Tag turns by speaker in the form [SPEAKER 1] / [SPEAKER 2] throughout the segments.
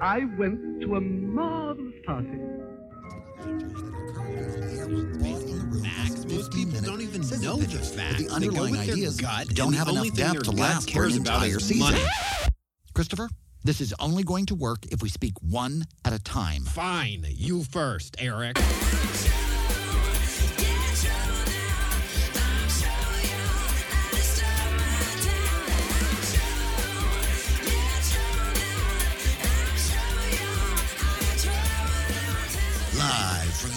[SPEAKER 1] I went to a marvelous party.
[SPEAKER 2] Facts. Most people don't even know the facts.
[SPEAKER 3] The underlying
[SPEAKER 2] they go with
[SPEAKER 3] ideas
[SPEAKER 2] their gut,
[SPEAKER 3] don't
[SPEAKER 2] and
[SPEAKER 3] have
[SPEAKER 2] the only
[SPEAKER 3] enough
[SPEAKER 2] thing
[SPEAKER 3] depth
[SPEAKER 2] their
[SPEAKER 3] to
[SPEAKER 2] gut
[SPEAKER 3] last for an
[SPEAKER 2] cares about
[SPEAKER 3] entire
[SPEAKER 2] is
[SPEAKER 3] season.
[SPEAKER 2] Money.
[SPEAKER 3] Christopher, this is only going to work if we speak one at a time.
[SPEAKER 2] Fine, you first, Eric.
[SPEAKER 4] Live from the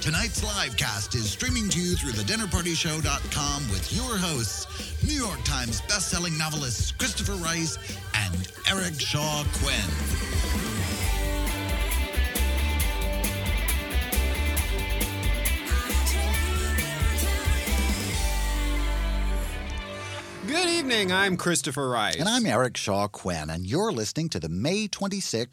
[SPEAKER 4] Tonight's live cast is streaming to you through thedinnerpartyshow.com with your hosts, New York Times bestselling novelists Christopher Rice and Eric Shaw Quinn.
[SPEAKER 2] Good evening. I'm Christopher Rice.
[SPEAKER 3] And I'm Eric Shaw Quinn, and you're listening to the May 26th.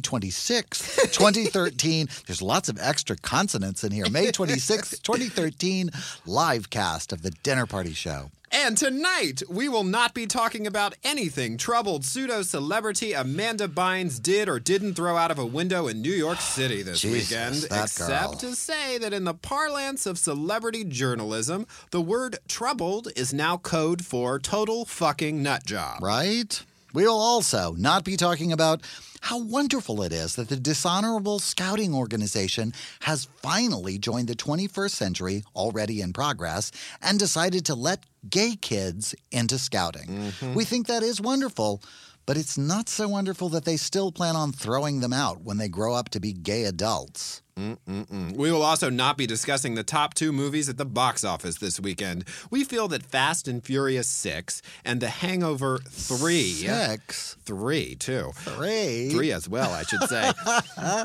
[SPEAKER 3] 26th, 2013. There's lots of extra consonants in here. May 26th, 2013, live cast of The Dinner Party Show.
[SPEAKER 2] And tonight, we will not be talking about anything troubled pseudo celebrity Amanda Bynes did or didn't throw out of a window in New York City this
[SPEAKER 3] Jesus,
[SPEAKER 2] weekend.
[SPEAKER 3] that
[SPEAKER 2] Except
[SPEAKER 3] girl.
[SPEAKER 2] to say that in the parlance of celebrity journalism, the word troubled is now code for total fucking nut job.
[SPEAKER 3] Right? We'll also not be talking about how wonderful it is that the Dishonorable Scouting Organization has finally joined the 21st century, already in progress, and decided to let gay kids into scouting. We think that is wonderful, but it's not so wonderful that they still plan on throwing them out when they grow up to be gay adults.
[SPEAKER 2] We will also not be discussing the top two movies at the box office this weekend. We feel that Fast and Furious 6 and The Hangover 3.
[SPEAKER 3] Six,
[SPEAKER 2] 3, too.
[SPEAKER 3] three.
[SPEAKER 2] Three as well, I should say.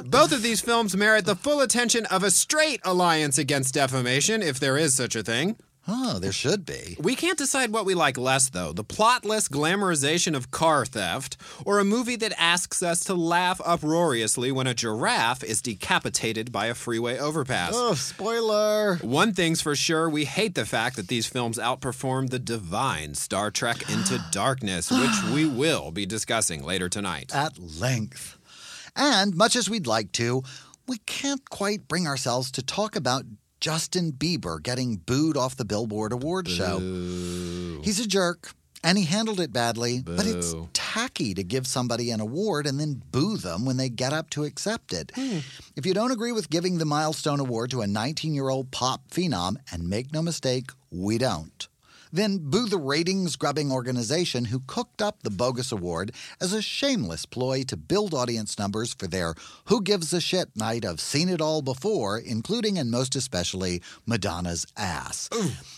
[SPEAKER 2] Both of these films merit the full attention of a straight alliance against defamation, if there is such a thing.
[SPEAKER 3] Oh, there should be.
[SPEAKER 2] We can't decide what we like less, though the plotless glamorization of car theft, or a movie that asks us to laugh uproariously when a giraffe is decapitated by a freeway overpass.
[SPEAKER 3] Oh, spoiler.
[SPEAKER 2] One thing's for sure, we hate the fact that these films outperformed the divine Star Trek Into Darkness, which we will be discussing later tonight.
[SPEAKER 3] at length. And much as we'd like to, we can't quite bring ourselves to talk about Justin Bieber getting booed off the Billboard Award show. He's a jerk, and he handled it badly, but it's
[SPEAKER 2] Boo.
[SPEAKER 3] tacky to give somebody an award and then boo them when they get up to accept it. If you don't agree with giving the Milestone Award to a 19 year old pop phenom, and make no mistake, we don't then boo the ratings grubbing organization who cooked up the bogus award as a shameless ploy to build audience numbers for their Who Gives a Shit night of Seen It All Before, including and most especially Madonna's ass.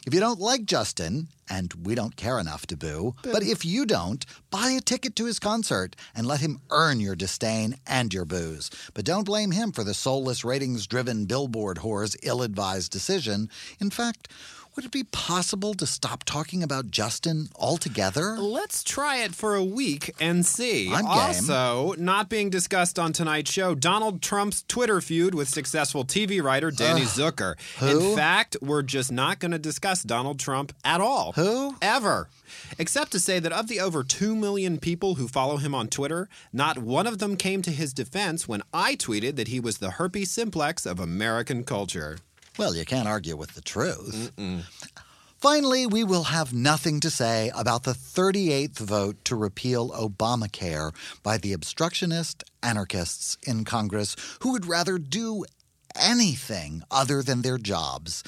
[SPEAKER 3] If you don't like Justin, and we don't care enough to boo, but if you don't, buy a ticket to his concert and let him earn your disdain and your boos. But don't blame him for the soulless ratings driven billboard whore's ill advised decision. In fact, would it be possible to stop talking about Justin altogether?
[SPEAKER 2] Let's try it for a week and see.
[SPEAKER 3] I'm game.
[SPEAKER 2] also, not being discussed on tonight's show, Donald Trump's Twitter feud with successful TV writer Danny Zucker. In fact, we're just not going to discuss Donald Trump at all.
[SPEAKER 3] Who?
[SPEAKER 2] Ever. Except to say that of the over 2 million people who follow him on Twitter, not one of them came to his defense when I tweeted that he was the herpes simplex of American culture.
[SPEAKER 3] Well, you can't argue with the truth. Finally, we will have nothing to say about the 38th vote to repeal Obamacare by the obstructionist anarchists in Congress who would rather do anything other than their jobs.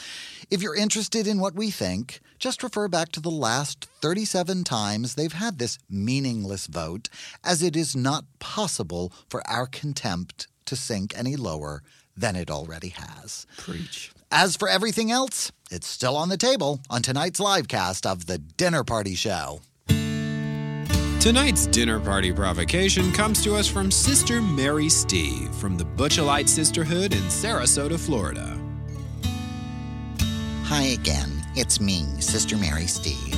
[SPEAKER 3] If you're interested in what we think, just refer back to the last 37 times they've had this meaningless vote, as it is not possible for our contempt to sink any lower than it already has.
[SPEAKER 2] Preach.
[SPEAKER 3] As for everything else, it's still on the table on tonight's live cast of The Dinner Party Show.
[SPEAKER 2] Tonight's dinner party provocation comes to us from Sister Mary Steve from the Butchelite Sisterhood in Sarasota, Florida.
[SPEAKER 3] Hi again. It's me, Sister Mary Steve.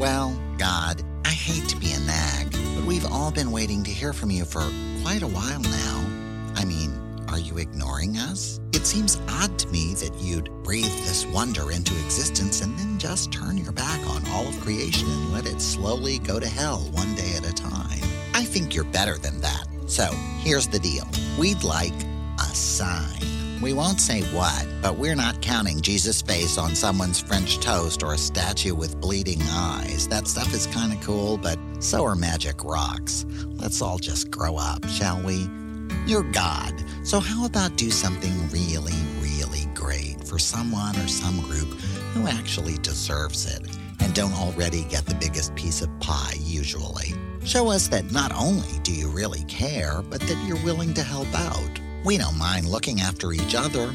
[SPEAKER 3] Well, God, I hate to be a nag, but we've all been waiting to hear from you for quite a while now. I mean, are you ignoring us? It seems odd to me that you'd breathe this wonder into existence and then just turn your back on all of creation and let it slowly go to hell one day at a time. I think you're better than that. So here's the deal we'd like a sign. We won't say what, but we're not counting Jesus' face on someone's French toast or a statue with bleeding eyes. That stuff is kind of cool, but so are magic rocks. Let's all just grow up, shall we? You're God, so how about do something really, really great for someone or some group who actually deserves it and don't already get the biggest piece of pie usually? Show us that not only do you really care, but that you're willing to help out. We don't mind looking after each other,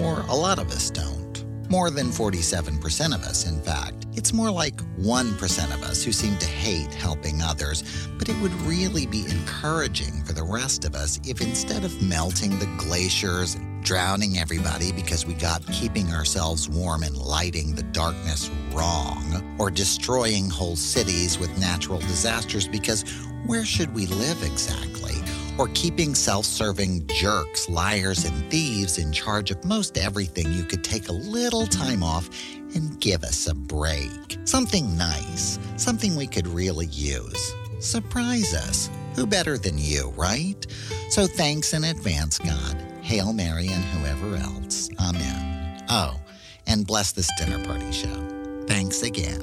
[SPEAKER 3] or a lot of us don't. More than 47% of us, in fact. It's more like 1% of us who seem to hate helping others, but it would really be encouraging for the rest of us if instead of melting the glaciers, drowning everybody because we got keeping ourselves warm and lighting the darkness wrong, or destroying whole cities with natural disasters because where should we live exactly? or keeping self serving jerks, liars, and thieves in charge of most everything, you could take a little time off and give us a break. Something nice, something we could really use. Surprise us. Who better than you, right? So thanks in advance, God. Hail Mary and whoever else. Amen. Oh, and bless this dinner party show. Thanks again.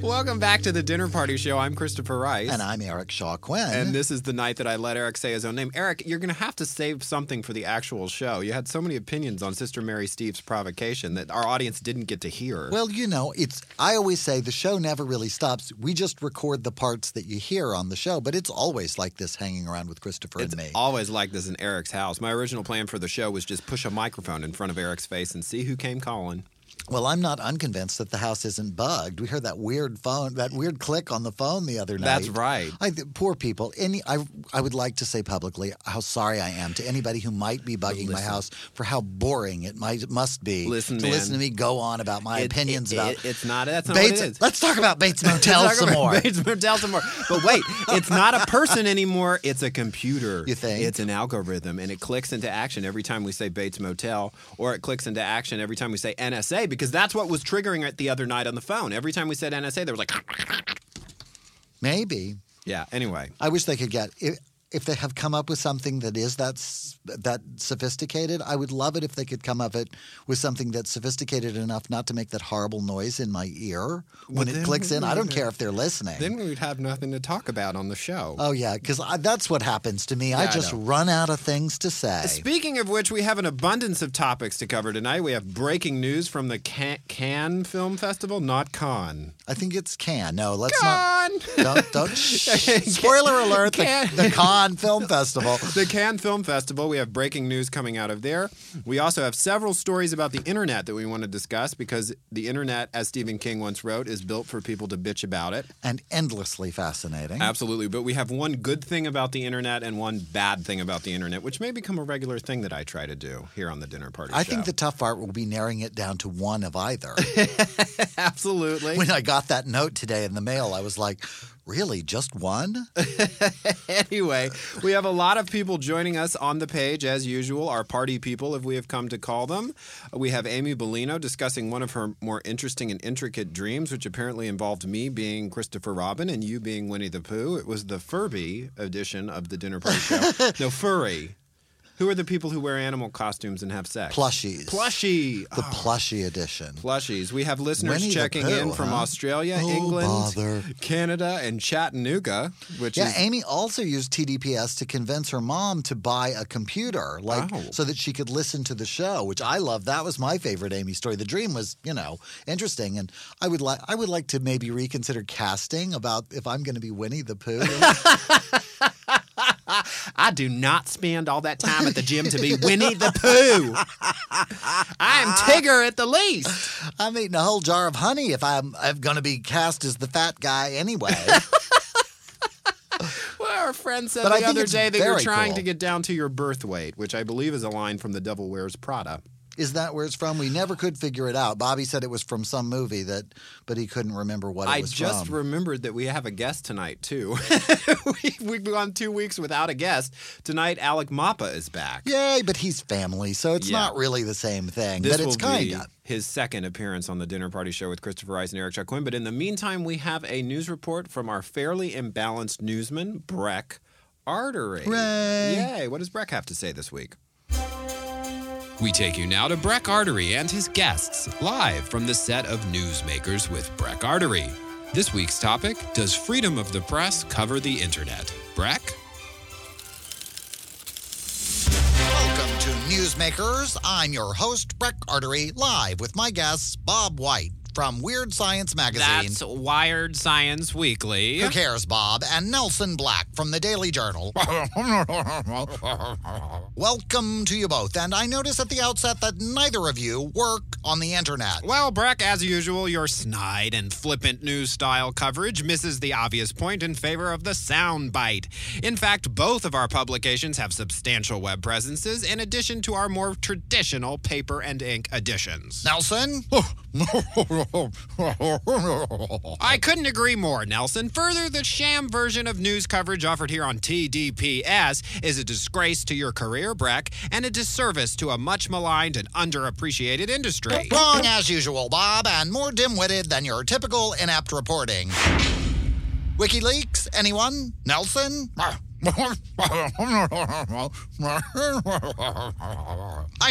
[SPEAKER 2] Welcome back to the Dinner Party Show. I'm Christopher Rice.
[SPEAKER 3] And I'm Eric Shaw Quinn.
[SPEAKER 2] And this is the night that I let Eric say his own name. Eric, you're going to have to save something for the actual show. You had so many opinions on Sister Mary Steve's provocation that our audience didn't get to hear.
[SPEAKER 3] Well, you know, it's I always say the show never really stops. We just record the parts that you hear on the show, but it's always like this hanging around with Christopher
[SPEAKER 2] it's
[SPEAKER 3] and me.
[SPEAKER 2] always like this in Eric's house. My original plan for the show was just push a microphone in front of Eric's face and see who came calling.
[SPEAKER 3] well, I'm not unconvinced that the house isn't bugged. We heard that weird phone, that weird click on the phone the other night.
[SPEAKER 2] That's right.
[SPEAKER 3] I, th- poor people. Any, I, I would like to say publicly how sorry I am to anybody who might be bugging my house for how boring it might must be
[SPEAKER 2] Listen,
[SPEAKER 3] to
[SPEAKER 2] man.
[SPEAKER 3] listen to me go on about my
[SPEAKER 2] It-
[SPEAKER 3] opinions
[SPEAKER 2] it-
[SPEAKER 3] about
[SPEAKER 2] it- it's not. That's not
[SPEAKER 3] Bates.
[SPEAKER 2] what it is.
[SPEAKER 3] Let's talk about Bates Motel
[SPEAKER 2] Let's
[SPEAKER 3] some
[SPEAKER 2] talk about
[SPEAKER 3] more.
[SPEAKER 2] Bates Motel some more. But wait, it's not a person anymore. It's a computer.
[SPEAKER 3] You think?
[SPEAKER 2] It's an algorithm, and it clicks into action every time we say Bates Motel, or it clicks into action every time we say NSA, because that's what was triggering it the other night on the phone. Every time we said NSA, they were like,
[SPEAKER 3] Maybe.
[SPEAKER 2] yeah. Anyway,
[SPEAKER 3] I wish they could get if, if they have come up with something that is that s- that sophisticated. I would love it if they could come up it with something that's sophisticated enough not to make that horrible noise in my ear when
[SPEAKER 2] Well,
[SPEAKER 3] it
[SPEAKER 2] then
[SPEAKER 3] clicks in.
[SPEAKER 2] we
[SPEAKER 3] I don't
[SPEAKER 2] would-
[SPEAKER 3] care if they're listening.
[SPEAKER 2] then we would have nothing to talk about on the show.
[SPEAKER 3] Oh yeah, because that's what happens to me. I
[SPEAKER 2] Yeah, I
[SPEAKER 3] just
[SPEAKER 2] know.
[SPEAKER 3] run out of things to say.
[SPEAKER 2] Speaking of which, we have an abundance of topics to cover tonight. We have breaking news from the Can- Cannes Film Festival, not Con.
[SPEAKER 3] I think it's can. No, let's not.
[SPEAKER 2] Con!
[SPEAKER 3] Don't don't. shh. Spoiler alert: the,
[SPEAKER 2] Cannes.
[SPEAKER 3] the Cannes Film Festival.
[SPEAKER 2] the Cannes Film Festival. We have breaking news coming out of there. We also have several stories about the internet that we want to discuss because the internet, as Stephen King once wrote, is built for people to bitch about it.
[SPEAKER 3] And endlessly fascinating.
[SPEAKER 2] Absolutely. But we have one good thing about the internet and one bad thing about the internet, which may become a regular thing that I try to do here on the dinner party.
[SPEAKER 3] I
[SPEAKER 2] show.
[SPEAKER 3] think the tough part will be narrowing it down to one of either.
[SPEAKER 2] absolutely.
[SPEAKER 3] when I got that note today in the mail, I was like, really, just one?
[SPEAKER 2] anyway, we have a lot of people joining us on the page as usual, our party people, if we have come to call them. We have Amy Bellino discussing one of her more interesting and intricate dreams, which apparently involved me being Christopher Robin and you being Winnie the Pooh. It was the Furby edition of the dinner party show. no, furry. Who are the people who wear animal costumes and have sex?
[SPEAKER 3] Plushies.
[SPEAKER 2] Plushie.
[SPEAKER 3] The plushie edition.
[SPEAKER 2] Plushies. We have listeners
[SPEAKER 3] Winnie the
[SPEAKER 2] checking
[SPEAKER 3] Pooh,
[SPEAKER 2] in from
[SPEAKER 3] huh?
[SPEAKER 2] Australia,
[SPEAKER 3] Oh,
[SPEAKER 2] England,
[SPEAKER 3] bother.
[SPEAKER 2] Canada, and Chattanooga, which
[SPEAKER 3] Yeah,
[SPEAKER 2] is
[SPEAKER 3] Amy also used TDPS to convince her mom to buy a computer, like
[SPEAKER 2] Wow.
[SPEAKER 3] so that she could listen to the show, which I love. That was my favorite Amy story. The dream was, you know, interesting, and I would like I would like to maybe reconsider casting about if I'm going to be Winnie the Pooh.
[SPEAKER 2] I do not spend all that time at the gym to be Winnie the Pooh. I am Tigger at the least.
[SPEAKER 3] I'm eating a whole jar of honey if I'm, I'm going to be cast as the fat guy anyway.
[SPEAKER 2] Well, our friend said
[SPEAKER 3] But I
[SPEAKER 2] the
[SPEAKER 3] think
[SPEAKER 2] other
[SPEAKER 3] it's
[SPEAKER 2] day that you're
[SPEAKER 3] very
[SPEAKER 2] trying
[SPEAKER 3] cool.
[SPEAKER 2] to get down to your birth weight, which I believe is a line from The Devil Wears Prada.
[SPEAKER 3] Is that where it's from? We never could figure it out. Bobby said it was from some movie that, but he couldn't remember what it
[SPEAKER 5] I
[SPEAKER 3] was
[SPEAKER 5] just
[SPEAKER 3] from.
[SPEAKER 5] remembered that we have a guest tonight too. we, we've gone two weeks without a guest. Tonight, Alec Mappa is back.
[SPEAKER 3] Yay, but he's family, so it's
[SPEAKER 5] Yeah.
[SPEAKER 3] not really the same thing.
[SPEAKER 5] This
[SPEAKER 3] but it's
[SPEAKER 5] will be
[SPEAKER 3] kind of.
[SPEAKER 5] his second appearance on the Dinner Party Show with Christopher Rice and Eric Shaw Quinn. But in the meantime, we have a news report from our fairly imbalanced newsman, Breck Artery.
[SPEAKER 3] Hooray.
[SPEAKER 5] Yay! What does Breck have to say this week?
[SPEAKER 2] We take you now to Breck Artery and his guests, live from the set of Newsmakers with Breck Artery. This week's topic Does freedom of the press cover the internet? Breck?
[SPEAKER 3] Welcome to Newsmakers. I'm your host, Breck Artery, live with my guests, Bob White from Weird Science Magazine.
[SPEAKER 2] Wired Science Weekly.
[SPEAKER 3] Who cares, Bob? And Nelson Black from the Daily Journal. Welcome to you both. And I notice at the outset that neither of you work on the internet.
[SPEAKER 2] Well, Breck, as usual, your snide and flippant news style coverage misses the obvious point in favor of the soundbite. In fact, both of our publications have substantial web presences in addition to our more traditional paper and ink editions.
[SPEAKER 3] Nelson?
[SPEAKER 2] I couldn't agree more, Nelson. Further, the sham version of news coverage offered here on TDPS is a disgrace to your career, Breck, and a disservice to a much maligned and underappreciated industry.
[SPEAKER 3] Wrong as usual, Bob, and more dim witted than your typical inept reporting. WikiLeaks? Anyone? Nelson? I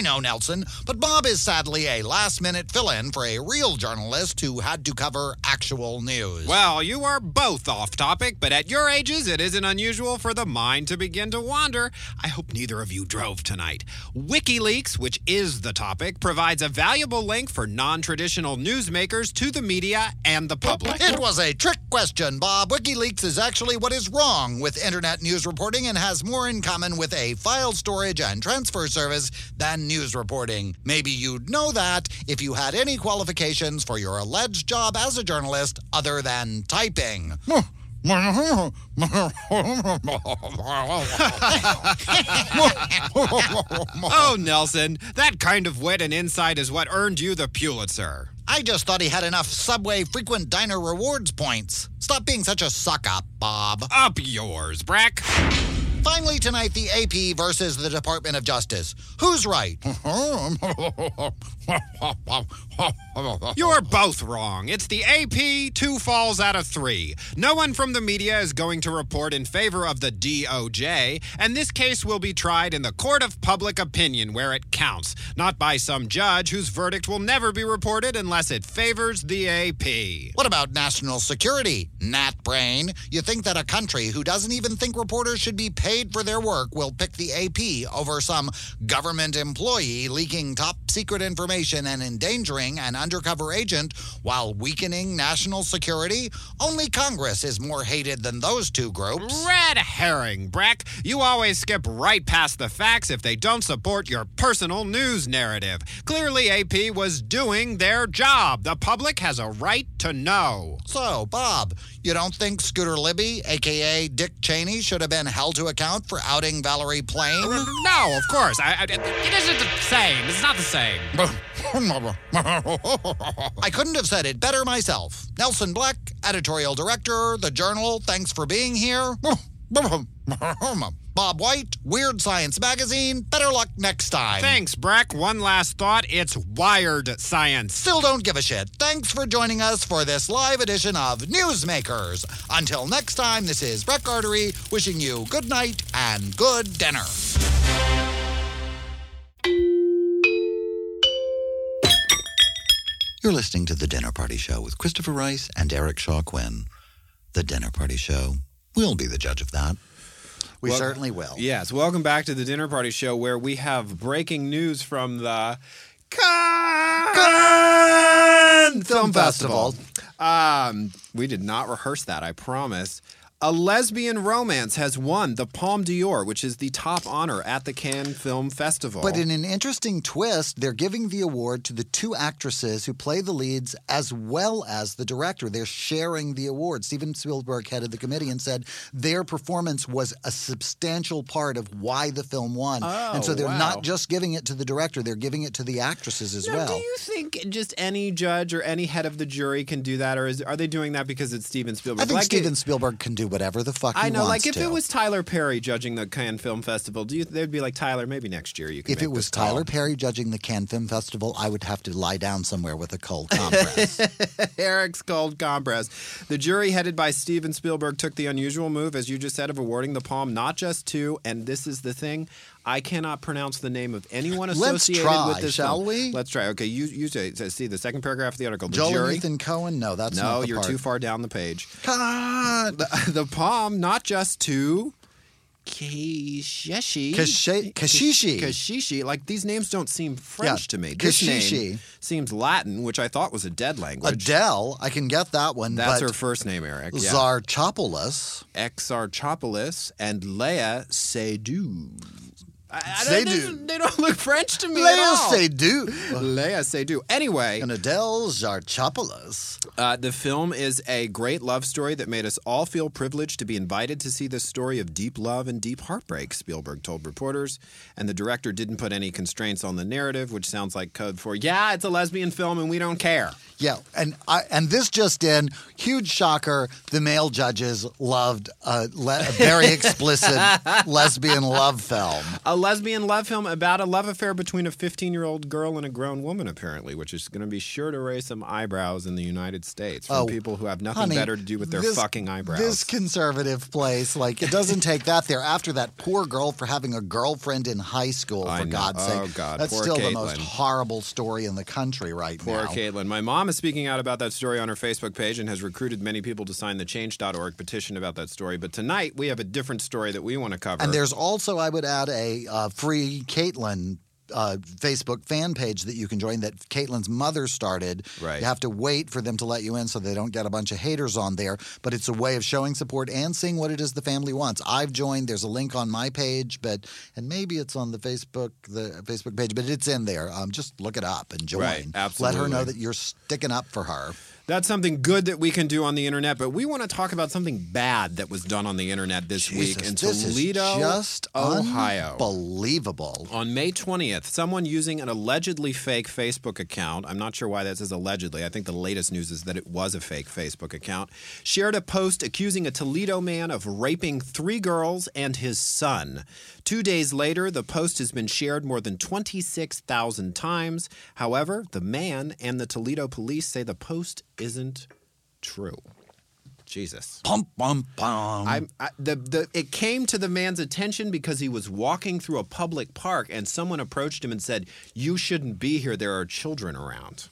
[SPEAKER 3] know Nelson, but Bob is sadly a last minute fill in for a real journalist who had to cover actual news.
[SPEAKER 2] Well, you are both off topic, but at your ages, it isn't unusual for the mind to begin to wander. I hope neither of you drove tonight. WikiLeaks, which is the topic, provides a valuable link for non traditional newsmakers to the media and the public.
[SPEAKER 3] It was a trick question, Bob. WikiLeaks is actually what is wrong with internet news reporting and has more in common with a file storage and transfer service than news reporting. Maybe you'd know that if you had any qualifications for your alleged job as a journalist other than typing.
[SPEAKER 2] Oh, Nelson, that kind of wit and insight is what earned you the Pulitzer.
[SPEAKER 3] I just thought he had enough Subway frequent diner rewards points. Stop being such a suck up, Bob.
[SPEAKER 2] Up yours, Breck.
[SPEAKER 3] Finally, tonight, the AP versus the Department of Justice. Who's right?
[SPEAKER 2] You're both wrong. It's the AP, two falls out of three. No one from the media is going to report in favor of the DOJ, and this case will be tried in the court of public opinion where it counts, not by some judge whose verdict will never be reported unless it favors the AP.
[SPEAKER 3] What about national security, Nat Brain? You think that a country who doesn't even think reporters should be paid for their work will pick the AP over some government employee leaking top secret information and endangering an undercover agent while weakening national security? Only Congress is more hated than those two groups.
[SPEAKER 2] Red herring, Breck. You always skip right past the facts if they don't support your personal news narrative. Clearly, AP was doing their job. The public has a right to know.
[SPEAKER 3] So, Bob, you don't think Scooter Libby, aka Dick Cheney, should have been held to account for outing Valerie Plame?
[SPEAKER 2] No, of course. I, I, it isn't the same. It's not the same.
[SPEAKER 3] I couldn't have said it better myself. Nelson Black, editorial director, The Journal, thanks for being here. Bob White, Weird Science Magazine, better luck next time.
[SPEAKER 2] Thanks, Breck. One last thought. It's wired science.
[SPEAKER 3] Still don't give a shit. Thanks for joining us for this live edition of Newsmakers. Until next time, this is Breck Artery wishing you good night and good dinner. You're listening to The Dinner Party Show with Christopher Rice and Eric Shaw Quinn. The Dinner Party Show. We'll be the judge of that. We
[SPEAKER 5] Well,
[SPEAKER 3] certainly will.
[SPEAKER 5] Yes, welcome back to the Dinner Party Show, where we have breaking news from the Cannes Film Festival. Um, we did not rehearse that, I promise.
[SPEAKER 2] A lesbian romance has won the Palme d'Or, which is the top honor at the Cannes Film Festival.
[SPEAKER 3] But in an interesting twist, they're giving the award to the two actresses who play the leads as well as the director. They're sharing the award. Steven Spielberg headed the committee and said their performance was a substantial part of why the film won.
[SPEAKER 2] Oh,
[SPEAKER 3] and so they're
[SPEAKER 2] wow.
[SPEAKER 3] not just giving it to the director, they're giving it to the actresses as
[SPEAKER 2] Now,
[SPEAKER 3] well.
[SPEAKER 2] do you think just any judge or any head of the jury can do that, or is, are they doing that because it's Steven Spielberg?
[SPEAKER 3] I think
[SPEAKER 2] Like,
[SPEAKER 3] Steven
[SPEAKER 2] it-
[SPEAKER 3] Spielberg can do whatever the fuck he
[SPEAKER 2] I know, like
[SPEAKER 3] wants
[SPEAKER 2] if
[SPEAKER 3] to.
[SPEAKER 2] it was Tyler Perry judging the Cannes Film Festival, do you? They'd be like Tyler, maybe next year you can.
[SPEAKER 3] If
[SPEAKER 2] make
[SPEAKER 3] it was
[SPEAKER 2] this call."
[SPEAKER 3] Tyler Perry judging the Cannes Film Festival, I would have to lie down somewhere with a cold compress.
[SPEAKER 2] Eric's cold compress. The jury, headed by Steven Spielberg, took the unusual move, as you just said, of awarding the palm not just to, and this is the thing, I cannot pronounce the name of anyone
[SPEAKER 3] Let's
[SPEAKER 2] associated
[SPEAKER 3] try,
[SPEAKER 2] with this.
[SPEAKER 3] shall
[SPEAKER 2] film.
[SPEAKER 3] we?
[SPEAKER 2] Let's try. Okay, you you say, say- see the second paragraph of the article. The
[SPEAKER 3] Joel
[SPEAKER 2] jury.
[SPEAKER 3] and Ethan Cohen? No, that's not
[SPEAKER 2] no,
[SPEAKER 3] the
[SPEAKER 2] you're
[SPEAKER 3] part.
[SPEAKER 2] too far down the page.
[SPEAKER 3] God.
[SPEAKER 2] The, the palm not just to. Kashishi.
[SPEAKER 3] Kashe- Kashishi.
[SPEAKER 2] Kashishi. Like, these names don't seem French
[SPEAKER 3] Yeah,
[SPEAKER 2] to me. This name
[SPEAKER 3] Kashishi.
[SPEAKER 2] seems Latin, which I thought was a dead language.
[SPEAKER 3] Adele, I can get that one.
[SPEAKER 2] That's
[SPEAKER 3] but
[SPEAKER 2] her first name, Eric. Yeah.
[SPEAKER 3] Zarchopoulos.
[SPEAKER 2] Exarchopolis and Leia Seydoux. I,
[SPEAKER 3] Seydoux.
[SPEAKER 2] They, don't, they don't look French to me
[SPEAKER 3] Leia
[SPEAKER 2] at all.
[SPEAKER 3] Seydoux.
[SPEAKER 2] Leia Seydoux. Anyway,
[SPEAKER 3] And Adele Zarchopoulos.
[SPEAKER 2] uh, the film is a great love story that made us all feel privileged to be invited to see this story of deep love and deep heartbreak, Spielberg told reporters. And the director didn't put any constraints on the narrative, which sounds like code for, yeah, it's a lesbian film and we don't care.
[SPEAKER 3] Yeah, and I, and this just in, huge shocker, the male judges loved a, le- a very explicit lesbian love film.
[SPEAKER 2] A lesbian love film about a love affair between a 15 year old girl and a grown woman, apparently, which is going to be sure to raise some eyebrows in the United States from
[SPEAKER 3] Oh,
[SPEAKER 2] people who have nothing
[SPEAKER 3] Honey,
[SPEAKER 2] better to do with their
[SPEAKER 3] this-
[SPEAKER 2] fucking eyebrows.
[SPEAKER 3] This conservative place, like it doesn't take that there. After that poor girl for having a girlfriend in high school, for
[SPEAKER 2] I know.
[SPEAKER 3] God's
[SPEAKER 2] Oh,
[SPEAKER 3] sake,
[SPEAKER 2] God.
[SPEAKER 3] that's
[SPEAKER 2] Poor
[SPEAKER 3] still the most
[SPEAKER 2] Caitlin.
[SPEAKER 3] horrible story in the country right
[SPEAKER 2] Poor
[SPEAKER 3] now.
[SPEAKER 2] Caitlin. My mom is speaking out about that story on her Facebook page and has recruited many people to sign the change.org petition about that story. But tonight we have a different story that we want to cover.
[SPEAKER 3] And there's also, I would add, a uh, free Caitlin. Uh, Facebook fan page that you can join that Caitlin's mother started.
[SPEAKER 2] Right.
[SPEAKER 3] You have to wait for them to let you in so they don't get a bunch of haters on there, but it's a way of showing support and seeing what it is the family wants. I've joined. There's a link on my page, but and maybe it's on the Facebook the Facebook page, but it's in there. Um, just look it up and join.
[SPEAKER 2] Right,
[SPEAKER 3] Let her
[SPEAKER 2] absolutely.
[SPEAKER 3] know that you're sticking up for her.
[SPEAKER 2] That's something good that we can do on the internet, but we want to talk about something bad that was done on the internet this week
[SPEAKER 3] Jesus,
[SPEAKER 2] in
[SPEAKER 3] this is
[SPEAKER 2] Toledo,
[SPEAKER 3] just
[SPEAKER 2] Ohio.
[SPEAKER 3] Unbelievable.
[SPEAKER 2] On May 20th, someone using an allegedly fake Facebook account, I'm not sure why that says allegedly, I think the latest news is that it was a fake Facebook account, shared a post accusing a Toledo man of raping three girls and his son. Two days later, the post has been shared more than 26,000 times. However, the man and the Toledo police say the post isn't true. Jesus.
[SPEAKER 3] Pump, pump, pump.
[SPEAKER 2] I'm, I, the, the, it came to the man's attention because he was walking through a public park and someone approached him and said, You shouldn't be here. There are children around.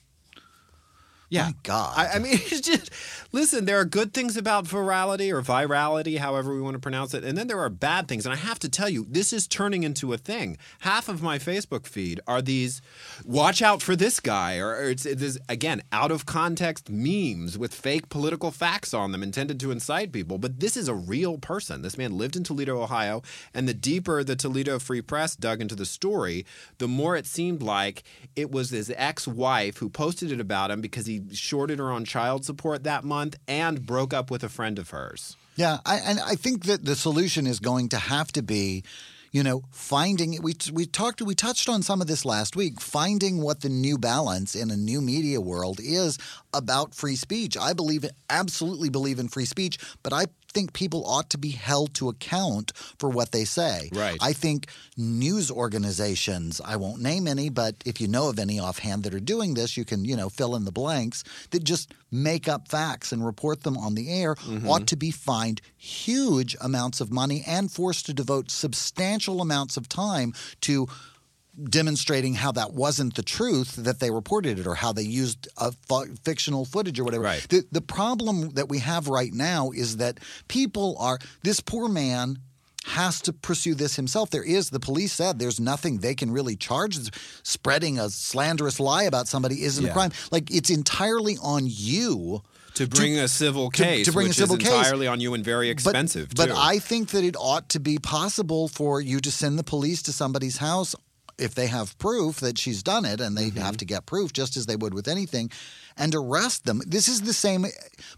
[SPEAKER 2] Yeah.
[SPEAKER 3] My God.
[SPEAKER 2] I, I mean, it's just, listen, there are good things about virality or virality, however we want to pronounce it. And then there are bad things. And I have to tell you, this is turning into a thing. Half of my Facebook feed are these watch out for this guy, or, or it's, it is, again, out of context memes with fake political facts on them intended to incite people. But this is a real person. This man lived in Toledo, Ohio. And the deeper the Toledo Free Press dug into the story, the more it seemed like it was his ex wife who posted it about him because he shorted her on child support that month and broke up with a friend of hers.
[SPEAKER 3] Yeah, I, and I think that the solution is going to have to be, you know, finding. We we talked we touched on some of this last week. Finding what the new balance in a new media world is about free speech. I believe absolutely believe in free speech, but I think people ought to be held to account for what they say.
[SPEAKER 2] Right.
[SPEAKER 3] I think news organizations, I won't name any, but if you know of any offhand that are doing this, you can, you know, fill in the blanks that just make up facts and report them on the air,
[SPEAKER 2] Mm-hmm.
[SPEAKER 3] ought to be fined huge amounts of money and forced to devote substantial amounts of time to demonstrating how that wasn't the truth that they reported it or how they used a fu- fictional footage or whatever.
[SPEAKER 2] Right.
[SPEAKER 3] The, the problem that we have right now is that people are, this poor man has to pursue this himself. There is, the police said there's nothing they can really charge. Spreading a slanderous lie about somebody isn't
[SPEAKER 2] Yeah.
[SPEAKER 3] a crime. Like it's entirely on you
[SPEAKER 2] to bring a civil case,
[SPEAKER 3] to bring a
[SPEAKER 2] which
[SPEAKER 3] civil
[SPEAKER 2] is
[SPEAKER 3] case.
[SPEAKER 2] entirely on you and very
[SPEAKER 3] But-
[SPEAKER 2] expensive.
[SPEAKER 3] But,
[SPEAKER 2] too.
[SPEAKER 3] I think that it ought to be possible for you to send the police to somebody's house if they have proof that she's done it and
[SPEAKER 2] Mm-hmm.
[SPEAKER 3] they have to get proof just as they would with anything and arrest them. This is the same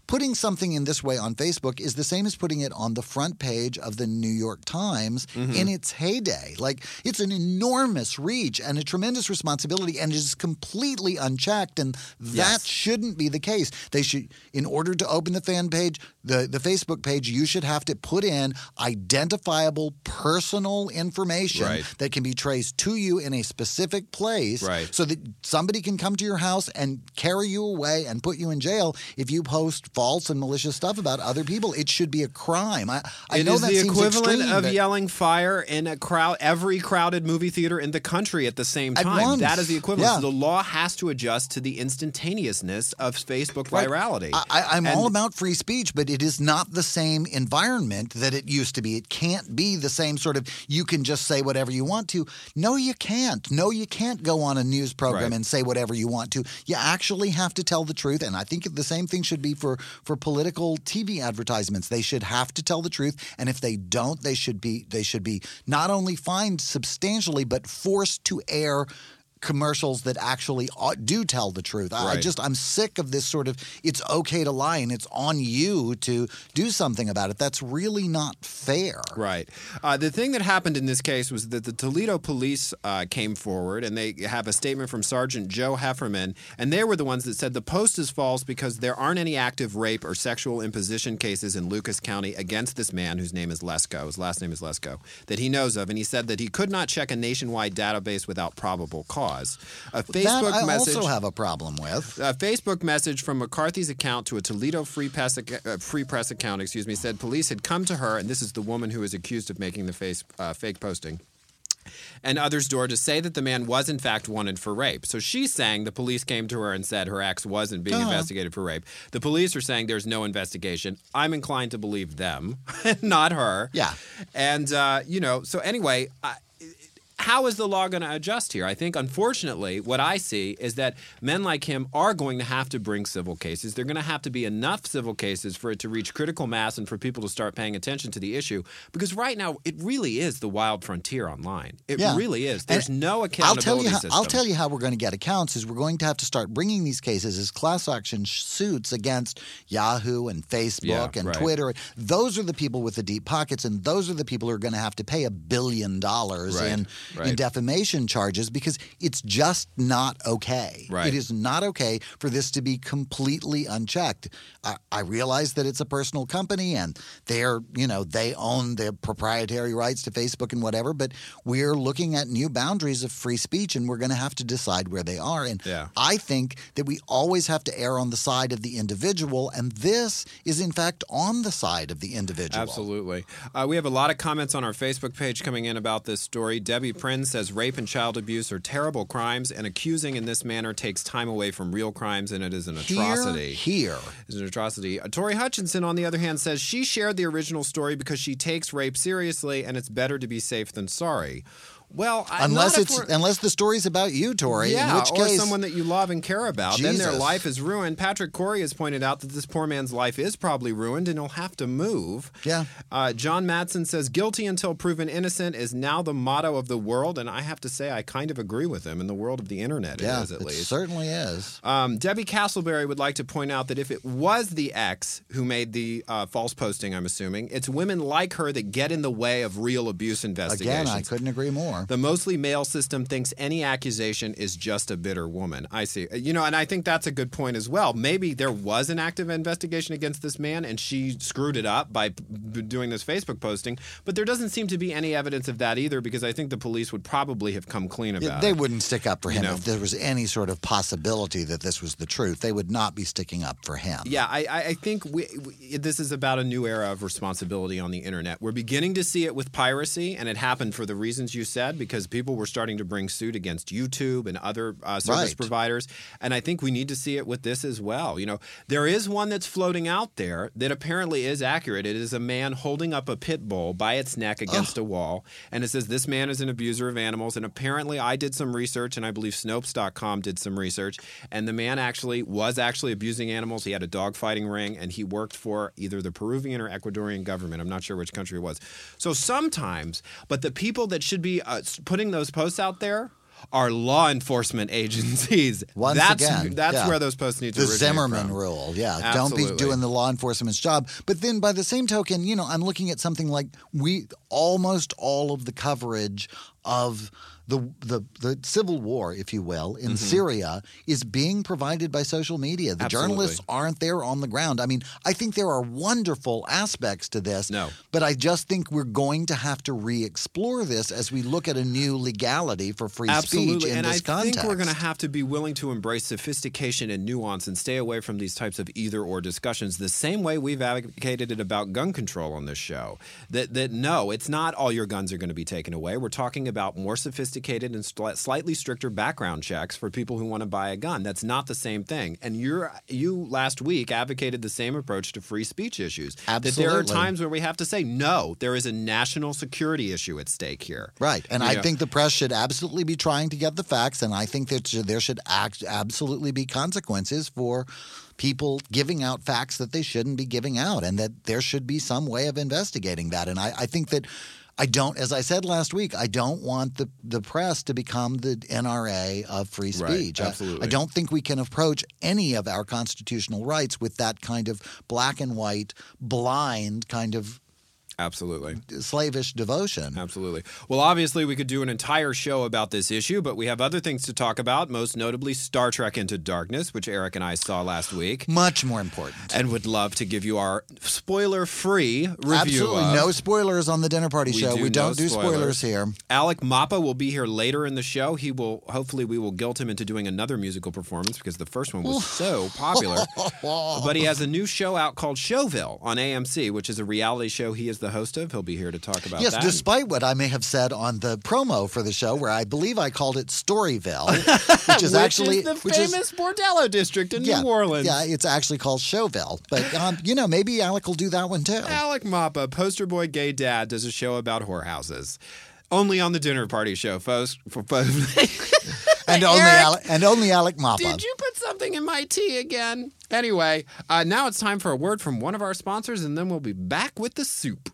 [SPEAKER 3] putting something in this way on Facebook is the same as putting it on the front page of the New York Times
[SPEAKER 2] Mm-hmm.
[SPEAKER 3] in its heyday. Like it's an enormous reach and a tremendous responsibility and it is completely unchecked and that
[SPEAKER 2] Yes.
[SPEAKER 3] shouldn't be the case. They should, in order to open the fan page, the, the Facebook page, you should have to put in identifiable personal information
[SPEAKER 2] Right.
[SPEAKER 3] that can be traced to you in a specific place
[SPEAKER 2] Right.
[SPEAKER 3] so that somebody can come to your house and carry you away and put you in jail if you post false and malicious stuff about other people. It should be a crime. I, I
[SPEAKER 2] It
[SPEAKER 3] know
[SPEAKER 2] is
[SPEAKER 3] that
[SPEAKER 2] the
[SPEAKER 3] seems
[SPEAKER 2] equivalent
[SPEAKER 3] extreme,
[SPEAKER 2] of
[SPEAKER 3] but-
[SPEAKER 2] yelling fire in a crowd, every crowded movie theater in the country at the same
[SPEAKER 3] At
[SPEAKER 2] time.
[SPEAKER 3] once.
[SPEAKER 2] That is the equivalent.
[SPEAKER 3] Yeah.
[SPEAKER 2] So the law has to adjust to the instantaneousness of Facebook
[SPEAKER 3] Right.
[SPEAKER 2] virality.
[SPEAKER 3] I, I- I'm
[SPEAKER 2] And-
[SPEAKER 3] all about free speech, but it is not the same environment that it used to be. It can't be the same sort of you can just say whatever you want to. No, you can't. No, you can't go on a news program
[SPEAKER 2] Right.
[SPEAKER 3] and say whatever you want to. You actually have to tell the truth, and I think the same thing should be for for political TV advertisements. They should have to tell the truth, and if they don't, they should be they should be not only fined substantially but forced to air. Commercials that actually ought- do tell the truth. I, I
[SPEAKER 2] Right.
[SPEAKER 3] just I'm sick of this sort of it's okay to lie and it's on you to do something about it. That's really not fair.
[SPEAKER 2] Right. Uh, the thing that happened in this case was that the Toledo police uh, came forward and they have a statement from Sergeant Joe Hefferman, and they were the ones that said the post is false because there aren't any active rape or sexual imposition cases in Lucas County against this man whose name is Lesko. His last name is Lesko, that he knows of, and he said that he could not check a nationwide database without probable cause. A Facebook
[SPEAKER 3] that I
[SPEAKER 2] message
[SPEAKER 3] also have a problem with.
[SPEAKER 2] a Facebook message from McCarthy's account to a Toledo Free Press, ac- uh, Free Press account, excuse me, said police had come to her, and this is the woman who is accused of making the face, uh, fake posting. And others' door to say that the man was in fact wanted for rape. So she's saying the police came to her and said her ex wasn't being investigated for rape. The police are saying there's no investigation. I'm inclined to believe them, not her.
[SPEAKER 3] Yeah.
[SPEAKER 2] And uh, you know, so anyway, I, how is the law going to adjust here? I think, unfortunately, what I see is that men like him are going to have to bring civil cases. They're going to have to be enough civil cases for it to reach critical mass and for people to start paying attention to the issue. Because right now, it really is the wild frontier online. It
[SPEAKER 3] Yeah.
[SPEAKER 2] really is.
[SPEAKER 3] And
[SPEAKER 2] There's no
[SPEAKER 3] I'll
[SPEAKER 2] accountability
[SPEAKER 3] tell you. How,
[SPEAKER 2] system.
[SPEAKER 3] I'll tell you how we're going to get accounts is we're going to have to start bringing these cases as class action sh- suits against Yahoo and Facebook
[SPEAKER 2] Yeah,
[SPEAKER 3] and
[SPEAKER 2] right.
[SPEAKER 3] Twitter. Those are the people with the deep pockets, and those are the people who are going to have to pay a billion dollars
[SPEAKER 2] Right,
[SPEAKER 3] in in
[SPEAKER 2] right.
[SPEAKER 3] defamation charges because it's just not okay.
[SPEAKER 2] Right.
[SPEAKER 3] It is not okay for this to be completely unchecked. I, I realize that it's a personal company and they're, you know, they own the proprietary rights to Facebook and whatever, but we're looking at new boundaries of free speech and we're going to have to decide where they are. And
[SPEAKER 2] Yeah.
[SPEAKER 3] I think that we always have to err on the side of the individual. And this is, in fact, on the side of the individual.
[SPEAKER 2] Absolutely. Uh, we have a lot of comments on our Facebook page coming in about this story. Debbie Prin says rape and child abuse are terrible crimes, and accusing in this manner takes time away from real crimes, and it is an atrocity.
[SPEAKER 3] Here, here.
[SPEAKER 2] is an atrocity. Uh, Tori Hutchinson, on the other hand, says she shared the original story because she takes rape seriously and it's better to be safe than sorry. Well, I-
[SPEAKER 3] Unless
[SPEAKER 2] not if
[SPEAKER 3] it's
[SPEAKER 2] we're-
[SPEAKER 3] unless the story's about you, Tori,
[SPEAKER 2] yeah,
[SPEAKER 3] in which
[SPEAKER 2] or
[SPEAKER 3] case
[SPEAKER 2] someone that you love and care about, then their
[SPEAKER 3] Jesus.
[SPEAKER 2] life is ruined. Patrick Corey has pointed out that this poor man's life is probably ruined and he'll have to move.
[SPEAKER 3] Yeah.
[SPEAKER 2] Uh, John Matson says, guilty until proven innocent is now the motto of the world. And I have to say, I kind of agree with him in the world of the internet,
[SPEAKER 3] yeah,
[SPEAKER 2] it is at
[SPEAKER 3] it
[SPEAKER 2] least.
[SPEAKER 3] certainly is.
[SPEAKER 2] Um, Debbie Castleberry would like to point out that if it was the ex who made the uh, false posting, I'm assuming, it's women like her that get in the way of real abuse
[SPEAKER 3] Again,
[SPEAKER 2] investigations.
[SPEAKER 3] I couldn't agree more.
[SPEAKER 2] The mostly male system thinks any accusation is just a bitter woman. I see. Uh, You know, and I think that's a good point as well. Maybe there was an active investigation against this man and she screwed it up by p- b- doing this Facebook posting, but there doesn't seem to be any evidence of that either because I think the police would probably have come clean about
[SPEAKER 3] Yeah,
[SPEAKER 2] it.
[SPEAKER 3] they wouldn't stick up for him
[SPEAKER 2] know.
[SPEAKER 3] if there was any sort of possibility that this was the truth. They would not be sticking up for him.
[SPEAKER 2] Yeah, I, I, I think we, we, this is about a new era of responsibility on the internet. We're beginning to see it with piracy, and it happened for the reasons you said. bad because people were starting to bring suit against YouTube and other uh, service
[SPEAKER 3] Right.
[SPEAKER 2] providers. And I think we need to see it with this as well. You know, there is one that's floating out there that apparently is accurate. It is a man holding up a pit bull by its neck against a wall. And it says, This man is an abuser of animals. And apparently, I did some research, and I believe Snopes.com did some research. And the man actually was actually abusing animals. He had a dog fighting ring, and he worked for either the Peruvian or Ecuadorian government. I'm not sure which country it was. So sometimes, but the people that should be uh, s- putting those posts out there, are law enforcement agencies.
[SPEAKER 3] Once
[SPEAKER 2] that's
[SPEAKER 3] again,
[SPEAKER 2] that's
[SPEAKER 3] yeah.
[SPEAKER 2] where those posts need to
[SPEAKER 3] the
[SPEAKER 2] originate
[SPEAKER 3] Zimmerman
[SPEAKER 2] from.
[SPEAKER 3] rule. Yeah, don't
[SPEAKER 2] Absolutely.
[SPEAKER 3] be doing the law enforcement's job. But then, by the same token, you know, I'm looking at something like we almost all of the coverage of the the the civil war, if you will,
[SPEAKER 2] Mm-hmm.
[SPEAKER 3] in Syria is being provided by social media. The
[SPEAKER 2] Absolutely.
[SPEAKER 3] journalists aren't there on the ground. I mean, I think there are wonderful aspects to this.
[SPEAKER 2] No.
[SPEAKER 3] but I just think we're going to have to re-explore this as we look at a new legality for free speech
[SPEAKER 2] Absolutely,
[SPEAKER 3] in
[SPEAKER 2] and
[SPEAKER 3] this
[SPEAKER 2] I
[SPEAKER 3] context.
[SPEAKER 2] think we're going to have to be willing to embrace sophistication and nuance and stay away from these types of either or discussions. The same way we've advocated it about gun control on this show. That that no, it's not all your guns are going to be taken away. We're talking about more sophisticated and sli- slightly stricter background checks for people who want to buy a gun. That's not the same thing. And you're you last week advocated the same approach to free speech issues. That there are
[SPEAKER 3] Absolutely.
[SPEAKER 2] times where we have to say no. There is a national security issue at stake here.
[SPEAKER 3] Right. And
[SPEAKER 2] You
[SPEAKER 3] I
[SPEAKER 2] know.
[SPEAKER 3] think the press should absolutely be trying to get the facts. And I think that sh- there should act, absolutely be consequences for people giving out facts that they shouldn't be giving out and that there should be some way of investigating that. And I, I think that. I don't, as I said last week, I don't want the, the press to become the NRA of free
[SPEAKER 2] Right.
[SPEAKER 3] speech. I- I
[SPEAKER 2] Absolutely.
[SPEAKER 3] don't think we can approach any of our constitutional rights with that kind of black and white, blind kind of
[SPEAKER 2] Absolutely.
[SPEAKER 3] slavish devotion.
[SPEAKER 2] Absolutely. Well, obviously, we could do an entire show about this issue, but we have other things to talk about, most notably Star Trek Into Darkness, which Eric and I saw last week,
[SPEAKER 3] Much more important.
[SPEAKER 2] and would love to give you our spoiler free review.
[SPEAKER 3] Absolutely
[SPEAKER 2] of.
[SPEAKER 3] no spoilers on the dinner party
[SPEAKER 2] We
[SPEAKER 3] show.
[SPEAKER 2] do
[SPEAKER 3] we
[SPEAKER 2] no
[SPEAKER 3] don't do spoilers.
[SPEAKER 2] spoilers.
[SPEAKER 3] here.
[SPEAKER 2] Alec Mappa will be here later in the show. He will hopefully we will guilt him into doing another musical performance because the first one was so popular. but he has a new show out called Showville on AMC, which is a reality show he is the host of. He'll be here to talk about
[SPEAKER 3] Yes,
[SPEAKER 2] that.
[SPEAKER 3] despite what I may have said on the promo for the show, where I believe I called it Storyville, which is
[SPEAKER 2] Which
[SPEAKER 3] actually
[SPEAKER 2] is the
[SPEAKER 3] which
[SPEAKER 2] famous Bordello district in
[SPEAKER 3] yeah,
[SPEAKER 2] New Orleans.
[SPEAKER 3] Yeah, it's actually called Showville. But um, you know, maybe Alec will do that one too.
[SPEAKER 2] Alec Mappa, poster boy gay dad, does a show about whorehouses. Only on the dinner party show, folks. For, folks.
[SPEAKER 3] And only
[SPEAKER 2] Eric,
[SPEAKER 3] Alec, and only Alec Mappa.
[SPEAKER 2] Did you put something in my tea again? Anyway, uh, now it's time for a word from one of our sponsors, and then we'll be back with the soup.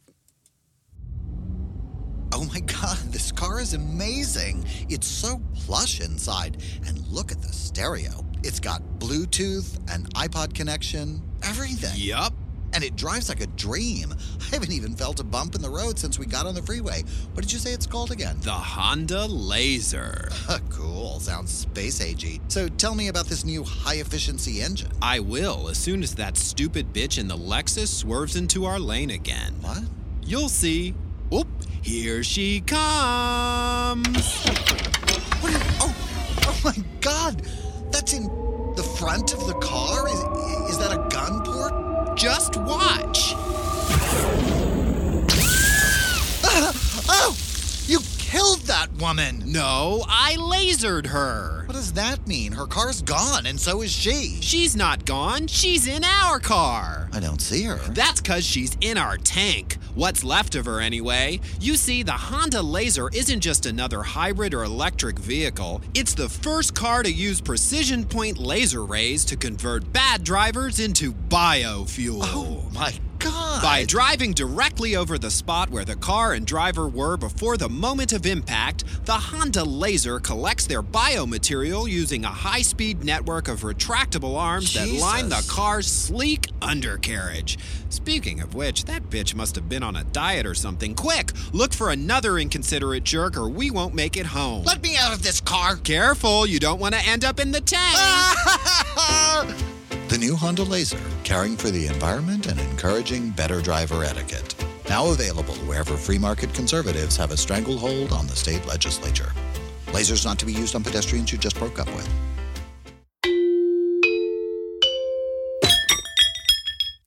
[SPEAKER 3] Oh my God, this car is amazing. It's so plush inside. And look at the stereo. It's got Bluetooth, an iPod connection, everything.
[SPEAKER 6] Yup.
[SPEAKER 3] And it drives like a dream. I haven't even felt a bump in the road since we got on the freeway. What did you say it's called again?
[SPEAKER 6] The Honda Laser.
[SPEAKER 3] cool. Sounds space agey. So tell me about this new high efficiency engine.
[SPEAKER 6] I will as soon as that stupid bitch in the Lexus swerves into our lane again.
[SPEAKER 3] What?
[SPEAKER 6] You'll see. Whoop, here she comes.
[SPEAKER 3] What? Is, oh, oh my God! That's in the front of the car. Is is that a gun port?
[SPEAKER 6] Just watch.
[SPEAKER 3] Oh, you killed that woman.
[SPEAKER 6] No, I lasered her.
[SPEAKER 3] What does that mean? Her car's gone, and so is she.
[SPEAKER 6] She's not gone, she's in our car.
[SPEAKER 3] I don't see her.
[SPEAKER 6] That's because she's in our tank. What's left of her, anyway? You see, the Honda Laser isn't just another hybrid or electric vehicle. It's the first car to use precision point laser rays to convert bad drivers into biofuel.
[SPEAKER 3] Oh my God!
[SPEAKER 6] By driving directly over the spot where the car and driver were before the moment of impact, the Honda Laser collects their biomaterial using a high speed network of retractable arms that line the
[SPEAKER 3] Jesus.
[SPEAKER 6] car's sleek undercarriage. Speaking of which, that bitch must have been on a diet or something. Quick, look for another inconsiderate jerk or we won't make it home.
[SPEAKER 3] Let me out of this car.
[SPEAKER 6] Careful, you don't want to end up in the tank.
[SPEAKER 3] The new Honda Laser, caring for the environment and encouraging better driver etiquette. Now available wherever free market conservatives have a stranglehold on the state legislature. Lasers not to be used on pedestrians you just broke up with.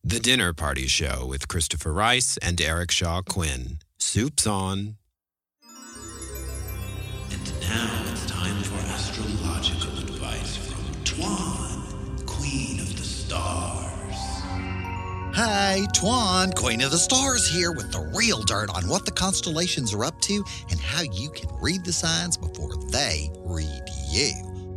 [SPEAKER 6] The Dinner Party Show with Christopher Rice and Eric Shaw Quinn. Soup's on.
[SPEAKER 3] Hi, Tuan, Queen of the Stars here with the real dirt on what the constellations are up to and how you can read the signs before they read you.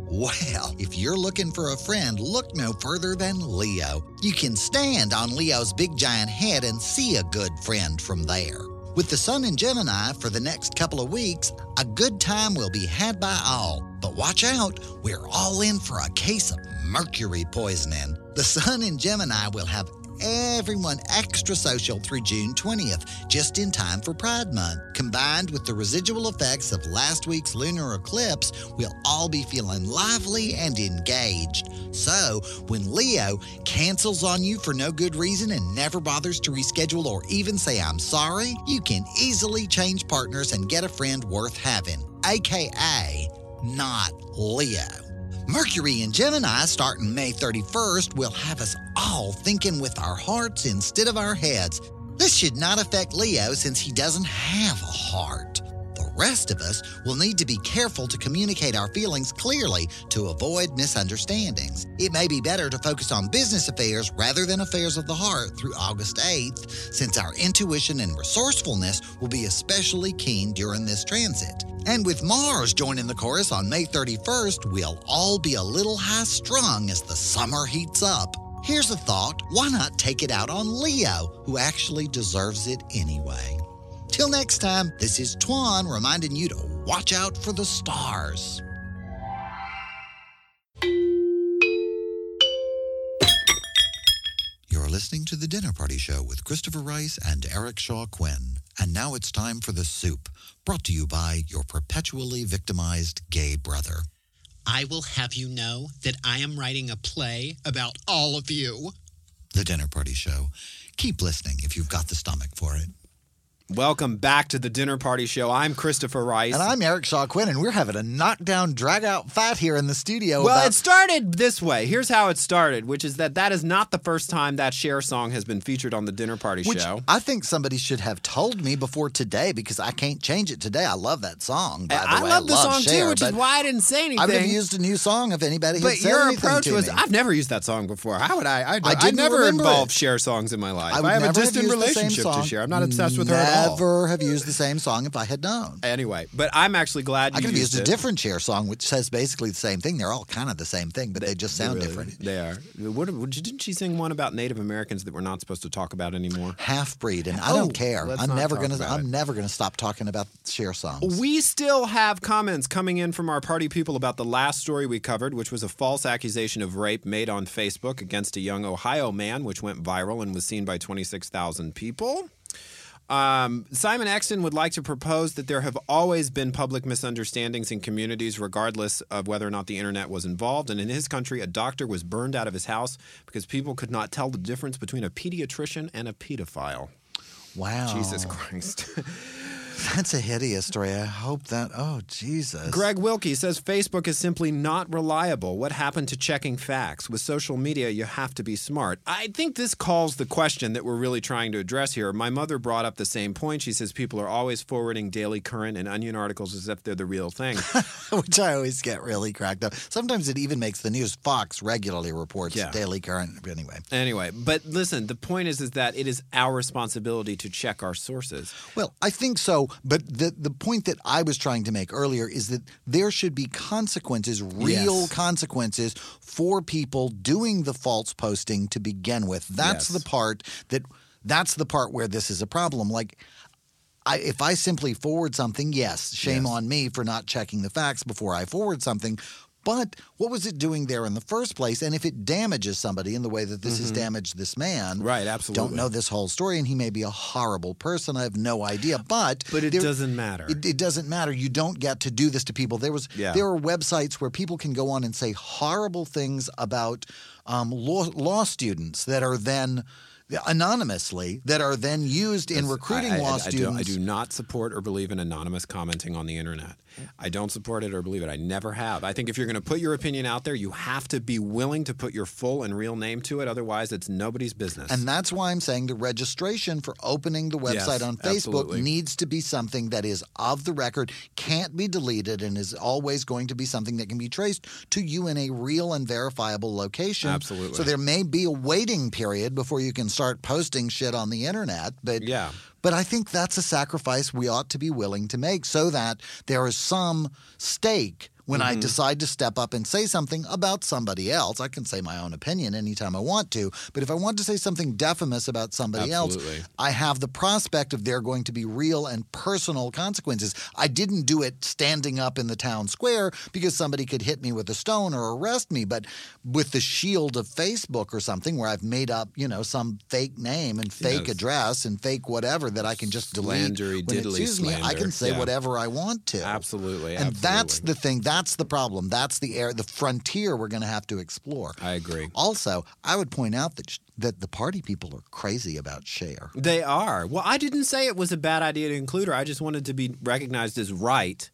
[SPEAKER 3] Well, if you're looking for a friend, look no further than Leo. You can stand on Leo's big giant head and see a good friend from there. With the sun in Gemini for the next couple of weeks, a good time will be had by all. But watch out, we're all in for a case of mercury poisoning. The sun in Gemini will have everyone extra social through June 20th, just in time for Pride Month. Combined with the residual effects of last week's lunar eclipse, we'll all be feeling lively and engaged. So, when Leo cancels on you for no good reason and never bothers to reschedule or even say, I'm sorry, you can easily change partners and get a friend worth having, aka not Leo. Mercury in Gemini starting May 31st will have us all thinking with our hearts instead of our heads. This should not affect Leo since he doesn't have a heart. The rest of us will need to be careful to communicate our feelings clearly to avoid misunderstandings. It may be better to focus on business affairs rather than affairs of the heart through August 8th, since our intuition and resourcefulness will be especially keen during this transit. And with Mars joining the chorus on May 31st, we'll all be a little high strung as the summer heats up. Here's a thought why not take it out on Leo, who actually deserves it anyway? Till next time, this is Tuan reminding you to watch out for the stars. You're listening to The Dinner Party Show with Christopher Rice and Eric Shaw Quinn. And now it's time for The Soup, brought to you by your perpetually victimized gay brother.
[SPEAKER 7] I will have you know that I am writing a play about all of you.
[SPEAKER 3] The Dinner Party Show. Keep listening if you've got the stomach for it.
[SPEAKER 2] Welcome back to the dinner party show. I'm Christopher Rice.
[SPEAKER 3] And I'm Eric Shaw Quinn, and we're having a knockdown, drag out fight here in the studio.
[SPEAKER 2] well,
[SPEAKER 3] about-
[SPEAKER 2] it started this way. Here's how it started, which is that that is not the first time that Cher song has been featured on the dinner party
[SPEAKER 3] which
[SPEAKER 2] show.
[SPEAKER 3] I think somebody should have told me before today because I can't change it today. I love that song. By the
[SPEAKER 2] I
[SPEAKER 3] way,
[SPEAKER 2] love
[SPEAKER 3] I
[SPEAKER 2] the
[SPEAKER 3] love
[SPEAKER 2] song
[SPEAKER 3] Cher,
[SPEAKER 2] too, which is
[SPEAKER 3] but
[SPEAKER 2] why I didn't say anything.
[SPEAKER 3] I would have used a new song if anybody had
[SPEAKER 2] but
[SPEAKER 3] said
[SPEAKER 2] your
[SPEAKER 3] anything
[SPEAKER 2] approach
[SPEAKER 3] to
[SPEAKER 2] was
[SPEAKER 3] me.
[SPEAKER 2] I've never used that song before. How would I? I,
[SPEAKER 3] I didn't
[SPEAKER 2] never
[SPEAKER 3] remember
[SPEAKER 2] involve
[SPEAKER 3] it.
[SPEAKER 2] Cher songs in my life.
[SPEAKER 3] would
[SPEAKER 2] have a
[SPEAKER 3] never
[SPEAKER 2] distant
[SPEAKER 3] used the same
[SPEAKER 2] relationship to
[SPEAKER 3] song.
[SPEAKER 2] Cher. I'm not obsessed with her at all.
[SPEAKER 3] Never have used the same song if I had known.
[SPEAKER 2] Anyway, but I'm actually glad you
[SPEAKER 3] I could have
[SPEAKER 2] used,
[SPEAKER 3] used a
[SPEAKER 2] it.
[SPEAKER 3] different Cher song, which says basically the same thing. They're all kind of the same thing, but they just sound
[SPEAKER 2] Really,
[SPEAKER 3] different.
[SPEAKER 2] They are. What, what- didn't she sing one about Native Americans that we're not supposed to talk about anymore?
[SPEAKER 3] Half breed, and I
[SPEAKER 2] Oh,
[SPEAKER 3] don't care.
[SPEAKER 2] let's
[SPEAKER 3] I'm
[SPEAKER 2] not
[SPEAKER 3] never
[SPEAKER 2] talk
[SPEAKER 3] gonna.
[SPEAKER 2] about
[SPEAKER 3] I'm
[SPEAKER 2] it. Oh,
[SPEAKER 3] never gonna stop talking about Cher songs.
[SPEAKER 2] We still have comments coming in from our party people about the last story we covered, which was a false accusation of rape made on Facebook against a young Ohio man, which went viral and was seen by 26,000 people. Um, Simon Exton would like to propose that there have always been public misunderstandings in communities, regardless of whether or not the internet was involved. And in his country, a doctor was burned out of his house because people could not tell the difference between a pediatrician and a pedophile.
[SPEAKER 3] Wow,
[SPEAKER 2] Jesus Christ.
[SPEAKER 3] that's a hideous story. I hope that. Oh Jesus,
[SPEAKER 2] Greg Wilkie says Facebook is simply not reliable. What happened to checking facts? With social media, you have to be smart. I think this calls the question that we're really trying to address here. My mother brought up the same point. She says people are always forwarding daily current and onion articles as if they're the real thing.
[SPEAKER 3] which I always get really cracked up. Sometimes it even makes the news. Fox regularly reports
[SPEAKER 2] Yeah.
[SPEAKER 3] Daily Current. Anyway,
[SPEAKER 2] anyway, but listen, the point is is that it is our responsibility to check our sources.
[SPEAKER 3] Well, I think so, but the the point that I was trying to make earlier is that there should be consequences, real
[SPEAKER 2] Yes.
[SPEAKER 3] consequences for people doing the false posting to begin with. That's
[SPEAKER 2] Yes.
[SPEAKER 3] the part that that's the part where this is a problem. Like I, if I simply forward something, yes, shame
[SPEAKER 2] Yes.
[SPEAKER 3] on me for not checking the facts before I forward something. But what was it doing there in the first place? And if it damages somebody in the way that this has damaged this man,
[SPEAKER 2] Mm-hmm. Right,
[SPEAKER 3] Don't
[SPEAKER 2] absolutely.
[SPEAKER 3] know this whole story, and he may be a horrible person. I have no idea, but
[SPEAKER 2] But it
[SPEAKER 3] there-
[SPEAKER 2] doesn't matter.
[SPEAKER 3] It, it doesn't matter. You don't get to do this to people. There was
[SPEAKER 2] Yeah.
[SPEAKER 3] there are websites where people can go on and say horrible things about um, law law students that are then anonymously that are then used in recruiting
[SPEAKER 2] I, I-
[SPEAKER 3] law
[SPEAKER 2] I do-
[SPEAKER 3] students.
[SPEAKER 2] I do not support or believe in anonymous commenting on the internet. I don't support it or believe it. I never have. I think if you're going to put your opinion out there, you have to be willing to put your full and real name to it. Otherwise, it's nobody's business.
[SPEAKER 3] And that's why I'm saying the registration for opening the
[SPEAKER 2] Yes,
[SPEAKER 3] website on Facebook
[SPEAKER 2] absolutely.
[SPEAKER 3] needs to be something that is of the record, can't be deleted, and is always going to be something that can be traced to you in a real and verifiable location.
[SPEAKER 2] Absolutely.
[SPEAKER 3] So there may be a waiting period before you can start posting shit on the internet. But
[SPEAKER 2] Yeah.
[SPEAKER 3] But I think that's a sacrifice we ought to be willing to make so that there is some stake when
[SPEAKER 2] Mm-hmm.
[SPEAKER 3] I decide to step up and say something about somebody else. I can say my own opinion anytime I want to, but if I want to say something defamous about somebody
[SPEAKER 2] Absolutely.
[SPEAKER 3] else, I have the prospect of there going to be real and personal consequences. I didn't do it standing up in the town square because somebody could hit me with a stone or arrest me, but with the shield of Facebook or something where I've made up, you know, some fake name and fake
[SPEAKER 2] Yes.
[SPEAKER 3] address and fake whatever that I can just delete
[SPEAKER 2] Slandery,
[SPEAKER 3] when it
[SPEAKER 2] diddly
[SPEAKER 3] suits me. I
[SPEAKER 2] slander.
[SPEAKER 3] can say
[SPEAKER 2] Yeah.
[SPEAKER 3] whatever I want to.
[SPEAKER 2] Absolutely,
[SPEAKER 3] And that's
[SPEAKER 2] absolutely.
[SPEAKER 3] the thing. That's the problem. That's the air, the frontier we're going to have to explore.
[SPEAKER 2] I agree.
[SPEAKER 3] Also, I would point out that sh- that the party people are crazy about share.
[SPEAKER 2] They are. Well, I didn't say it was a bad idea to include her. I just wanted to be recognized as right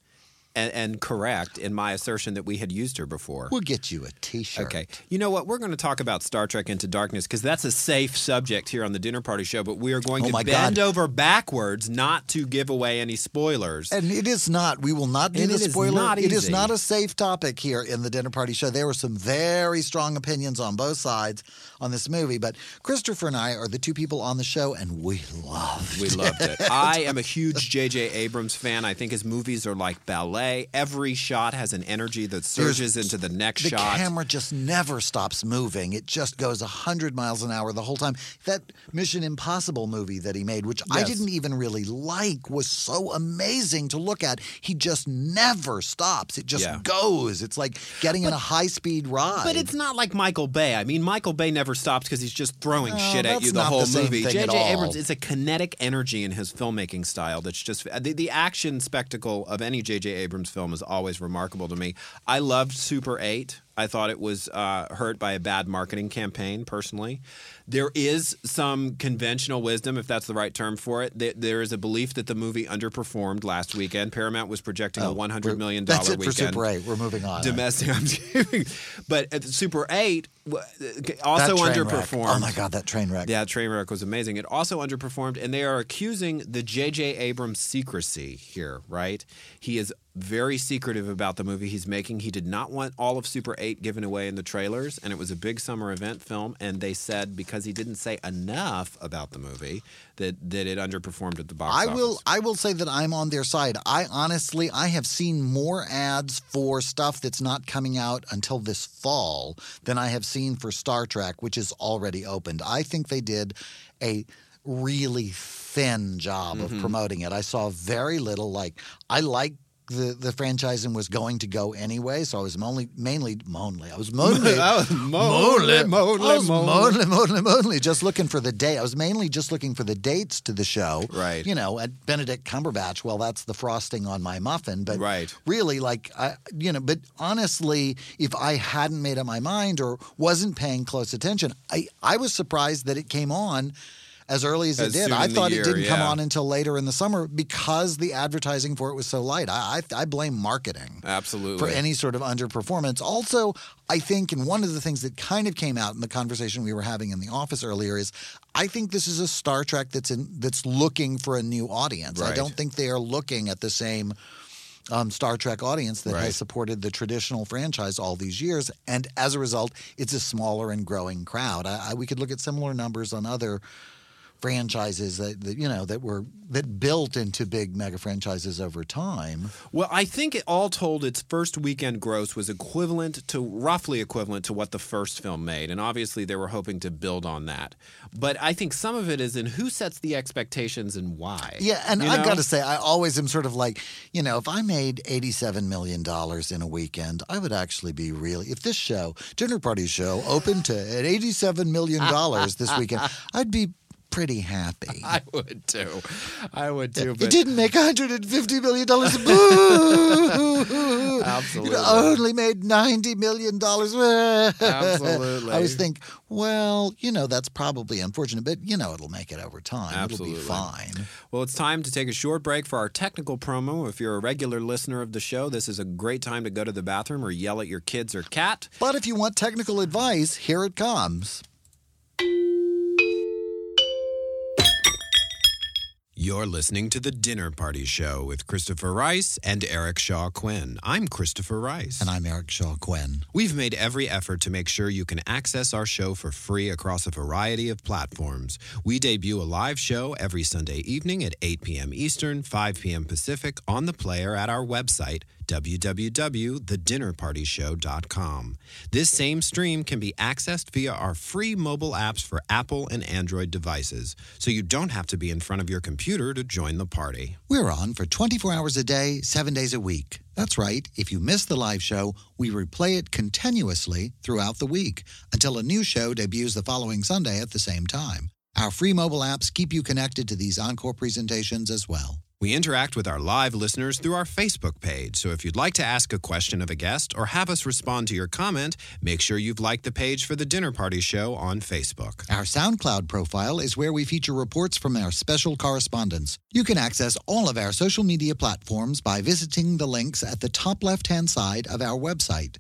[SPEAKER 2] and, and correct in my assertion that we had used her before.
[SPEAKER 3] We'll get you a T-shirt.
[SPEAKER 2] Okay. You know what? We're going to talk about Star Trek Into Darkness because that's a safe subject here on the Dinner Party Show, but we are going
[SPEAKER 3] Oh
[SPEAKER 2] to
[SPEAKER 3] my
[SPEAKER 2] bend
[SPEAKER 3] God.
[SPEAKER 2] over backwards not to give away any spoilers.
[SPEAKER 3] And it is not. We will not do
[SPEAKER 2] And
[SPEAKER 3] the
[SPEAKER 2] it is
[SPEAKER 3] spoiler.
[SPEAKER 2] not
[SPEAKER 3] It is
[SPEAKER 2] easy.
[SPEAKER 3] not a safe topic here in the dinner party show. There were some very strong opinions on both sides on this movie, but Christopher and I are the two people on the show, and we love.
[SPEAKER 2] we loved it. I am a huge J.J. Abrams fan. I think his movies are like ballet. Every shot has an energy that surges into the next
[SPEAKER 3] The
[SPEAKER 2] shot.
[SPEAKER 3] camera just never stops moving. It just goes 100 miles an hour the whole time. That Mission Impossible movie that he made, which I
[SPEAKER 2] Yes.
[SPEAKER 3] didn't even really like, was so amazing to look at. He just never stops. It just
[SPEAKER 2] Yeah.
[SPEAKER 3] goes. It's like getting in a high speed ride.
[SPEAKER 2] But it's not like Michael Bay. I mean, Michael Bay never stops because he's just throwing shit at
[SPEAKER 3] that's
[SPEAKER 2] you the
[SPEAKER 3] not
[SPEAKER 2] whole
[SPEAKER 3] the same
[SPEAKER 2] movie.
[SPEAKER 3] thing at
[SPEAKER 2] J.J.
[SPEAKER 3] all.
[SPEAKER 2] Abrams is a kinetic energy in his filmmaking style that's just the, the action spectacle of any J.J. Abrams film is always remarkable to me. I loved Super 8. I thought it was uh, hurt by a bad marketing campaign, personally. There is some conventional wisdom, if that's the right term for it. that there is a belief that the movie underperformed last weekend. Paramount was projecting a $100 million
[SPEAKER 3] Oh, That's it
[SPEAKER 2] weekend
[SPEAKER 3] for Super 8. We're moving on.
[SPEAKER 2] domestic. I'm just kidding. But at the Super 8 w- uh,
[SPEAKER 3] That
[SPEAKER 2] also
[SPEAKER 3] train wreck.
[SPEAKER 2] underperformed.
[SPEAKER 3] Oh my God, that train wreck.
[SPEAKER 2] Yeah, Trainwreck was amazing. It also underperformed, and they are accusing the J.J. Abrams secrecy here, right? He is very secretive about the movie he's making. He did not want all of Super 8 given away in the trailers, and it was a big summer event film. And they said because he didn't say enough about the movie that, that it underperformed at the box
[SPEAKER 3] I
[SPEAKER 2] office.
[SPEAKER 3] will I will say that I'm on their side. I honestly I have seen more ads for stuff that's not coming out until this fall than I have seen for Star Trek, which is already opened. I think they did a really thin job
[SPEAKER 2] Mm-hmm.
[SPEAKER 3] of promoting it. I saw very little like I like the, the franchise and was going to go anyway, so I was only mainly only I was mainly
[SPEAKER 2] Moly,
[SPEAKER 3] I
[SPEAKER 2] moly,
[SPEAKER 3] was
[SPEAKER 2] moly.
[SPEAKER 3] Only, only, only just looking for the day. I was mainly just looking for the dates to the show.
[SPEAKER 2] Right.
[SPEAKER 3] You know, at Benedict Cumberbatch. Well, that's the frosting on my muffin. But
[SPEAKER 2] Right.
[SPEAKER 3] really, like, I, you know, but honestly, if I hadn't made up my mind or wasn't paying close attention, I, I was surprised that it came on. As early as,
[SPEAKER 2] As
[SPEAKER 3] it did,
[SPEAKER 2] soon
[SPEAKER 3] I
[SPEAKER 2] in the
[SPEAKER 3] thought
[SPEAKER 2] year,
[SPEAKER 3] it didn't come
[SPEAKER 2] yeah.
[SPEAKER 3] on until later in the summer because the advertising for it was so light. I I, I blame marketing
[SPEAKER 2] Absolutely.
[SPEAKER 3] for any sort of underperformance. Also, I think, and one of the things that kind of came out in the conversation we were having in the office earlier is, I think this is a Star Trek that's in that's looking for a new audience. I
[SPEAKER 2] Right.
[SPEAKER 3] don't think they are looking at the same um, Star Trek audience that
[SPEAKER 2] Right.
[SPEAKER 3] has supported the traditional franchise all these years, and as a result, it's a smaller and growing crowd. I, I, we could look at similar numbers on other franchises that, that you know that were that built into big mega franchises over time.
[SPEAKER 2] Well, I think it all told, its first weekend gross was equivalent to roughly equivalent to what the first film made, and obviously they were hoping to build on that. But I think some of it is in who sets the expectations and why.
[SPEAKER 3] Yeah, and
[SPEAKER 2] You
[SPEAKER 3] I
[SPEAKER 2] know?
[SPEAKER 3] got to say, I always am sort of like, you know, if I made eighty-seven million dollars in a weekend, I would actually be really. If this show, dinner party show, opened to at eighty-seven million dollars this weekend, I'd be pretty happy.
[SPEAKER 2] I would too. I would too.
[SPEAKER 3] It
[SPEAKER 2] But
[SPEAKER 3] didn't make hundred and fifty million dollars. Boo!
[SPEAKER 2] absolutely.
[SPEAKER 3] It only made ninety million dollars.
[SPEAKER 2] Absolutely.
[SPEAKER 3] I always think, well, you know, that's probably unfortunate, but you know, it'll make it over time.
[SPEAKER 2] Absolutely.
[SPEAKER 3] It'll be fine.
[SPEAKER 2] Well, it's time to take a short break for our technical promo. If you're a regular listener of the show, this is a great time to go to the bathroom or yell at your kids or cat.
[SPEAKER 3] But if you want technical advice, here it comes.
[SPEAKER 2] You're listening to The Dinner Party Show with Christopher Rice and Eric Shaw Quinn. I'm Christopher Rice.
[SPEAKER 3] And I'm Eric Shaw Quinn.
[SPEAKER 2] We've made every effort to make sure you can access our show for free across a variety of platforms. We debut a live show every Sunday evening at 8 p.m. Eastern, 5 p.m. Pacific on the player at our website, www.thedinnerpartyshow.com. This same stream can be accessed via our free mobile apps for Apple and Android devices, so you don't have to be in front of your computer to join the party.
[SPEAKER 3] We're on for 24 hours a day, seven days a week. That's right. If you miss the live show, we replay it continuously throughout the week until a new show debuts the following Sunday at the same time. Our free mobile apps keep you connected to these encore presentations as well.
[SPEAKER 2] We interact with our live listeners through our Facebook page, so if you'd like to ask a question of a guest or have us respond to your comment, make sure you've liked the page for the Dinner Party Show on Facebook.
[SPEAKER 3] Our SoundCloud profile is where we feature reports from our special correspondents. You can access all of our social media platforms by visiting the links at the top left hand side of our website,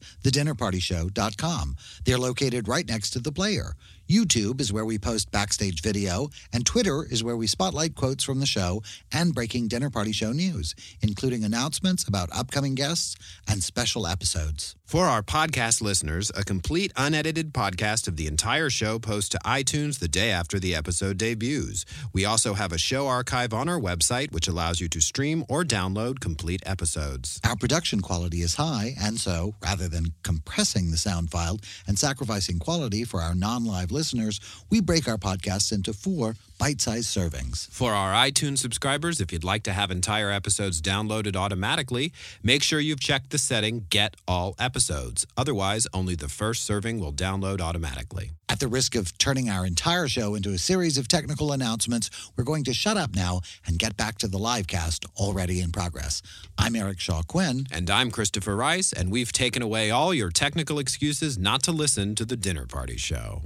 [SPEAKER 3] thedinnerpartyshow.com. They're located right next to the player. YouTube is where we post backstage video, and Twitter is where we spotlight quotes from the show and breaking dinner party show news, including announcements about upcoming guests and special episodes.
[SPEAKER 2] For our podcast listeners, a complete unedited podcast of the entire show posts to iTunes the day after the episode debuts. We also have a show archive on our website, which allows you to stream or download complete episodes.
[SPEAKER 3] Our production quality is high, and so, rather than compressing the sound file and sacrificing quality for our non live listeners, we break our podcasts into four bite sized servings.
[SPEAKER 2] For our iTunes subscribers, if you'd like to have entire episodes downloaded automatically, make sure you've checked the setting Get All Episodes. Otherwise, only the first serving will download automatically.
[SPEAKER 3] At the risk of turning our entire show into a series of technical announcements, we're going to shut up now and get back to the live cast already in progress. I'm Eric Shaw Quinn.
[SPEAKER 2] And I'm Christopher Rice, and we've taken away all your technical excuses not to listen to the Dinner Party Show.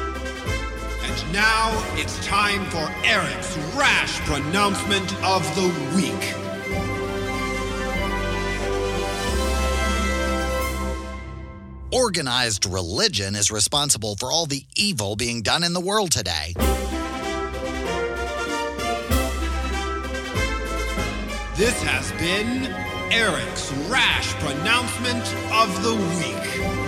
[SPEAKER 2] And now it's time for Eric's rash pronouncement of the week.
[SPEAKER 3] Organized religion is responsible for all the evil being done in the world today.
[SPEAKER 2] This has been Eric's rash pronouncement of the week.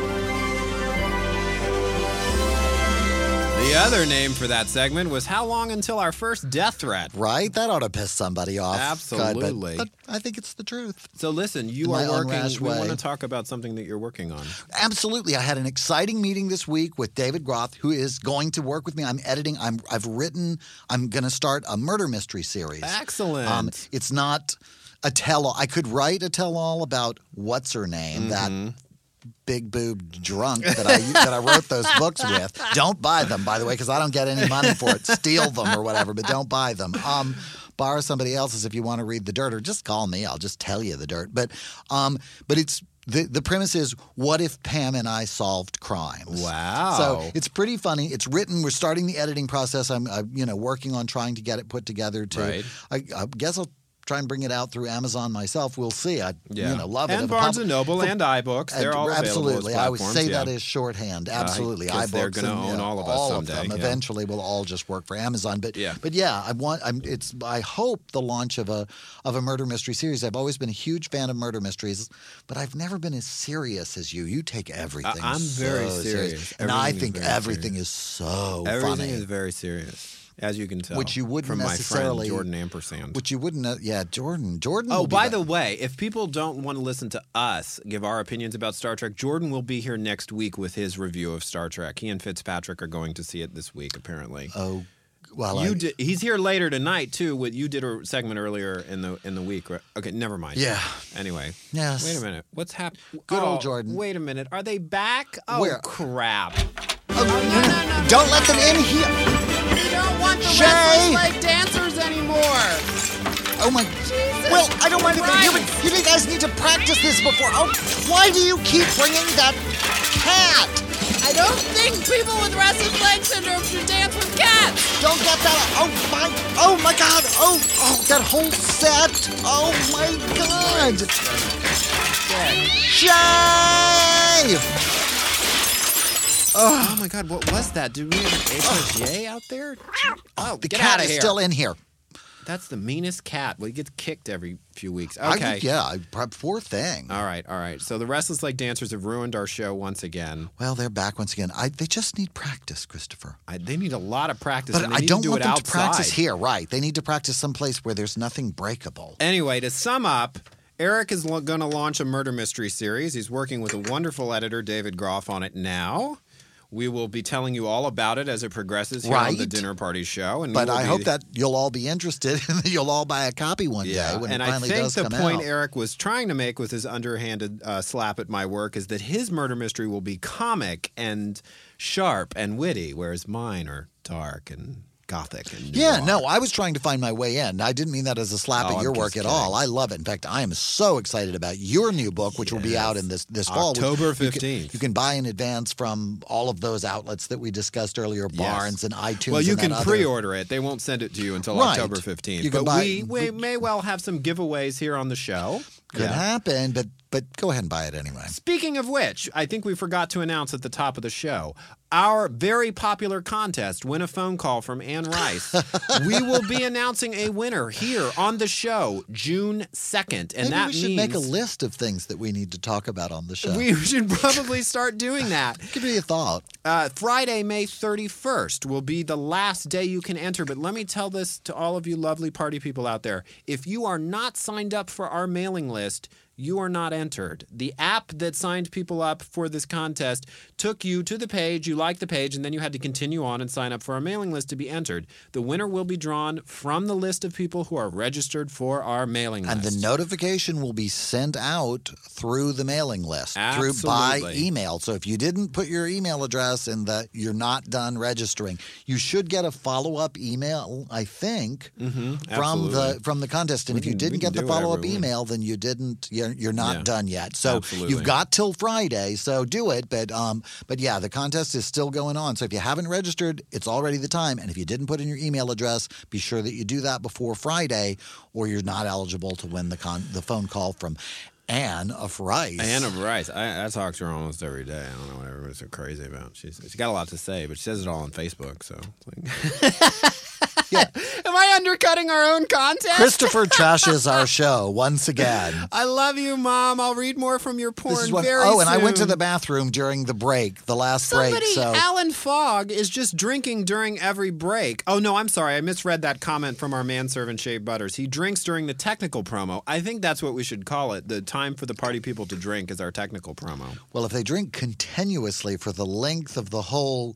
[SPEAKER 2] The other name for that segment was How Long Until Our First Death Threat?
[SPEAKER 3] Right? That ought to piss somebody off. God, but-
[SPEAKER 2] Absolutely.
[SPEAKER 3] but I think it's the truth.
[SPEAKER 2] So listen, you
[SPEAKER 3] My
[SPEAKER 2] are
[SPEAKER 3] own
[SPEAKER 2] working.
[SPEAKER 3] rash
[SPEAKER 2] We
[SPEAKER 3] way.
[SPEAKER 2] want to talk about something that you're working on.
[SPEAKER 3] Absolutely. I had an exciting meeting this week with David Groth, who is going to work with me. I'm editing, I'm, I've written, I'm going to start a murder mystery series.
[SPEAKER 2] Excellent.
[SPEAKER 3] Um, it's not a tell all. I could write a tell all about what's her name, that big boob drunk that I that I wrote those books with. Don't buy them, by the way, because I don't get any money for it. Steal them or whatever, but don't buy them. Um, borrow somebody else's if you want to read the dirt, or just call me. I'll just tell you the dirt. But um, but it's. The, the premise is what if Pam and I solved crimes?
[SPEAKER 2] Wow.
[SPEAKER 3] So it's pretty funny. It's written. We're starting the editing process. I'm uh, you know working on trying to get it put together to
[SPEAKER 2] Right.
[SPEAKER 3] I, I guess I'll try and bring it out through Amazon myself. We'll see. I you know love it.
[SPEAKER 2] and
[SPEAKER 3] If a
[SPEAKER 2] Barnes
[SPEAKER 3] pub-
[SPEAKER 2] and Noble
[SPEAKER 3] if a-
[SPEAKER 2] and iBooks. They're
[SPEAKER 3] and
[SPEAKER 2] all available
[SPEAKER 3] absolutely.
[SPEAKER 2] as
[SPEAKER 3] I would
[SPEAKER 2] platforms,
[SPEAKER 3] say
[SPEAKER 2] yeah. Uh,
[SPEAKER 3] that is shorthand. Absolutely,
[SPEAKER 2] guess they're
[SPEAKER 3] iBooks
[SPEAKER 2] gonna
[SPEAKER 3] and,
[SPEAKER 2] own
[SPEAKER 3] uh,
[SPEAKER 2] all of us someday,
[SPEAKER 3] them.
[SPEAKER 2] yeah.
[SPEAKER 3] Eventually, we'll all just work for Amazon. But
[SPEAKER 2] Yeah.
[SPEAKER 3] but yeah, I want. I'm, it's. I hope the launch of a of a murder mystery series. I've always been a huge fan of murder mysteries, but I've never been as serious as you. You take everything.
[SPEAKER 2] I'm very
[SPEAKER 3] so
[SPEAKER 2] serious.
[SPEAKER 3] and I
[SPEAKER 2] Everything is
[SPEAKER 3] think
[SPEAKER 2] very
[SPEAKER 3] everything is so
[SPEAKER 2] Everything
[SPEAKER 3] funny.
[SPEAKER 2] is very serious, as you can tell.
[SPEAKER 3] Which you wouldn't
[SPEAKER 2] from
[SPEAKER 3] necessarily-
[SPEAKER 2] my friend Jordan Ampersand.
[SPEAKER 3] which you wouldn't, uh, yeah, Jordan. Jordan.
[SPEAKER 2] Oh,
[SPEAKER 3] will be
[SPEAKER 2] by
[SPEAKER 3] back.
[SPEAKER 2] the way, if people don't want to listen to us give our opinions about Star Trek, Jordan will be here next week with his review of Star Trek. He and Fitzpatrick are going to see it this week, apparently.
[SPEAKER 3] Oh, well, I,
[SPEAKER 2] you did, he's here later tonight too. With you did a segment earlier in the in the week. right? Okay, never mind.
[SPEAKER 3] Yeah.
[SPEAKER 2] Anyway.
[SPEAKER 3] Yes.
[SPEAKER 2] Wait a minute. What's happening?
[SPEAKER 3] Good old Jordan.
[SPEAKER 2] Wait a minute. Are they back? Oh
[SPEAKER 3] Where?
[SPEAKER 2] crap!
[SPEAKER 3] Oh, Don't let them in here.
[SPEAKER 2] We don't want the
[SPEAKER 3] Shay!
[SPEAKER 2] restless leg dancers anymore.
[SPEAKER 3] Oh my. Well, I don't mind if they're human. You guys need to practice this before. Oh, why do you keep bringing that cat?
[SPEAKER 8] I don't think people with restless leg syndrome should dance with cats.
[SPEAKER 3] Don't get that. Oh my. Oh my God. Oh, oh, that whole set. Oh my God. Shay!
[SPEAKER 2] Oh my God, what was that? Did we have an HRJ out there? Oh,
[SPEAKER 3] The
[SPEAKER 2] get
[SPEAKER 3] cat
[SPEAKER 2] outta
[SPEAKER 3] is
[SPEAKER 2] here.
[SPEAKER 3] still in here.
[SPEAKER 2] That's the meanest cat. Well, he gets kicked every few weeks.
[SPEAKER 3] I-
[SPEAKER 2] Okay.
[SPEAKER 3] yeah, I, prob- poor thing.
[SPEAKER 2] All right, all right. So the Restless Lake Dancers have ruined our show once again.
[SPEAKER 3] well, they're back once again. I, they just need practice, Christopher.
[SPEAKER 2] I, they need a lot of practice.
[SPEAKER 3] But
[SPEAKER 2] and they
[SPEAKER 3] I
[SPEAKER 2] need
[SPEAKER 3] don't
[SPEAKER 2] to do
[SPEAKER 3] want
[SPEAKER 2] it
[SPEAKER 3] them
[SPEAKER 2] outside.
[SPEAKER 3] to practice here, right? They need to practice someplace where there's nothing breakable.
[SPEAKER 2] Anyway, to sum up, Eric is lo- going to launch a murder mystery series. He's working with a wonderful editor, David Groff, on it now. We will be telling you all about it as it progresses here on the
[SPEAKER 3] Right.
[SPEAKER 2] dinner party show. And we
[SPEAKER 3] But
[SPEAKER 2] will
[SPEAKER 3] I
[SPEAKER 2] be-
[SPEAKER 3] hope that you'll all be interested and that you'll all buy a copy one day when
[SPEAKER 2] and
[SPEAKER 3] it
[SPEAKER 2] I
[SPEAKER 3] finally
[SPEAKER 2] think
[SPEAKER 3] does
[SPEAKER 2] the
[SPEAKER 3] come
[SPEAKER 2] point
[SPEAKER 3] out.
[SPEAKER 2] Eric was trying to make with his underhanded uh, slap at my work is that his murder mystery will be comic and sharp and witty, whereas mine are dark and gothic and
[SPEAKER 3] yeah,
[SPEAKER 2] noir.
[SPEAKER 3] no, I was trying to find my way in. I didn't mean that as a slap
[SPEAKER 2] Oh,
[SPEAKER 3] at
[SPEAKER 2] I'm
[SPEAKER 3] your work
[SPEAKER 2] just
[SPEAKER 3] at all. I love it. In fact, I am so excited about your new book, which will be out in this this fall. which
[SPEAKER 2] October
[SPEAKER 3] you can-
[SPEAKER 2] 15th.
[SPEAKER 3] You can buy in advance from all of those outlets that we discussed earlier,
[SPEAKER 2] Yes.
[SPEAKER 3] Barnes and iTunes.
[SPEAKER 2] Well, you
[SPEAKER 3] and that
[SPEAKER 2] can
[SPEAKER 3] other-
[SPEAKER 2] pre-order it. They won't send it to you until
[SPEAKER 3] Right.
[SPEAKER 2] October 15th.
[SPEAKER 3] You
[SPEAKER 2] but
[SPEAKER 3] can buy-
[SPEAKER 2] we, we may well have some giveaways here on the show.
[SPEAKER 3] Could happen, but but go ahead and buy it anyway.
[SPEAKER 2] Speaking of which, I think we forgot to announce at the top of the show our very popular contest, Win a Phone Call from Anne Rice. we will be announcing a winner here on the show June 2nd. And
[SPEAKER 3] Maybe
[SPEAKER 2] that
[SPEAKER 3] we should
[SPEAKER 2] means
[SPEAKER 3] make a list of things that we need to talk about on the show.
[SPEAKER 2] we should probably start doing that.
[SPEAKER 3] Give me a thought.
[SPEAKER 2] Uh, Friday, May 31st will be the last day you can enter. But let me tell this to all of you lovely party people out there. If you are not signed up for our mailing list, you are not entered. The app that signed people up for this contest took you to the page, you liked the page, and then you had to continue on and sign up for our mailing list to be entered. The winner will be drawn from the list of people who are registered for our mailing
[SPEAKER 3] And the
[SPEAKER 2] list.
[SPEAKER 3] notification will be sent out through the mailing list, through by
[SPEAKER 2] Absolutely.
[SPEAKER 3] email. So if you didn't put your email address in the you're not done registering, you should get a follow-up email, I think, from the
[SPEAKER 2] Mm-hmm. absolutely.
[SPEAKER 3] from the contest. And if you
[SPEAKER 2] can- we
[SPEAKER 3] didn't
[SPEAKER 2] can
[SPEAKER 3] get the
[SPEAKER 2] do whatever
[SPEAKER 3] follow-up
[SPEAKER 2] we want.
[SPEAKER 3] email, then you didn't you're, you're not
[SPEAKER 2] Yeah.
[SPEAKER 3] done yet. So
[SPEAKER 2] Absolutely.
[SPEAKER 3] you've got till Friday, so do it, but um but yeah, the contest is still going on. So if you haven't registered, it's already the time. And if you didn't put in your email address, be sure that you do that before Friday or you're not eligible to win the con- the phone call from Anne of Rice.
[SPEAKER 2] Anna Rice, I, I talk to her almost every day. I don't know what everybody's so crazy about. She's she got a lot to say, but she says it all on Facebook. So, it's like... am I undercutting our own content?
[SPEAKER 3] Christopher trashes our show once again.
[SPEAKER 2] I love you, mom. I'll read more from your porn
[SPEAKER 3] This is what,
[SPEAKER 2] very
[SPEAKER 3] oh, and I went to
[SPEAKER 2] soon.
[SPEAKER 3] the bathroom during the break, the last break.
[SPEAKER 2] Somebody,
[SPEAKER 3] So
[SPEAKER 2] Alan Fogg, is just drinking during every break. Oh, no, I'm sorry. I misread that comment from our manservant, Shea Butters. He drinks during the technical promo. I think that's what we should call it. The time for the party people to drink is our technical promo.
[SPEAKER 3] Well, if they drink continuously for the length of the whole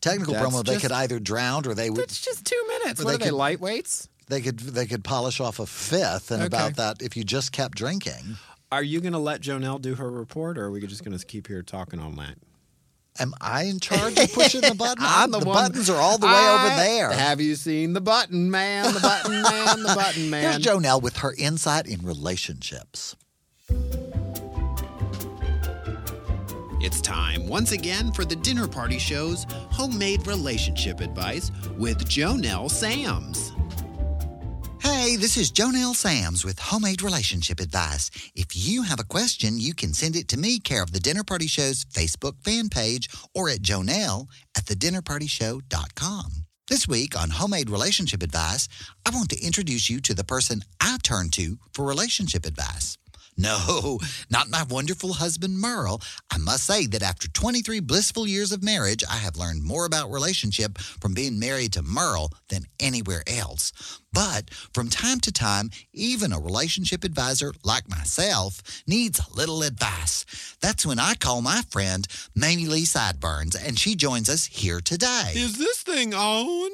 [SPEAKER 3] technical
[SPEAKER 2] That's
[SPEAKER 3] promo, they
[SPEAKER 2] just-
[SPEAKER 3] could either drown or they would
[SPEAKER 2] It's just two minutes.
[SPEAKER 3] But
[SPEAKER 2] What are
[SPEAKER 3] they
[SPEAKER 2] they,
[SPEAKER 3] could-
[SPEAKER 2] lightweights?
[SPEAKER 3] they could they could polish off a fifth and
[SPEAKER 2] Okay.
[SPEAKER 3] about that if you just kept drinking.
[SPEAKER 2] Are you going to let Jonelle do her report, or are we just going to keep here talking all night?
[SPEAKER 3] Am I in charge of pushing the button? I'm- the
[SPEAKER 2] one-
[SPEAKER 3] buttons are all the way
[SPEAKER 2] I-
[SPEAKER 3] over there.
[SPEAKER 2] Have you seen the button man? The button man. The button
[SPEAKER 3] Here's
[SPEAKER 2] man.
[SPEAKER 3] Jonelle with her insight in relationships.
[SPEAKER 7] It's time once again for the Dinner Party Show's homemade relationship advice with Jonelle Sams.
[SPEAKER 3] Hey, this is Jonelle Sams with Homemade Relationship Advice. If you have a question, you can send it to me, care of the Dinner Party Show's Facebook fan page, or at Jonelle at thedinnerpartyshow.com. This week on Homemade Relationship Advice, I want to introduce you to the person I turn to for relationship advice. No, not my wonderful husband Merle. I must say that after 23 blissful years of marriage, I have learned more about relationship from being married to Merle than anywhere else. But from time to time, even a relationship advisor like myself needs a little advice. That's when I call my friend Mamie Lee Sideburns, and she joins us here today.
[SPEAKER 6] Is this thing on?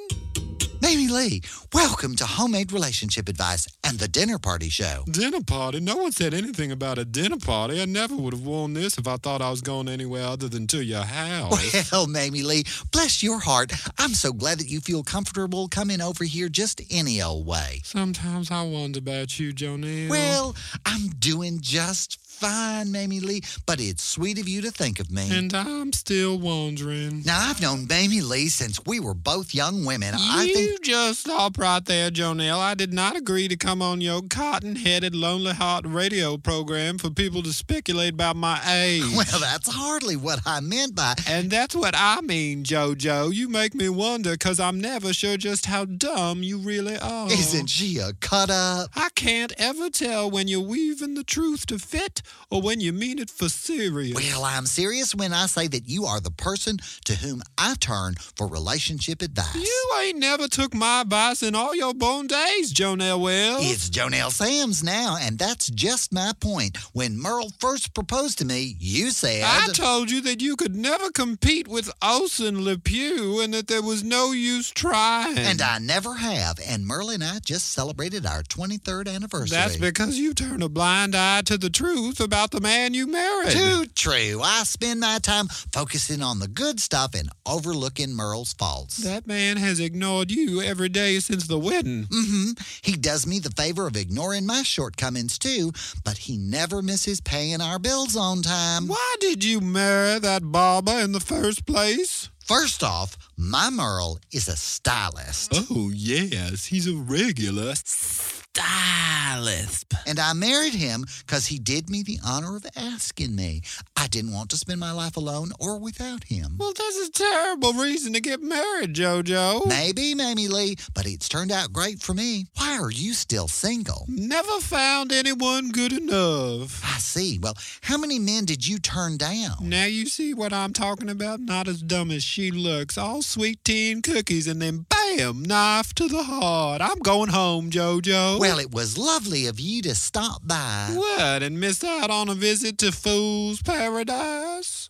[SPEAKER 3] Mamie Lee, welcome to Homemade Relationship Advice and the Dinner Party Show.
[SPEAKER 6] Dinner party? No one said anything about a dinner party. I never would have worn this if I thought I was going anywhere other than to your house.
[SPEAKER 3] Well, Mamie Lee, bless your heart. I'm so glad that you feel comfortable coming over here just any old way.
[SPEAKER 6] Sometimes I wonder about you, Jonelle.
[SPEAKER 3] Well, I'm doing just fine, Mamie Lee, but it's sweet of you to think of me.
[SPEAKER 9] And I'm still wondering.
[SPEAKER 3] now, I've known Mamie Lee since we were both young women. I
[SPEAKER 9] you
[SPEAKER 3] think.
[SPEAKER 9] just stop right there, Jonelle. I did not agree to come on your cotton-headed, lonely heart radio program for people to speculate about my age.
[SPEAKER 3] Well, that's hardly what I meant by.
[SPEAKER 9] And that's what I mean, JoJo. You make me wonder because I'm never sure just how dumb you really are.
[SPEAKER 3] Isn't she a cut up?
[SPEAKER 9] I can't ever tell when you're weaving the truth to fit or when you mean it for serious.
[SPEAKER 3] Well, I'm serious when I say that you are the person to whom I turn for relationship advice.
[SPEAKER 9] you ain't never took my advice in all your bone days, Jonelle Wells.
[SPEAKER 3] It's Jonelle Sams now, and that's just my point. When Merle first proposed to me, you said.
[SPEAKER 9] I told you that you could never compete with Olsen LePew and that there was no use trying.
[SPEAKER 3] and I never have. And Merle and I just celebrated our 23rd anniversary.
[SPEAKER 9] That's because you turn a blind eye to the truth about the man you married.
[SPEAKER 3] Too true. I spend my time focusing on the good stuff and overlooking Merle's faults.
[SPEAKER 9] That man has ignored you every day since the wedding.
[SPEAKER 3] hmm He does me the favor of ignoring my shortcomings too, but he never misses paying our bills on time.
[SPEAKER 9] Why did you marry that barber in the first place?
[SPEAKER 3] First off, my Merle is a stylist,
[SPEAKER 9] Oh, yes, he's a regular.
[SPEAKER 2] Stylist.
[SPEAKER 3] and I married him because he did me the honor of asking me. I didn't want to spend my life alone or without him.
[SPEAKER 9] Well, that's a terrible reason to get married, JoJo.
[SPEAKER 3] Maybe, Mamie Lee, but it's turned out great for me. Why are you still single?
[SPEAKER 9] Never found anyone good enough.
[SPEAKER 3] I see. Well, how many men did you turn down?
[SPEAKER 9] Now you see what I'm talking about? Not as dumb as she looks. All sweet tea and cookies, and then bam, knife to the heart. I'm going home, JoJo.
[SPEAKER 3] Well, it was lovely of you to stop by.
[SPEAKER 9] what? And miss out on a visit to Fool's Paradise?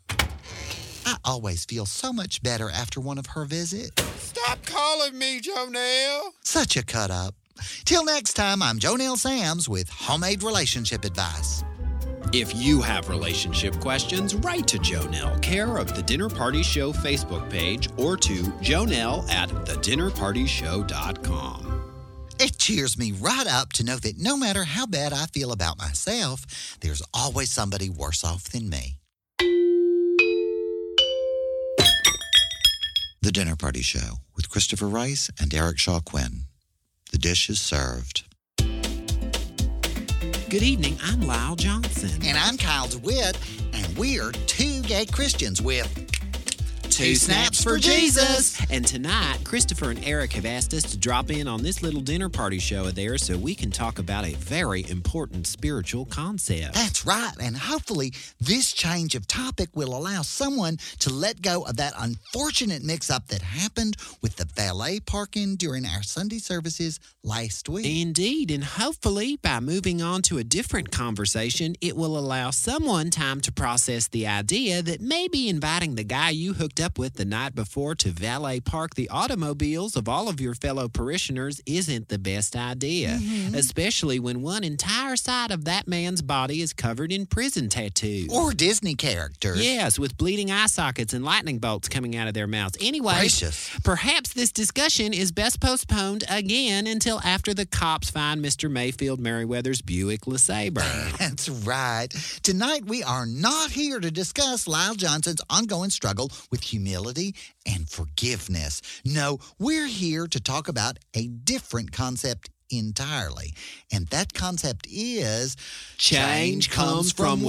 [SPEAKER 3] I always feel so much better after one of her visits.
[SPEAKER 9] Stop calling me, Jonelle.
[SPEAKER 3] Such a cut up. Till next time, I'm Jonelle Sams with homemade relationship advice.
[SPEAKER 2] If you have relationship questions, write to Jonelle, care of the Dinner Party Show Facebook page, or to Jonelle at thedinnerpartyshow.com.
[SPEAKER 3] It cheers me right up to know that no matter how bad I feel about myself, there's always somebody worse off than me. The Dinner Party Show with Christopher Rice and Eric Shaw Quinn. The dish is served.
[SPEAKER 2] Good evening, I'm Lyle Johnson.
[SPEAKER 3] And I'm Kyle DeWitt, and we're two gay Christians with
[SPEAKER 2] Two snaps for Jesus. And tonight, Christopher and Eric have asked us to drop in on this little dinner party show of theirs so we can talk about a very important spiritual concept.
[SPEAKER 3] That's right. And hopefully, this change of topic will allow someone to let go of that unfortunate mix up that happened with the valet parking during our Sunday services last
[SPEAKER 2] E
[SPEAKER 3] week.
[SPEAKER 2] Indeed, and hopefully by moving on to a different conversation, it will allow someone time to process the idea that maybe inviting the guy you hooked up with the night before to valet park the automobiles of all of your fellow parishioners isn't the best idea, especially when one entire side of that man's body is covered in prison tattoos.
[SPEAKER 3] Or Disney characters.
[SPEAKER 2] Yes, with bleeding eye sockets and lightning bolts coming out of their mouths. Anyway,
[SPEAKER 3] Gracious.
[SPEAKER 2] perhaps this discussion is best postponed again until after the cops find Mr. Mayfield Merriweather's Buick LeSabre.
[SPEAKER 3] That's right. Tonight, we are not here to discuss Lyle Johnson's ongoing struggle with humility and forgiveness. No, we're here to talk about a different concept entirely. And that concept is
[SPEAKER 2] Change comes from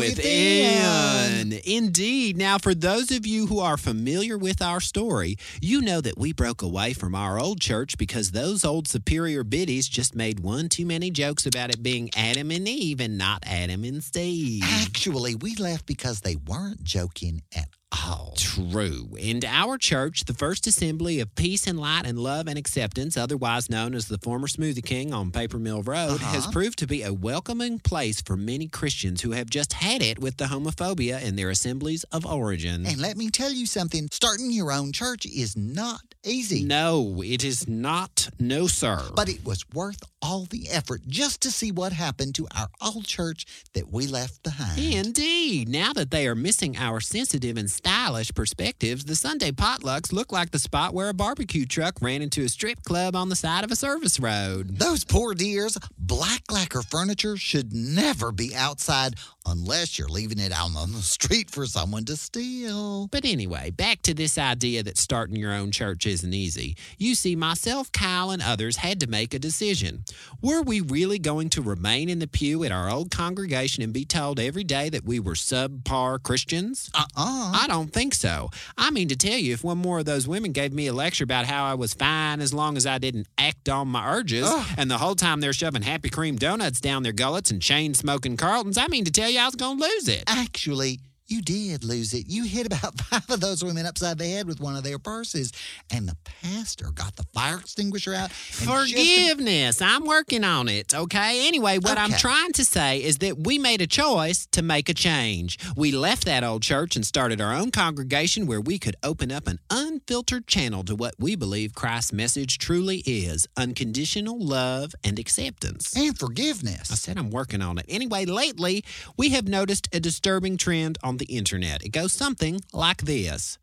[SPEAKER 2] within. Indeed. Now, for those of you who are familiar with our story, you know that we broke away from our old church because those old superior biddies just made one too many jokes about it being Adam and Eve and not Adam and Steve.
[SPEAKER 3] Actually, we left because they weren't joking at all.
[SPEAKER 2] True. In our church, the First Assembly of Peace and Light and Love and Acceptance, otherwise known as the former Smoothie King on Paper Mill Road, has proved to be a welcoming place for many Christians who have just had it with the homophobia in their assemblies of origin.
[SPEAKER 3] And let me tell you something starting your own church is not easy,
[SPEAKER 2] no, it is not. No, sir.
[SPEAKER 3] but it was worth all the effort just to see what happened to our old church that we left behind.
[SPEAKER 2] Indeed. Now that they are missing our sensitive and stylish perspectives, the Sunday potlucks look like the spot where a barbecue truck ran into a strip club on the side of a service road.
[SPEAKER 3] Those poor dears, black lacquer furniture should never be outside unless you're leaving it out on the street for someone to steal.
[SPEAKER 2] But anyway, back to this idea that starting your own church isn't easy. You see, myself, Kyle, and others had to make a decision. Were we really going to remain in the pew at our old congregation and be told every day that we were subpar Christians?
[SPEAKER 3] Uh-uh.
[SPEAKER 2] I don't think so. I mean, to tell you, if one more of those women gave me a lecture about how I was fine as long as I didn't act on my urges, and the whole time they're shoving Happy Cream donuts down their gullets and chain smoking Carltons, I mean, to tell you, I was going to lose it.
[SPEAKER 3] Actually, you did lose it. You hit about five of those women upside the head with one of their purses, and the pastor got the fire extinguisher out. and just-
[SPEAKER 2] Forgiveness. I'm working on it. Okay. Anyway, what I'm
[SPEAKER 3] Okay.
[SPEAKER 2] trying to say is that we made a choice to make a change. We left that old church and started our own congregation where we could open up an unfiltered channel to what we believe Christ's message truly is unconditional love and acceptance.
[SPEAKER 3] And forgiveness.
[SPEAKER 2] I said I'm working on it. Anyway, lately, we have noticed a disturbing trend on the internet. It goes something like this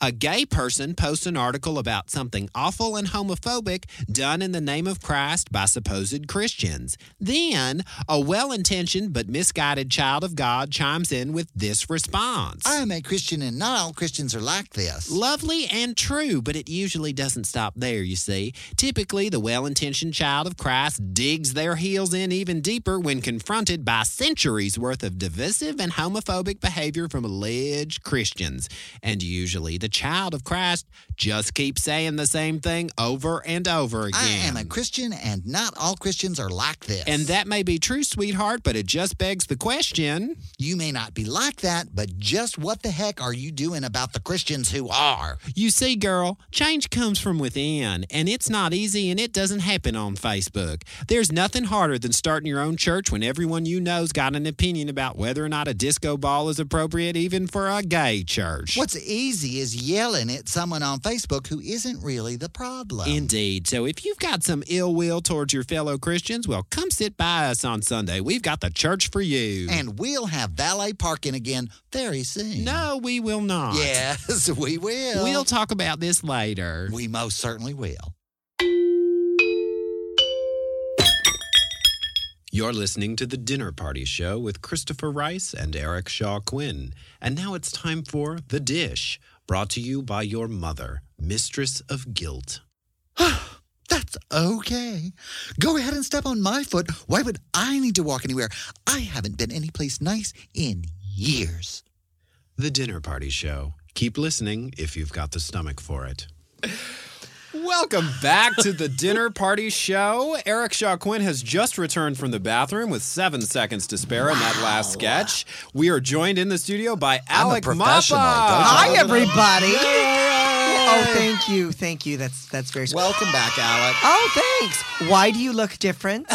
[SPEAKER 2] A gay person posts an article about something awful and homophobic done in the name of Christ by supposed Christians. Then, a well intentioned but misguided child of God chimes in with this response.
[SPEAKER 3] I am a Christian, and not all Christians are like this.
[SPEAKER 2] Lovely and true, but it usually doesn't stop there, you see. Typically, the well intentioned child of Christ digs their heels in even deeper when confronted by centuries worth of divisive and homophobic behavior from alleged Christians. And usually, the child of Christ just keeps saying the same thing over and over again.
[SPEAKER 3] I am a Christian, and not all Christians are like this.
[SPEAKER 2] and that may be true, sweetheart, but it just begs the question.
[SPEAKER 3] You may not be like that, but just what the heck are you doing about the Christians who are?
[SPEAKER 2] You see, girl, change comes from within, and it's not easy and it doesn't happen on Facebook. There's nothing harder than starting your own church when everyone you know's got an opinion about whether or not a disco ball is appropriate even for a gay church.
[SPEAKER 3] What's easy is yelling at someone on Facebook who isn't really the problem.
[SPEAKER 2] Indeed. So if you've got some ill will towards your fellow Christians, well, come sit by us on Sunday. We've got the church for you.
[SPEAKER 3] and we'll have valet parking again very soon.
[SPEAKER 2] no, we will not.
[SPEAKER 3] Yes, we will.
[SPEAKER 2] We'll talk about this later.
[SPEAKER 3] we most certainly will.
[SPEAKER 10] You're listening to The Dinner Party Show with Christopher Rice and Eric Shaw Quinn. And now it's time for The Dish, brought to you by your mother, Mistress of Guilt.
[SPEAKER 3] That's okay. Go ahead and step on my foot. Why would I need to walk anywhere? I haven't been anyplace nice in years.
[SPEAKER 10] The Dinner Party Show. Keep listening if you've got the stomach for it. Welcome back to the Dinner Party Show. Eric Shaw Quinn has just returned from the bathroom with seven seconds to spare in that last sketch. We are joined in the studio by Alec Mappa.
[SPEAKER 3] professional, don't you
[SPEAKER 11] Hi, everybody. Oh, thank you. Thank you. That's that's very sweet.
[SPEAKER 3] Welcome back, Alec.
[SPEAKER 11] Oh, thanks. Why do you look different?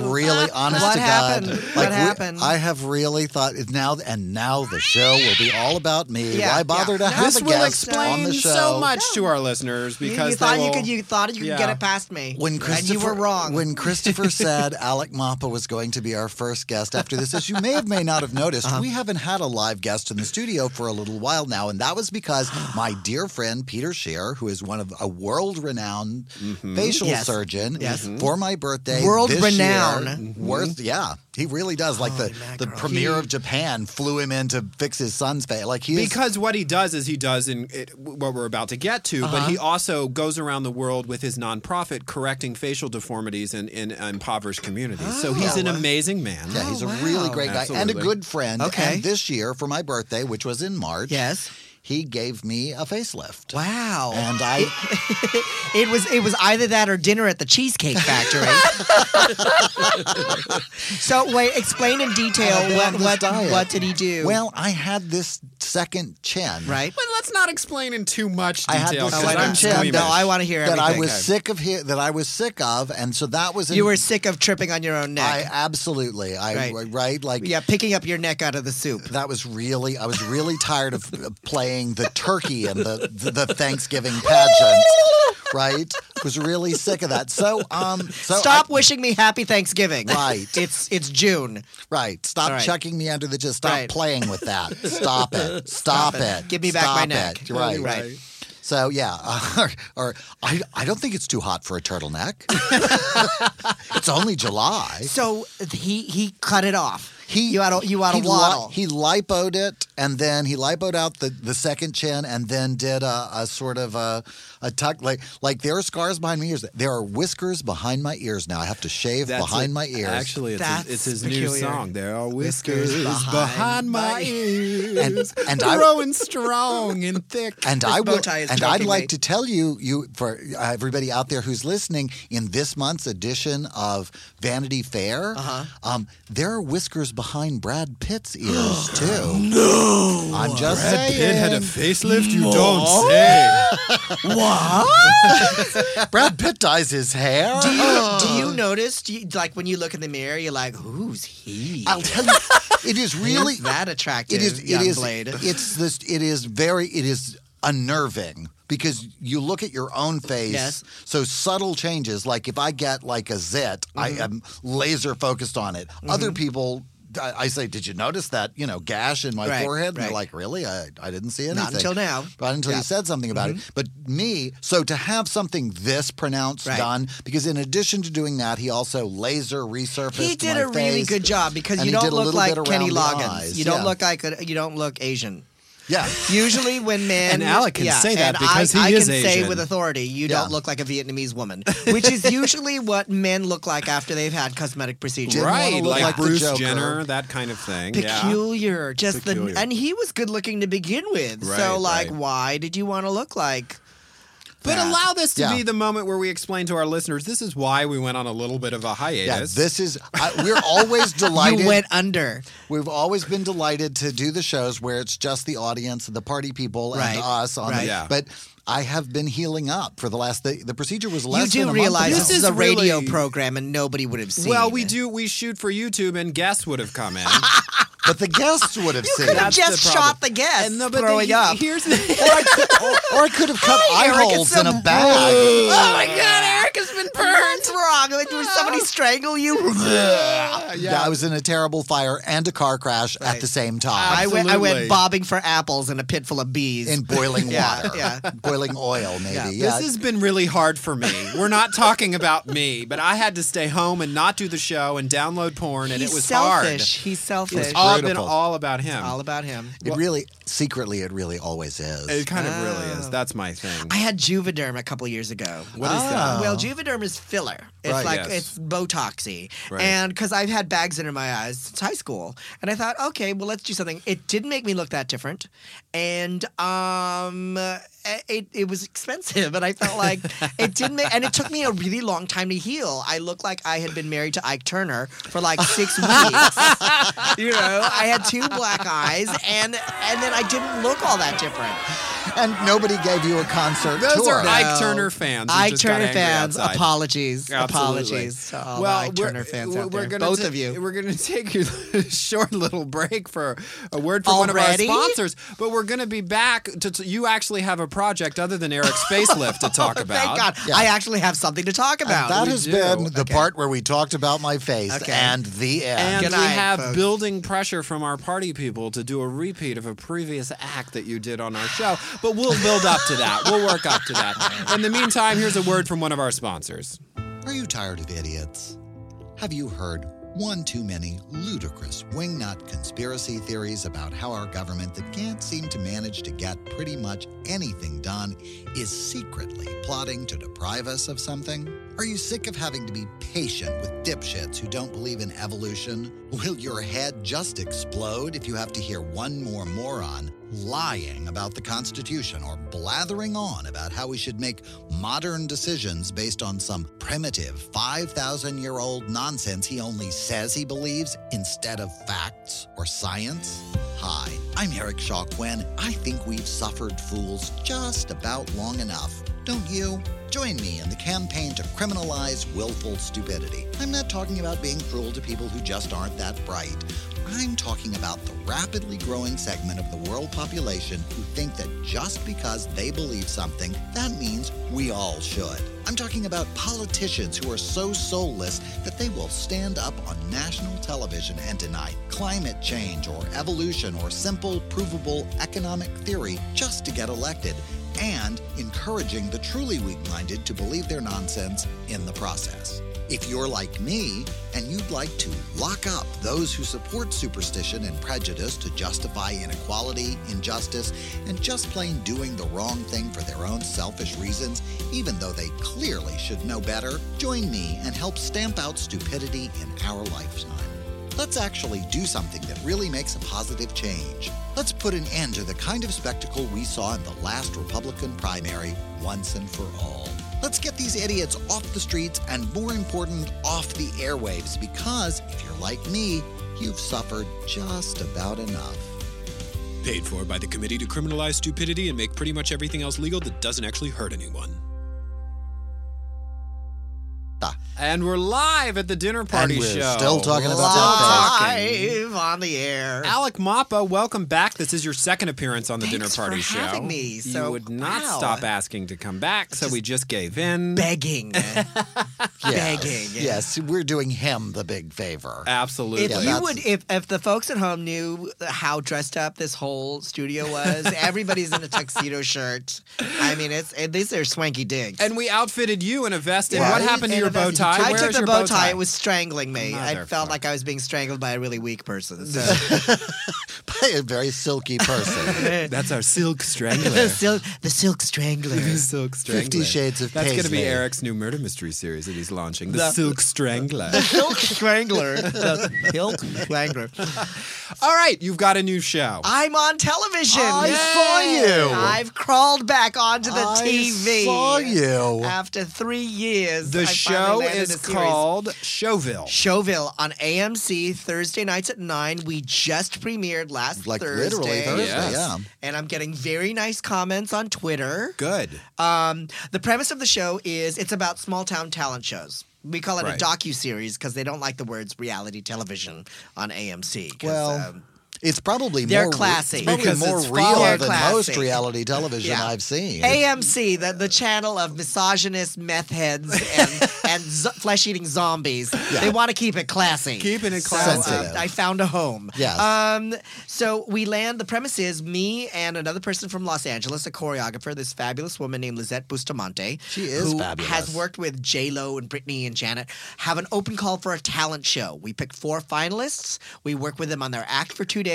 [SPEAKER 3] really honest
[SPEAKER 11] What
[SPEAKER 3] to
[SPEAKER 11] happened?
[SPEAKER 3] God.
[SPEAKER 11] What
[SPEAKER 3] Like, we-
[SPEAKER 11] happened?
[SPEAKER 3] I have really thought it now and now the show will be all about me.
[SPEAKER 11] Yeah,
[SPEAKER 3] Why bother
[SPEAKER 11] yeah.
[SPEAKER 3] to have
[SPEAKER 10] This
[SPEAKER 3] a
[SPEAKER 10] will
[SPEAKER 3] guest on
[SPEAKER 10] explain
[SPEAKER 3] the show?
[SPEAKER 10] so much to our listeners
[SPEAKER 11] You, you
[SPEAKER 10] because
[SPEAKER 11] thought
[SPEAKER 10] they
[SPEAKER 11] you
[SPEAKER 10] will-
[SPEAKER 11] could you thought you could get
[SPEAKER 10] Yeah.
[SPEAKER 11] it past me.
[SPEAKER 3] When
[SPEAKER 11] and
[SPEAKER 3] Christopher,
[SPEAKER 11] you were wrong.
[SPEAKER 3] When Christopher said Alec Mappa was going to be our first guest after this, as you may have may not have noticed,
[SPEAKER 11] Uh-huh.
[SPEAKER 3] we haven't had a live guest in the studio for a little while now, and that was because my dear friend Peter Scheer, who is one of a world-renowned facial
[SPEAKER 11] Mm-hmm. Yes.
[SPEAKER 3] surgeon,
[SPEAKER 11] Yes. Mm-hmm.
[SPEAKER 3] for my birthday,
[SPEAKER 11] World-renowned. Oh,
[SPEAKER 3] this year, worth yeah, he really does. Like the the
[SPEAKER 11] mackerel.
[SPEAKER 3] premier
[SPEAKER 11] He-
[SPEAKER 3] of Japan flew him in to fix his son's face. Like he is
[SPEAKER 10] Because what he does is he does in it, what we're about to get to, but
[SPEAKER 3] Uh-huh.
[SPEAKER 10] he also goes around the world with his nonprofit correcting facial deformities in, in impoverished communities. so he's an amazing man.
[SPEAKER 3] Oh. Yeah, he's a
[SPEAKER 11] Oh, wow.
[SPEAKER 3] really great guy and a
[SPEAKER 10] Absolutely.
[SPEAKER 3] good friend.
[SPEAKER 11] Okay.
[SPEAKER 3] And this year for my birthday, which was in March,
[SPEAKER 11] Yes.
[SPEAKER 3] he gave me a facelift.
[SPEAKER 11] wow.
[SPEAKER 3] And I,
[SPEAKER 11] it was it was either that or dinner at the Cheesecake Factory. so wait, explain in detail
[SPEAKER 3] I've been on
[SPEAKER 11] what
[SPEAKER 3] this
[SPEAKER 11] what,
[SPEAKER 3] diet.
[SPEAKER 11] what did he do?
[SPEAKER 3] well, I had this second chin.
[SPEAKER 11] right? Oh,
[SPEAKER 10] But let's not explain in too much
[SPEAKER 3] I had
[SPEAKER 10] detail.
[SPEAKER 3] this
[SPEAKER 10] 'cause
[SPEAKER 11] second
[SPEAKER 10] I'm
[SPEAKER 11] chin.
[SPEAKER 10] squeamish.
[SPEAKER 11] No, I want to hear
[SPEAKER 3] That I
[SPEAKER 11] everything.
[SPEAKER 3] was sick of here. That I was sick of, and so that was. In,
[SPEAKER 11] You were sick of tripping on your own
[SPEAKER 3] I
[SPEAKER 11] neck.
[SPEAKER 3] absolutely. I right.
[SPEAKER 11] Right.
[SPEAKER 3] like.
[SPEAKER 11] yeah, picking up your neck out of the soup.
[SPEAKER 3] That was really. I was really tired of playing the turkey and the the Thanksgiving pageant. Right. was really sick of that. So, um, so I-
[SPEAKER 11] Stop wishing me happy Thanksgiving.
[SPEAKER 3] Right.
[SPEAKER 11] It's it's June.
[SPEAKER 3] right. Stop
[SPEAKER 11] All right.
[SPEAKER 3] chucking me under the just. Stop
[SPEAKER 11] Right.
[SPEAKER 3] playing with that. Stop it. Stop, it.
[SPEAKER 11] Give me back my
[SPEAKER 3] Stop
[SPEAKER 11] neck.
[SPEAKER 3] it. Right.
[SPEAKER 11] Right.
[SPEAKER 3] So yeah, or, or I, I don't think it's too hot for a turtleneck. it's only July.
[SPEAKER 11] So he he cut it off.
[SPEAKER 3] He
[SPEAKER 11] you out of, you out
[SPEAKER 3] he
[SPEAKER 11] of
[SPEAKER 3] li-
[SPEAKER 11] waddle.
[SPEAKER 3] he lipoed it, and then he lipoed out the, the second chin, and then did a, a sort of a, a tuck. Like like there are scars behind my ears. There are whiskers behind my ears now. I have to shave
[SPEAKER 2] That's
[SPEAKER 3] behind
[SPEAKER 2] it.
[SPEAKER 3] my ears.
[SPEAKER 2] Actually, it's
[SPEAKER 11] That's
[SPEAKER 2] his, it's his new
[SPEAKER 11] peculiar.
[SPEAKER 2] song. There are
[SPEAKER 11] Whiskers
[SPEAKER 2] whiskers, behind,
[SPEAKER 11] behind my
[SPEAKER 2] my ears,
[SPEAKER 3] And- and I-
[SPEAKER 2] growing strong and thick.
[SPEAKER 3] And I
[SPEAKER 11] bow
[SPEAKER 3] will,
[SPEAKER 11] tie is
[SPEAKER 3] and I'd
[SPEAKER 11] choking
[SPEAKER 3] like
[SPEAKER 11] me.
[SPEAKER 3] to tell you, you for uh, everybody out there who's listening, in this month's edition of Vanity Fair, uh-huh. um, there are whiskers behind Brad Pitt's ears too. No, I'm just saying.
[SPEAKER 2] facelift. You don't say.
[SPEAKER 3] Brad Pitt dyes his hair.
[SPEAKER 11] do you Oh, do you notice? Do you, like when you look in the mirror, you're like, who's he?
[SPEAKER 3] I'll tell you, it is really
[SPEAKER 11] Who's that attractive?
[SPEAKER 3] it is it
[SPEAKER 11] young
[SPEAKER 3] is
[SPEAKER 11] blade.
[SPEAKER 3] it's this it is very it is unnerving because you look at your own face
[SPEAKER 11] Yes.
[SPEAKER 3] so subtle changes like if i get like a zit i
[SPEAKER 11] Mm-hmm.
[SPEAKER 3] am laser focused on it other people I, I say did you notice that you know gash in my
[SPEAKER 11] Right,
[SPEAKER 3] forehead and they're
[SPEAKER 11] right.
[SPEAKER 3] like really i, I didn't see anything
[SPEAKER 11] Not until now. Mm-hmm.
[SPEAKER 3] Not until you said something about it but me so to have something this pronounced
[SPEAKER 11] Right.
[SPEAKER 3] done because in addition to doing that he also laser resurfaced
[SPEAKER 11] he did
[SPEAKER 3] my
[SPEAKER 11] a really
[SPEAKER 3] face.
[SPEAKER 11] good job because
[SPEAKER 3] And
[SPEAKER 11] you
[SPEAKER 3] he did
[SPEAKER 11] don't
[SPEAKER 3] a
[SPEAKER 11] look
[SPEAKER 3] little
[SPEAKER 11] like
[SPEAKER 3] bit
[SPEAKER 11] Kenny
[SPEAKER 3] around the
[SPEAKER 11] Loggins.
[SPEAKER 3] eyes,
[SPEAKER 11] you don't
[SPEAKER 3] yeah.
[SPEAKER 11] look like a, you don't look Asian.
[SPEAKER 3] yeah
[SPEAKER 11] Usually, when men
[SPEAKER 2] And Alec can
[SPEAKER 11] yeah,
[SPEAKER 2] say that
[SPEAKER 11] and
[SPEAKER 2] because
[SPEAKER 11] I,
[SPEAKER 2] he
[SPEAKER 11] I
[SPEAKER 2] is
[SPEAKER 11] can say
[SPEAKER 2] Asian.
[SPEAKER 11] with authority, you
[SPEAKER 3] Yeah.
[SPEAKER 11] don't look like a Vietnamese woman, which is usually what men look like after they've had cosmetic procedures.
[SPEAKER 3] Didn't wanna
[SPEAKER 2] Right,
[SPEAKER 3] look
[SPEAKER 2] like,
[SPEAKER 3] like the
[SPEAKER 2] Bruce
[SPEAKER 3] Joker.
[SPEAKER 2] Jenner, that kind of thing. Yeah.
[SPEAKER 11] Peculiar, just
[SPEAKER 2] Peculiar.
[SPEAKER 11] the and he was good looking to begin with.
[SPEAKER 2] Right,
[SPEAKER 11] so, like,
[SPEAKER 2] right.
[SPEAKER 11] why did you want to look like?
[SPEAKER 2] But
[SPEAKER 11] that?
[SPEAKER 2] allow this to
[SPEAKER 3] Yeah.
[SPEAKER 2] be the moment where we explain to our listeners this is why we went on a little bit of a
[SPEAKER 3] Yeah,
[SPEAKER 2] hiatus.
[SPEAKER 3] this is. I, we're always delighted.
[SPEAKER 11] You went under.
[SPEAKER 3] We've always been delighted to do the shows where it's just the audience, the party people,
[SPEAKER 11] Right,
[SPEAKER 3] and us on.
[SPEAKER 11] right.
[SPEAKER 3] The,
[SPEAKER 2] Yeah.
[SPEAKER 3] But I have been healing up for the last. The, the procedure was
[SPEAKER 11] You
[SPEAKER 3] less. than
[SPEAKER 11] do
[SPEAKER 3] a
[SPEAKER 11] realize
[SPEAKER 3] month ago.
[SPEAKER 2] This
[SPEAKER 11] this
[SPEAKER 2] is
[SPEAKER 11] is a radio
[SPEAKER 2] really-
[SPEAKER 11] program and nobody would have seen.
[SPEAKER 2] well, we do. We shoot for YouTube, and guests would have come in.
[SPEAKER 3] but the guests would have seen.
[SPEAKER 11] Could have
[SPEAKER 3] it.
[SPEAKER 2] That's the
[SPEAKER 11] just
[SPEAKER 2] problem.
[SPEAKER 11] shot the guest
[SPEAKER 2] And no, but
[SPEAKER 11] throwing
[SPEAKER 2] the-
[SPEAKER 11] up.
[SPEAKER 2] Here's the.
[SPEAKER 3] Or I could, or, or I could have cut eye
[SPEAKER 11] Eric, it's
[SPEAKER 3] holes
[SPEAKER 11] so
[SPEAKER 3] in a bag.
[SPEAKER 11] Oh my God, Eric has been burned. What's wrong? Did somebody strangle you?
[SPEAKER 3] Yeah, I was in a terrible fire and a car crash at
[SPEAKER 11] Right.
[SPEAKER 3] the same
[SPEAKER 11] I
[SPEAKER 3] time
[SPEAKER 11] went, I
[SPEAKER 2] Absolutely.
[SPEAKER 11] went bobbing for apples in a pit full of bees.
[SPEAKER 3] in boiling
[SPEAKER 11] Yeah,
[SPEAKER 3] water,
[SPEAKER 11] yeah.
[SPEAKER 3] boiling oil, maybe. Yeah,
[SPEAKER 2] This has been really hard for me. We're not talking about me, but I had to stay home and not do the show and download porn, and
[SPEAKER 11] He's
[SPEAKER 2] it was
[SPEAKER 11] selfish. He's selfish.
[SPEAKER 2] hard. All been
[SPEAKER 3] Brutal.
[SPEAKER 2] all about him.
[SPEAKER 11] all about him.
[SPEAKER 3] it really, secretly, it really always is.
[SPEAKER 2] it kind of really is. That's my thing.
[SPEAKER 11] I had Juvederm a couple years ago.
[SPEAKER 2] What is that?
[SPEAKER 11] Well, Juvederm is filler. It's
[SPEAKER 3] Right.
[SPEAKER 11] like
[SPEAKER 2] Yes.
[SPEAKER 11] it's Botoxy,
[SPEAKER 2] Right.
[SPEAKER 11] and because I've had bags under my eyes since high school, and I thought, okay, well, let's do something. It didn't make me look that different, and um, uh, it it was expensive, and I felt like it didn't, make, and it took me a really long time to heal. I looked like I had been married to Ike Turner for like six weeks. you know, I had two black eyes, and and then I didn't look all that different.
[SPEAKER 3] and nobody gave you a concert
[SPEAKER 2] Those
[SPEAKER 3] tour.
[SPEAKER 2] are Ike Turner fans. who
[SPEAKER 11] Ike
[SPEAKER 2] just got
[SPEAKER 11] Turner
[SPEAKER 2] angry
[SPEAKER 11] fans,
[SPEAKER 2] outside.
[SPEAKER 11] apologies,
[SPEAKER 2] Absolutely.
[SPEAKER 11] apologies to all
[SPEAKER 2] well,
[SPEAKER 11] the Ike
[SPEAKER 2] we're- uh,
[SPEAKER 11] Turner fans
[SPEAKER 2] we're,
[SPEAKER 11] out
[SPEAKER 2] we're
[SPEAKER 11] there,
[SPEAKER 2] gonna
[SPEAKER 11] both
[SPEAKER 2] ta-
[SPEAKER 11] of you.
[SPEAKER 2] We're going to take a short little break for a word from
[SPEAKER 11] Already?
[SPEAKER 2] one of our sponsors, but we're going to be back. To, to- you actually have a project other than Eric's facelift to talk about.
[SPEAKER 11] Thank God, I actually have something to talk about.
[SPEAKER 3] That
[SPEAKER 2] We
[SPEAKER 3] has
[SPEAKER 2] do.
[SPEAKER 3] been the part where we talked about my face
[SPEAKER 11] Okay.
[SPEAKER 3] and the
[SPEAKER 2] And
[SPEAKER 3] end.
[SPEAKER 11] Good
[SPEAKER 2] we
[SPEAKER 11] night,
[SPEAKER 2] have
[SPEAKER 11] folks.
[SPEAKER 2] building pressure from our party people to do a repeat of a previous act that you did on our show. But we'll build up to that. We'll work up to that. In the meantime, here's a word from one of our sponsors.
[SPEAKER 3] Are you tired of idiots? Have you heard one too many ludicrous wingnut conspiracy theories about how our government that can't seem to manage to get pretty much anything done is secretly plotting to deprive us of something? Are you sick of having to be patient with dipshits who don't believe in evolution? Will your head just explode if you have to hear one more moron lying about the Constitution or blathering on about how we should make modern decisions based on some primitive 5,000 year old nonsense he only says he believes instead of facts or science? Hi, I'm Eric Shaw Quinn. I think we've suffered fools just about long enough, don't you? Join me in the campaign to criminalize willful stupidity. I'm not talking about being cruel to people who just aren't that bright. I'm talking about the rapidly growing segment of the world population who think that just because they believe something, that means we all should. I'm talking about politicians who are so soulless that they will stand up on national television and deny climate change or evolution or simple, provable economic theory just to get elected and encouraging the truly weak minded to believe their nonsense in the process. If you're like me and you'd like to lock up those who support superstition and prejudice to justify inequality, injustice, and just plain doing the wrong thing for their own selfish reasons, even though they clearly should know better, join me and help stamp out stupidity in our lifetime. Let's actually do something that really makes a positive change. Let's put an end to the kind of spectacle we saw in the last Republican primary once and for all. Let's get these idiots off the streets and, more important, off the airwaves because if you're like me, you've suffered just about enough.
[SPEAKER 6] Paid for by the Committee to Criminalize Stupidity and make pretty much everything else legal that doesn't actually hurt anyone.
[SPEAKER 3] Ah,
[SPEAKER 2] And we're live at the dinner party
[SPEAKER 3] and we're
[SPEAKER 2] show.
[SPEAKER 3] still talking about that.
[SPEAKER 11] Live on the air.
[SPEAKER 2] Alec Mappa, welcome back. This is your second appearance on the
[SPEAKER 11] Thanks
[SPEAKER 2] dinner party
[SPEAKER 11] for
[SPEAKER 2] show.
[SPEAKER 11] having me. So-
[SPEAKER 2] you would not
[SPEAKER 11] wow.
[SPEAKER 2] stop asking to come back, so we just gave in.
[SPEAKER 11] Begging.
[SPEAKER 3] Yes,
[SPEAKER 11] Begging, yeah. Uh,
[SPEAKER 3] yes, we're doing him the big favor.
[SPEAKER 2] Absolutely.
[SPEAKER 11] if
[SPEAKER 3] Yeah,
[SPEAKER 11] you
[SPEAKER 3] that's-
[SPEAKER 11] would, if if the folks at home knew how dressed up this whole studio was, everybody's in a tuxedo shirt. I mean, it's it, these are swanky digs.
[SPEAKER 2] and we outfitted you in a vest. And
[SPEAKER 3] Yeah,
[SPEAKER 2] what
[SPEAKER 3] we-
[SPEAKER 2] happened to your bow tie?
[SPEAKER 11] I
[SPEAKER 2] Where
[SPEAKER 11] took
[SPEAKER 2] is
[SPEAKER 11] the
[SPEAKER 2] your
[SPEAKER 11] bow tie. It was strangling me. I
[SPEAKER 2] Motherfucker.
[SPEAKER 11] felt like I was being strangled by a really weak person. So.
[SPEAKER 3] By a very silky person.
[SPEAKER 2] That's our silk strangler.
[SPEAKER 11] the, silk, the silk strangler.
[SPEAKER 2] silk strangler.
[SPEAKER 3] Fifty Shades of
[SPEAKER 2] That's gonna be
[SPEAKER 3] Paisley.
[SPEAKER 2] Eric's new murder mystery series that he's launching, The, Silk Strangler.
[SPEAKER 11] Silk strangler. The silk strangler.
[SPEAKER 2] All right, you've got a new show.
[SPEAKER 11] I'm on television.
[SPEAKER 3] I saw you.
[SPEAKER 11] I've crawled back onto the
[SPEAKER 3] I
[SPEAKER 11] TV.
[SPEAKER 3] saw you.
[SPEAKER 11] After three years,
[SPEAKER 2] the
[SPEAKER 11] I
[SPEAKER 2] show
[SPEAKER 11] finally landed
[SPEAKER 2] is
[SPEAKER 11] a series.
[SPEAKER 2] called Showville.
[SPEAKER 11] Showville on AMC Thursday nights at nine. We just premiered last
[SPEAKER 3] like
[SPEAKER 11] Thursday.
[SPEAKER 3] literally Thursday,
[SPEAKER 2] Yes.
[SPEAKER 3] yeah.
[SPEAKER 11] And I'm getting very nice comments on Twitter.
[SPEAKER 2] Good.
[SPEAKER 11] Um, the premise of the show is it's about small town talent shows. We call it
[SPEAKER 2] Right.
[SPEAKER 11] a docu series because they don't like the words reality television on AMC. 'cause,
[SPEAKER 3] Well,
[SPEAKER 11] um,
[SPEAKER 3] it's probably
[SPEAKER 11] They're
[SPEAKER 3] more
[SPEAKER 11] classy.
[SPEAKER 3] It's probably
[SPEAKER 11] Because
[SPEAKER 3] more
[SPEAKER 11] it's
[SPEAKER 3] real
[SPEAKER 11] they're
[SPEAKER 3] than
[SPEAKER 11] classy.
[SPEAKER 3] most reality television
[SPEAKER 11] Yeah.
[SPEAKER 3] I've seen.
[SPEAKER 11] AMC, the, the channel of misogynist meth heads and, and z- flesh eating zombies, they want to keep it classy.
[SPEAKER 2] Keeping it
[SPEAKER 11] So,
[SPEAKER 2] classy.
[SPEAKER 11] uh, I found a home.
[SPEAKER 3] Yes.
[SPEAKER 11] Um, so we land, the premise is me and another person from Los Angeles, a choreographer, this fabulous woman named Lizette Bustamante.
[SPEAKER 3] She is
[SPEAKER 11] who
[SPEAKER 3] fabulous.
[SPEAKER 11] has worked with J-Lo and Britney and Janet, have an open call for a talent show. We pick four finalists. We work with them on their act for two days.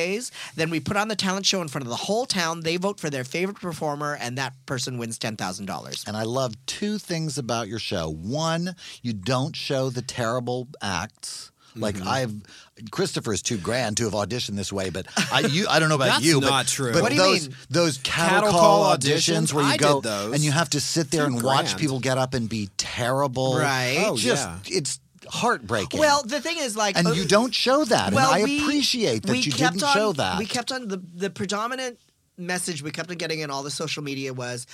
[SPEAKER 11] Then we put on the talent show in front of the whole town. They vote for their favorite performer, and that person wins $10,000.
[SPEAKER 3] and I love two things about your show. One, you don't show the terrible acts. Like
[SPEAKER 2] Mm-hmm.
[SPEAKER 3] I've, Christopher's too grand to have auditioned this way, but I you I don't know about
[SPEAKER 2] That's
[SPEAKER 3] you, but,
[SPEAKER 2] not true.
[SPEAKER 3] but
[SPEAKER 11] What do you
[SPEAKER 3] those
[SPEAKER 11] mean?
[SPEAKER 3] those cattle,
[SPEAKER 2] Cattle
[SPEAKER 3] call,
[SPEAKER 2] call
[SPEAKER 3] auditions,
[SPEAKER 2] auditions?
[SPEAKER 3] where you
[SPEAKER 2] I did
[SPEAKER 3] go
[SPEAKER 2] those.
[SPEAKER 3] and you have to sit there
[SPEAKER 2] Too
[SPEAKER 3] and watch
[SPEAKER 2] grand.
[SPEAKER 3] people get up and be terrible.
[SPEAKER 11] Right. Oh,
[SPEAKER 3] Just
[SPEAKER 2] yeah.
[SPEAKER 3] it's heartbreaking.
[SPEAKER 11] Well, the thing is, like,
[SPEAKER 3] and
[SPEAKER 11] uh,
[SPEAKER 3] you don't show that.
[SPEAKER 11] Well,
[SPEAKER 3] and I
[SPEAKER 11] we-
[SPEAKER 3] appreciate that
[SPEAKER 11] we
[SPEAKER 3] you
[SPEAKER 11] kept
[SPEAKER 3] didn't
[SPEAKER 11] on-
[SPEAKER 3] show that.
[SPEAKER 11] We kept on the the predominant message we kept on getting in all the social media was,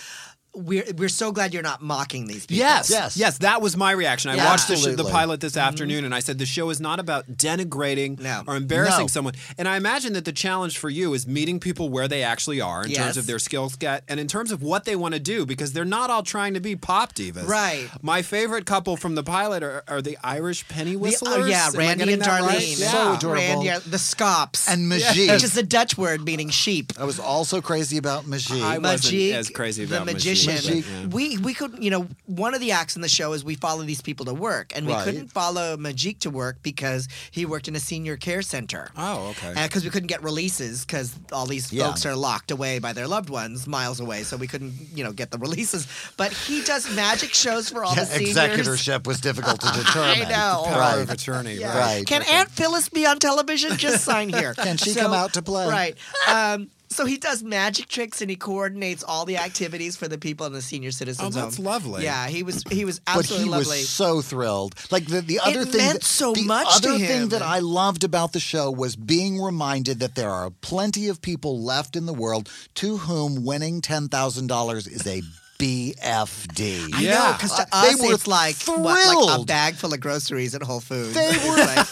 [SPEAKER 11] "We're we're so glad you're not mocking these people."
[SPEAKER 2] Yes.
[SPEAKER 3] Yes.
[SPEAKER 2] yes, that was my reaction. I
[SPEAKER 11] Yeah.
[SPEAKER 2] watched the, sh- the
[SPEAKER 3] Absolutely.
[SPEAKER 2] pilot this afternoon, and I said the show is not about denigrating
[SPEAKER 11] Mm-hmm. No.
[SPEAKER 2] or embarrassing
[SPEAKER 3] No.
[SPEAKER 2] someone. And I imagine that the challenge for you is meeting people where they actually are in
[SPEAKER 11] Yes.
[SPEAKER 2] terms of their skill set and in terms of what they want to do, because they're not all trying to be pop divas.
[SPEAKER 11] Right.
[SPEAKER 2] My favorite couple from the pilot are, are the Irish penny
[SPEAKER 11] The-
[SPEAKER 2] whistlers.
[SPEAKER 11] oh, yeah,
[SPEAKER 2] Am I
[SPEAKER 11] Randy
[SPEAKER 2] getting
[SPEAKER 11] and
[SPEAKER 2] that
[SPEAKER 11] Darlene.
[SPEAKER 2] right?
[SPEAKER 3] So Yeah. adorable.
[SPEAKER 11] Randy, uh, the Scops,
[SPEAKER 3] and Majid.
[SPEAKER 11] which is a Dutch word meaning sheep.
[SPEAKER 3] I was also crazy about Majid.
[SPEAKER 2] I wasn't
[SPEAKER 11] Majik,
[SPEAKER 2] as crazy about
[SPEAKER 11] the
[SPEAKER 2] Majik,
[SPEAKER 11] magician.
[SPEAKER 2] but, yeah.
[SPEAKER 11] We we could you know one of the acts in the show is we follow these people to work, and we
[SPEAKER 3] Right.
[SPEAKER 11] couldn't follow Majik to work because he worked in a senior care center.
[SPEAKER 2] Oh, okay.
[SPEAKER 11] Because we couldn't get releases because all these
[SPEAKER 3] Yeah.
[SPEAKER 11] folks are locked away by their loved ones miles away, so we couldn't you know get the releases. But he does magic shows for all
[SPEAKER 3] Yeah,
[SPEAKER 11] the seniors.
[SPEAKER 3] executorship was difficult to determine.
[SPEAKER 11] I know. Oh,
[SPEAKER 2] Power
[SPEAKER 3] Right.
[SPEAKER 2] of attorney.
[SPEAKER 11] Yeah.
[SPEAKER 2] Right.
[SPEAKER 3] Right.
[SPEAKER 11] Can Aunt Phyllis be on television? Just sign here. Can
[SPEAKER 3] she come out to play?
[SPEAKER 11] Right. Um, so he does magic tricks and he coordinates all the activities for the people in the senior citizens
[SPEAKER 2] Oh, that's
[SPEAKER 11] home.
[SPEAKER 2] lovely.
[SPEAKER 11] Yeah, he was he was
[SPEAKER 3] But he
[SPEAKER 11] absolutely lovely.
[SPEAKER 3] was so thrilled. Like the, the other thing,
[SPEAKER 11] meant
[SPEAKER 3] that,
[SPEAKER 11] so
[SPEAKER 3] the
[SPEAKER 11] much to
[SPEAKER 3] other thing
[SPEAKER 11] him.
[SPEAKER 3] that I loved about the show was being reminded that there are plenty of people left in the world to whom winning ten thousand dollars is a BFD.
[SPEAKER 7] I know,
[SPEAKER 11] Because
[SPEAKER 3] Uh,
[SPEAKER 11] to us,
[SPEAKER 3] they were
[SPEAKER 11] it's like what, like a
[SPEAKER 3] thrilled.
[SPEAKER 11] bag full of groceries at Whole Foods.
[SPEAKER 3] They
[SPEAKER 11] It's
[SPEAKER 3] were
[SPEAKER 11] like,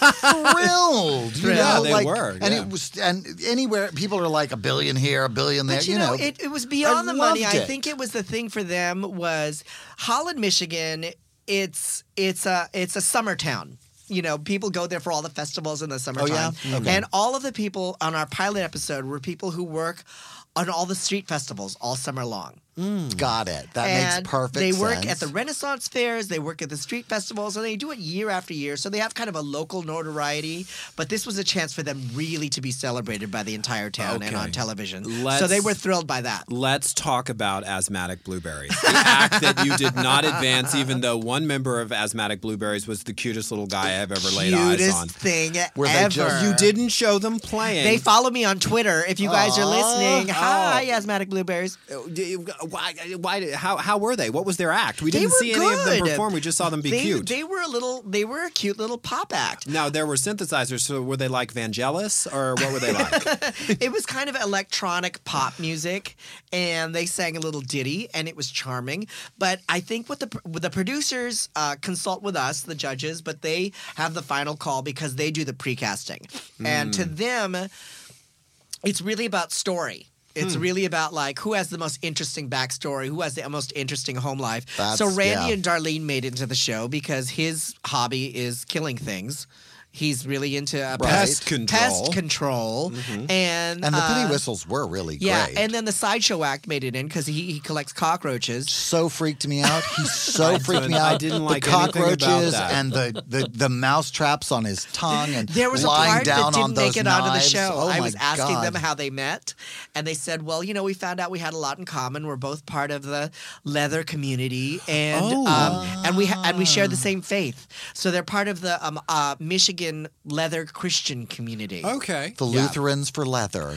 [SPEAKER 3] thrilled. You
[SPEAKER 11] Thrilled.
[SPEAKER 3] know,
[SPEAKER 2] Yeah, they
[SPEAKER 3] like,
[SPEAKER 2] were,
[SPEAKER 3] And
[SPEAKER 2] yeah.
[SPEAKER 3] it was and anywhere people are like a billion here, a billion there.
[SPEAKER 11] But you, know, it, it was beyond the money.
[SPEAKER 3] loved
[SPEAKER 11] I
[SPEAKER 3] it.
[SPEAKER 11] think it was the thing for them was Holland, Michigan. It's it's a it's a summer town. You know, people go there for all the festivals in the summertime.
[SPEAKER 3] Oh, yeah? Okay.
[SPEAKER 11] And all of the people on our pilot episode were people who work on all the street festivals all summer long.
[SPEAKER 3] mm. got it. That
[SPEAKER 11] And
[SPEAKER 3] makes perfect
[SPEAKER 11] They
[SPEAKER 3] sense.
[SPEAKER 11] work at the Renaissance fairs, they work at the street festivals, and they do it year after year. So they have kind of a local notoriety. But this was a chance for them really to be celebrated by the entire town and on television. so they
[SPEAKER 2] Let's-
[SPEAKER 11] were thrilled by that.
[SPEAKER 2] Let's talk about asthmatic blueberries. The act that you did not advance, even though one member of asthmatic blueberries was the cutest little guy I've ever laid eyes
[SPEAKER 11] Cutest
[SPEAKER 2] on.
[SPEAKER 11] thing
[SPEAKER 3] Were they
[SPEAKER 11] ever.
[SPEAKER 3] just-
[SPEAKER 2] You didn't show them playing.
[SPEAKER 11] They follow me on Twitter. If you guys are listening,
[SPEAKER 2] Oh.
[SPEAKER 11] hi, asthmatic blueberries.
[SPEAKER 2] Uh, why? Why? How? How were they? What was their act? We
[SPEAKER 11] They
[SPEAKER 2] didn't
[SPEAKER 11] were
[SPEAKER 2] see any of them
[SPEAKER 11] good.
[SPEAKER 2] perform. We just saw them be
[SPEAKER 11] they,
[SPEAKER 2] cute.
[SPEAKER 11] They were a little. They were a cute little pop act.
[SPEAKER 2] now there were synthesizers. So were they like Vangelis, or what were they like?
[SPEAKER 11] it was kind of electronic pop music, and they sang a little ditty, and it was charming. But I think what the what the producers uh, consult with us, the judges, but they have the final call because they do the precasting, and to them, it's really about story. It's really about like who has the most interesting backstory, who has the most interesting home life.
[SPEAKER 3] That's-
[SPEAKER 11] so Randy
[SPEAKER 3] yeah.
[SPEAKER 11] and Darlene made it into the show because his hobby is killing things. He's really into uh,
[SPEAKER 2] Pest control.
[SPEAKER 11] Pest control, and
[SPEAKER 3] Mm-hmm. and the penny
[SPEAKER 11] uh,
[SPEAKER 3] whistles were really
[SPEAKER 11] Yeah,
[SPEAKER 3] great.
[SPEAKER 11] and then the sideshow act made it in because he, he collects cockroaches.
[SPEAKER 3] so freaked me out. He so freaked me
[SPEAKER 2] didn't- I
[SPEAKER 3] out.
[SPEAKER 2] didn't like
[SPEAKER 3] the
[SPEAKER 2] anything about
[SPEAKER 3] cockroaches
[SPEAKER 2] that.
[SPEAKER 3] and the, the, the mouse traps on his tongue and
[SPEAKER 11] There was a
[SPEAKER 3] lying
[SPEAKER 11] part
[SPEAKER 3] down
[SPEAKER 11] that
[SPEAKER 3] on
[SPEAKER 11] didn't
[SPEAKER 3] those
[SPEAKER 11] make it
[SPEAKER 3] knives.
[SPEAKER 11] onto the show.
[SPEAKER 3] Oh
[SPEAKER 11] I
[SPEAKER 3] my
[SPEAKER 11] was asking
[SPEAKER 3] God.
[SPEAKER 11] them how they met, and they said, "Well, you know, we found out we had a lot in common. We're both part of the leather community, and
[SPEAKER 3] Oh,
[SPEAKER 11] um, and we ha- and we share the same faith. So they're part of the um, uh, Michigan leather Christian community.
[SPEAKER 3] Oh,
[SPEAKER 2] okay.
[SPEAKER 3] the Lutherans for leather.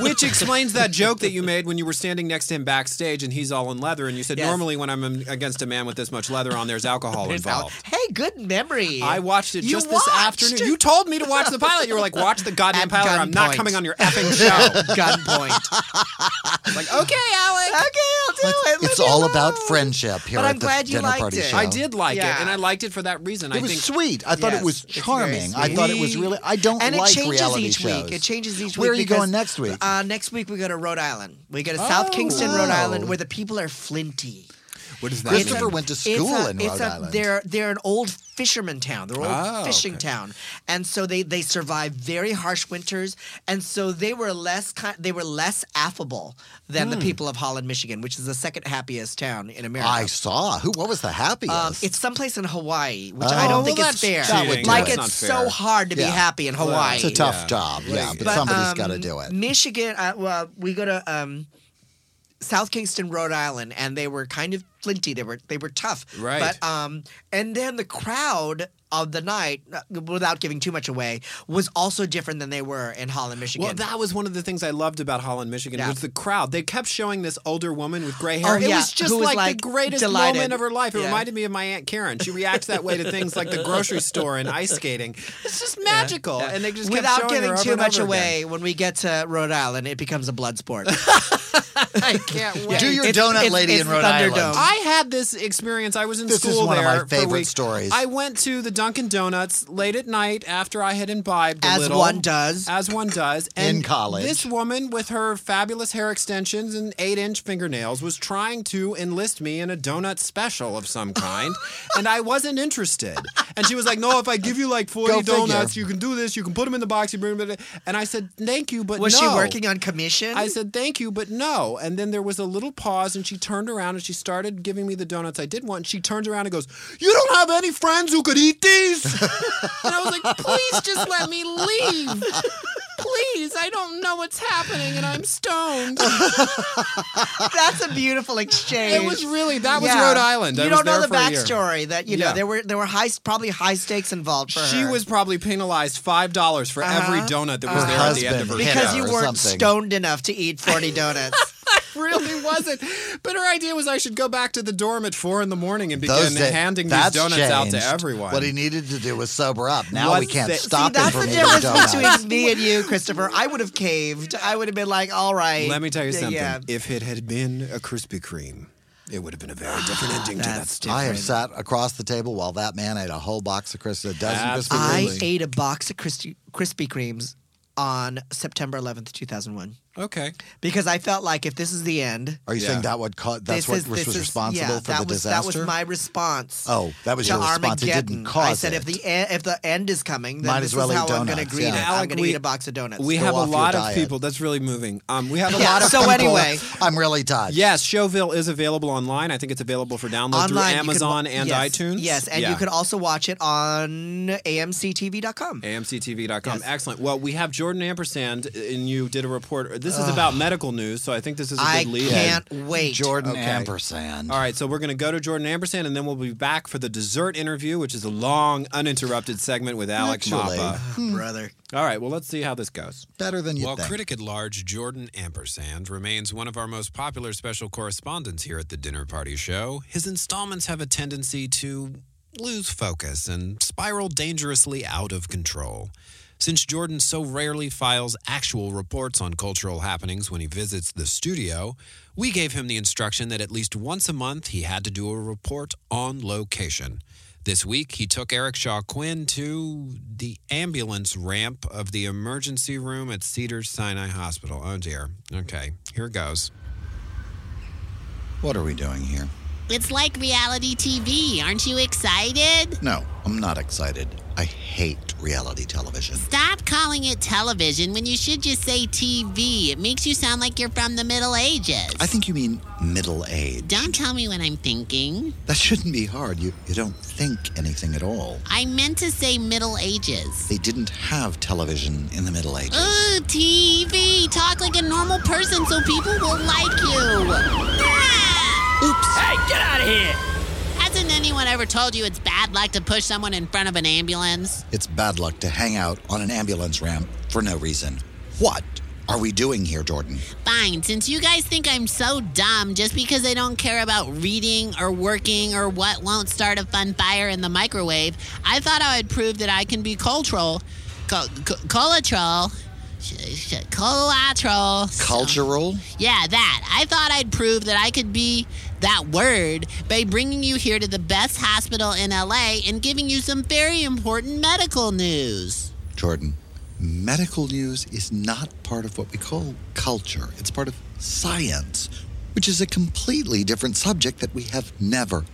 [SPEAKER 2] Which explains that joke that you made when you were standing next to him backstage, and he's all in leather, and you said,
[SPEAKER 11] Yes.
[SPEAKER 2] "Normally, when I'm in- against a man with this much leather on, there's alcohol
[SPEAKER 11] There's al-
[SPEAKER 2] involved."
[SPEAKER 11] Hey, good memory.
[SPEAKER 2] I watched it
[SPEAKER 11] You
[SPEAKER 2] just this
[SPEAKER 11] watched.
[SPEAKER 2] afternoon. You told me to watch the pilot. You were like, "Watch the goddamn
[SPEAKER 11] At
[SPEAKER 2] pilot. or I'm not
[SPEAKER 11] gunpoint.
[SPEAKER 2] coming on your effing show."
[SPEAKER 11] gunpoint.
[SPEAKER 2] like, okay, Alex.
[SPEAKER 11] okay, I'll do it.
[SPEAKER 3] It's
[SPEAKER 11] Leave me
[SPEAKER 3] all about
[SPEAKER 11] alone.
[SPEAKER 3] friendship here
[SPEAKER 11] But
[SPEAKER 3] at
[SPEAKER 11] I'm
[SPEAKER 3] the
[SPEAKER 11] glad you
[SPEAKER 3] dinner
[SPEAKER 11] liked
[SPEAKER 3] party
[SPEAKER 11] it.
[SPEAKER 3] show.
[SPEAKER 2] I did like
[SPEAKER 11] Yeah.
[SPEAKER 2] it, and I liked it for that reason.
[SPEAKER 3] It
[SPEAKER 2] I
[SPEAKER 3] was
[SPEAKER 2] think
[SPEAKER 3] sweet. I thought
[SPEAKER 11] Yes,
[SPEAKER 3] it was
[SPEAKER 11] it's very
[SPEAKER 3] charming. I
[SPEAKER 11] sweet.
[SPEAKER 3] thought it was really. I don't
[SPEAKER 11] and
[SPEAKER 3] like
[SPEAKER 11] it changes
[SPEAKER 3] reality
[SPEAKER 11] each
[SPEAKER 3] shows.
[SPEAKER 11] week. It changes each week.
[SPEAKER 3] Where are you
[SPEAKER 11] because,
[SPEAKER 3] going next week? Oh.
[SPEAKER 11] Uh, next week we go to Rhode Island. We go to South Kingston, Rhode
[SPEAKER 3] wow.
[SPEAKER 11] Island, where the people are flinty.
[SPEAKER 2] what is
[SPEAKER 3] Christopher went to school
[SPEAKER 11] it's a,
[SPEAKER 3] in
[SPEAKER 11] it's
[SPEAKER 3] Rhode
[SPEAKER 11] a,
[SPEAKER 3] Island. Oh,
[SPEAKER 11] They're they're an old fisherman town. They're an old fishing town, and so they they survive very harsh winters. And so they were less ki- they were less affable than
[SPEAKER 3] Hmm.
[SPEAKER 11] the people of Holland, Michigan, which is the second happiest town in America.
[SPEAKER 3] I saw. Who? What was the happiest?
[SPEAKER 11] Um, it's someplace in Hawaii, which
[SPEAKER 3] Oh.
[SPEAKER 11] I
[SPEAKER 3] Well,
[SPEAKER 11] don't think
[SPEAKER 2] that's
[SPEAKER 11] is fair.
[SPEAKER 2] cheating. That would do
[SPEAKER 11] like
[SPEAKER 2] it.
[SPEAKER 11] it's
[SPEAKER 2] That's not fair.
[SPEAKER 11] so hard to
[SPEAKER 3] Yeah.
[SPEAKER 11] be happy in Hawaii.
[SPEAKER 3] It's a tough job. Yeah, but, somebody's
[SPEAKER 11] somebody's
[SPEAKER 3] got to do it.
[SPEAKER 11] um, Michigan. Uh, well, we go to um, South Kingston, Rhode Island, and they were kind of flinty. They were they were tough.
[SPEAKER 2] Right.
[SPEAKER 11] But um, and then the crowd of the night, uh, without giving too much away, was also different than they were in Holland, Michigan.
[SPEAKER 2] Well, that was one of the things I loved about Holland, Michigan,
[SPEAKER 11] Yeah.
[SPEAKER 2] was the crowd. They kept showing this older woman with gray hair.
[SPEAKER 11] Oh,
[SPEAKER 2] It
[SPEAKER 11] yeah,
[SPEAKER 2] was just
[SPEAKER 11] who was,
[SPEAKER 2] like,
[SPEAKER 11] like,
[SPEAKER 2] the greatest
[SPEAKER 11] delighted.
[SPEAKER 2] moment of her life. It
[SPEAKER 11] Yeah.
[SPEAKER 2] reminded me of my aunt Karen. She reacts that way to things like the grocery store and ice skating. It's just magical, and they just kept
[SPEAKER 11] Without
[SPEAKER 2] showing her
[SPEAKER 11] giving
[SPEAKER 2] over
[SPEAKER 11] too
[SPEAKER 2] and
[SPEAKER 11] much
[SPEAKER 2] over again.
[SPEAKER 11] away, when we get to Rhode Island, it becomes a blood sport.
[SPEAKER 2] I can't wait.
[SPEAKER 3] Do your
[SPEAKER 11] It's-
[SPEAKER 3] donut
[SPEAKER 11] it's-
[SPEAKER 3] lady
[SPEAKER 11] it's
[SPEAKER 3] in Rhode
[SPEAKER 11] Thunderdome.
[SPEAKER 3] Island.
[SPEAKER 2] I had this experience. I was in
[SPEAKER 3] This is
[SPEAKER 2] school
[SPEAKER 3] one of
[SPEAKER 2] there.
[SPEAKER 3] my
[SPEAKER 2] for a
[SPEAKER 3] favorite
[SPEAKER 2] week.
[SPEAKER 3] stories.
[SPEAKER 2] I went to the Dunkin' Donuts late at night after I had imbibed a
[SPEAKER 11] As
[SPEAKER 2] little, Uh,
[SPEAKER 11] one does.
[SPEAKER 2] as one does, and
[SPEAKER 3] In college.
[SPEAKER 2] This woman with her fabulous hair extensions and eight-inch fingernails was trying to enlist me in a donut special of some kind, and I wasn't interested. And she was like, "No, if I give you like forty
[SPEAKER 3] Go figure.
[SPEAKER 2] donuts, you can do this. You can put them in the box. You bring them." In. And I said, "Thank you, but
[SPEAKER 11] Was
[SPEAKER 2] no."
[SPEAKER 11] she working on commission?
[SPEAKER 2] I said, thank you, but no. And then there was a little pause, and she turned around and she started giving me the donuts I did want. And she turns around and goes, You don't have any friends who could eat these? and I was like, Please just let me leave. Please, I don't know what's happening, and I'm stoned.
[SPEAKER 11] That's a beautiful exchange.
[SPEAKER 2] It was really, that was
[SPEAKER 11] Yeah.
[SPEAKER 2] Rhode Island. I
[SPEAKER 11] You
[SPEAKER 2] was
[SPEAKER 11] don't know
[SPEAKER 2] there
[SPEAKER 11] the
[SPEAKER 2] for a year.
[SPEAKER 11] backstory that you know
[SPEAKER 2] Yeah.
[SPEAKER 11] there were there were high probably high stakes involved for
[SPEAKER 2] She
[SPEAKER 11] her.
[SPEAKER 2] was probably penalized $5 for every donut that was
[SPEAKER 3] Her
[SPEAKER 2] there at the end of
[SPEAKER 3] husband.
[SPEAKER 2] Uh-huh. her
[SPEAKER 11] because
[SPEAKER 3] Yeah,
[SPEAKER 11] you
[SPEAKER 3] or
[SPEAKER 11] weren't
[SPEAKER 3] something.
[SPEAKER 11] stoned enough to eat forty donuts.
[SPEAKER 2] really wasn't. But her idea was I should go back to the dorm at four in the morning and begin
[SPEAKER 3] Those da-
[SPEAKER 2] handing these
[SPEAKER 3] that's
[SPEAKER 2] donuts out to
[SPEAKER 3] changed.
[SPEAKER 2] everyone.
[SPEAKER 3] What he needed to do was sober up. Now we
[SPEAKER 2] What's
[SPEAKER 3] can't
[SPEAKER 2] that-
[SPEAKER 3] stop
[SPEAKER 11] See,
[SPEAKER 3] him
[SPEAKER 11] that's
[SPEAKER 3] from
[SPEAKER 11] the
[SPEAKER 3] eating donuts.
[SPEAKER 11] difference between me and you, Christopher. I would have caved. I would have been like, all right.
[SPEAKER 2] Let me tell you
[SPEAKER 11] yeah,
[SPEAKER 2] something.
[SPEAKER 11] Yeah.
[SPEAKER 2] If it had been a Krispy Kreme, It would have been a very different ending to that
[SPEAKER 11] That's
[SPEAKER 2] story.
[SPEAKER 3] I have sat across the table while that man ate a whole box of crisps, a dozen Krispy
[SPEAKER 11] I
[SPEAKER 3] Kremes.
[SPEAKER 11] ate a box of Christi- Krispy Kremes on September 11th, 2001.
[SPEAKER 2] Okay.
[SPEAKER 11] Because I felt like if this is the end,
[SPEAKER 3] Are you saying that what cau- that's
[SPEAKER 11] this
[SPEAKER 3] what
[SPEAKER 11] is-
[SPEAKER 3] was
[SPEAKER 11] this is-
[SPEAKER 3] responsible
[SPEAKER 11] yeah,
[SPEAKER 3] for
[SPEAKER 11] that
[SPEAKER 3] the
[SPEAKER 11] was,
[SPEAKER 3] disaster?
[SPEAKER 11] That was my response.
[SPEAKER 3] Oh, that was
[SPEAKER 11] to
[SPEAKER 3] your response. It
[SPEAKER 11] Armageddon.
[SPEAKER 3] didn't
[SPEAKER 11] I
[SPEAKER 3] cause
[SPEAKER 11] said if
[SPEAKER 3] it.
[SPEAKER 11] the e- if the end is coming, then
[SPEAKER 3] Might
[SPEAKER 11] this
[SPEAKER 3] as well
[SPEAKER 11] is
[SPEAKER 3] eat
[SPEAKER 11] how I'm going
[SPEAKER 3] donuts,
[SPEAKER 11] to greet
[SPEAKER 3] yeah.
[SPEAKER 11] it. I'm
[SPEAKER 2] Alec,
[SPEAKER 11] going to
[SPEAKER 2] we-
[SPEAKER 11] eat a box of donuts.
[SPEAKER 2] We
[SPEAKER 3] Go
[SPEAKER 2] have a
[SPEAKER 3] off your
[SPEAKER 2] lot of
[SPEAKER 3] diet.
[SPEAKER 2] people. That's really moving. Um, we have a
[SPEAKER 11] Yeah,
[SPEAKER 2] lot of
[SPEAKER 11] so
[SPEAKER 2] people.
[SPEAKER 11] anyway-
[SPEAKER 3] I'm really tired.
[SPEAKER 2] Yes, Showville is available online. I think it's available for download through
[SPEAKER 11] Online, you could wa-
[SPEAKER 2] Amazon and
[SPEAKER 11] yes,
[SPEAKER 2] iTunes.
[SPEAKER 11] Yes, and
[SPEAKER 2] Yeah.
[SPEAKER 11] you could also watch it on AMCTV.com.
[SPEAKER 2] AMCTV.com.
[SPEAKER 11] Yes.
[SPEAKER 2] Excellent. Well, we have Jordan Ampersand, and you did a report. This is about medical news, so I think this is a
[SPEAKER 11] I
[SPEAKER 2] good lead.
[SPEAKER 11] can't wait.
[SPEAKER 3] Jordan
[SPEAKER 2] Okay.
[SPEAKER 3] ampersand.
[SPEAKER 2] All right, so we're going to go to Jordan Ampersand, and then we'll be back for the dessert interview, which is a long, uninterrupted segment with Alec
[SPEAKER 3] Actually.
[SPEAKER 2] Mappa.
[SPEAKER 11] brother.
[SPEAKER 2] All right, well, let's see how this goes.
[SPEAKER 3] Better than you
[SPEAKER 6] While
[SPEAKER 3] think.
[SPEAKER 6] critic at large Jordan Ampersand remains one of our most popular special correspondents here at the Dinner Party Show, his installments have a tendency to lose focus and spiral dangerously out of control. Since Jordan so rarely files actual reports on cultural happenings when he visits the studio, we gave him the instruction that at least once a month he had to do a report on location. This week, he took Eric Shaw Quinn to the ambulance ramp of the emergency room at Cedars Sinai Hospital. Oh dear. Okay, here goes.
[SPEAKER 3] What are we doing here?
[SPEAKER 12] It's like reality TV. Aren't you excited?
[SPEAKER 3] No, I'm not excited. I hate reality television.
[SPEAKER 12] Stop calling it television when you should just say TV. It makes you sound like you're from the Middle Ages.
[SPEAKER 3] I think you mean middle age.
[SPEAKER 12] Don't tell me what I'm thinking.
[SPEAKER 3] That shouldn't be hard. You you don't think anything at all.
[SPEAKER 12] I meant to say Middle Ages.
[SPEAKER 3] They didn't have television in the middle ages.
[SPEAKER 2] Uh.
[SPEAKER 12] Ooh, TV. Talk like a normal person so people will like you. Ah!
[SPEAKER 3] Oops.
[SPEAKER 12] Hasn't anyone ever told you it's bad luck to push someone in front of an ambulance?
[SPEAKER 3] It's bad luck to hang out on an ambulance ramp for no reason. What are we doing here, Jordan?
[SPEAKER 12] Fine, since you guys think I'm so dumb just because I don't care about reading or working or what won't start a fun fire in the microwave, I thought I would prove that I can be cultural. Cul- cul- Cultural. sh- sh- Collateral.
[SPEAKER 3] Cultural?
[SPEAKER 12] Yeah, that. I thought I'd prove that I could be that word by bringing you here to the best hospital in LA and giving you some very important medical news.
[SPEAKER 3] Jordan, medical news is not part of what we call culture. It's part of science, which is a completely different subject that we have never,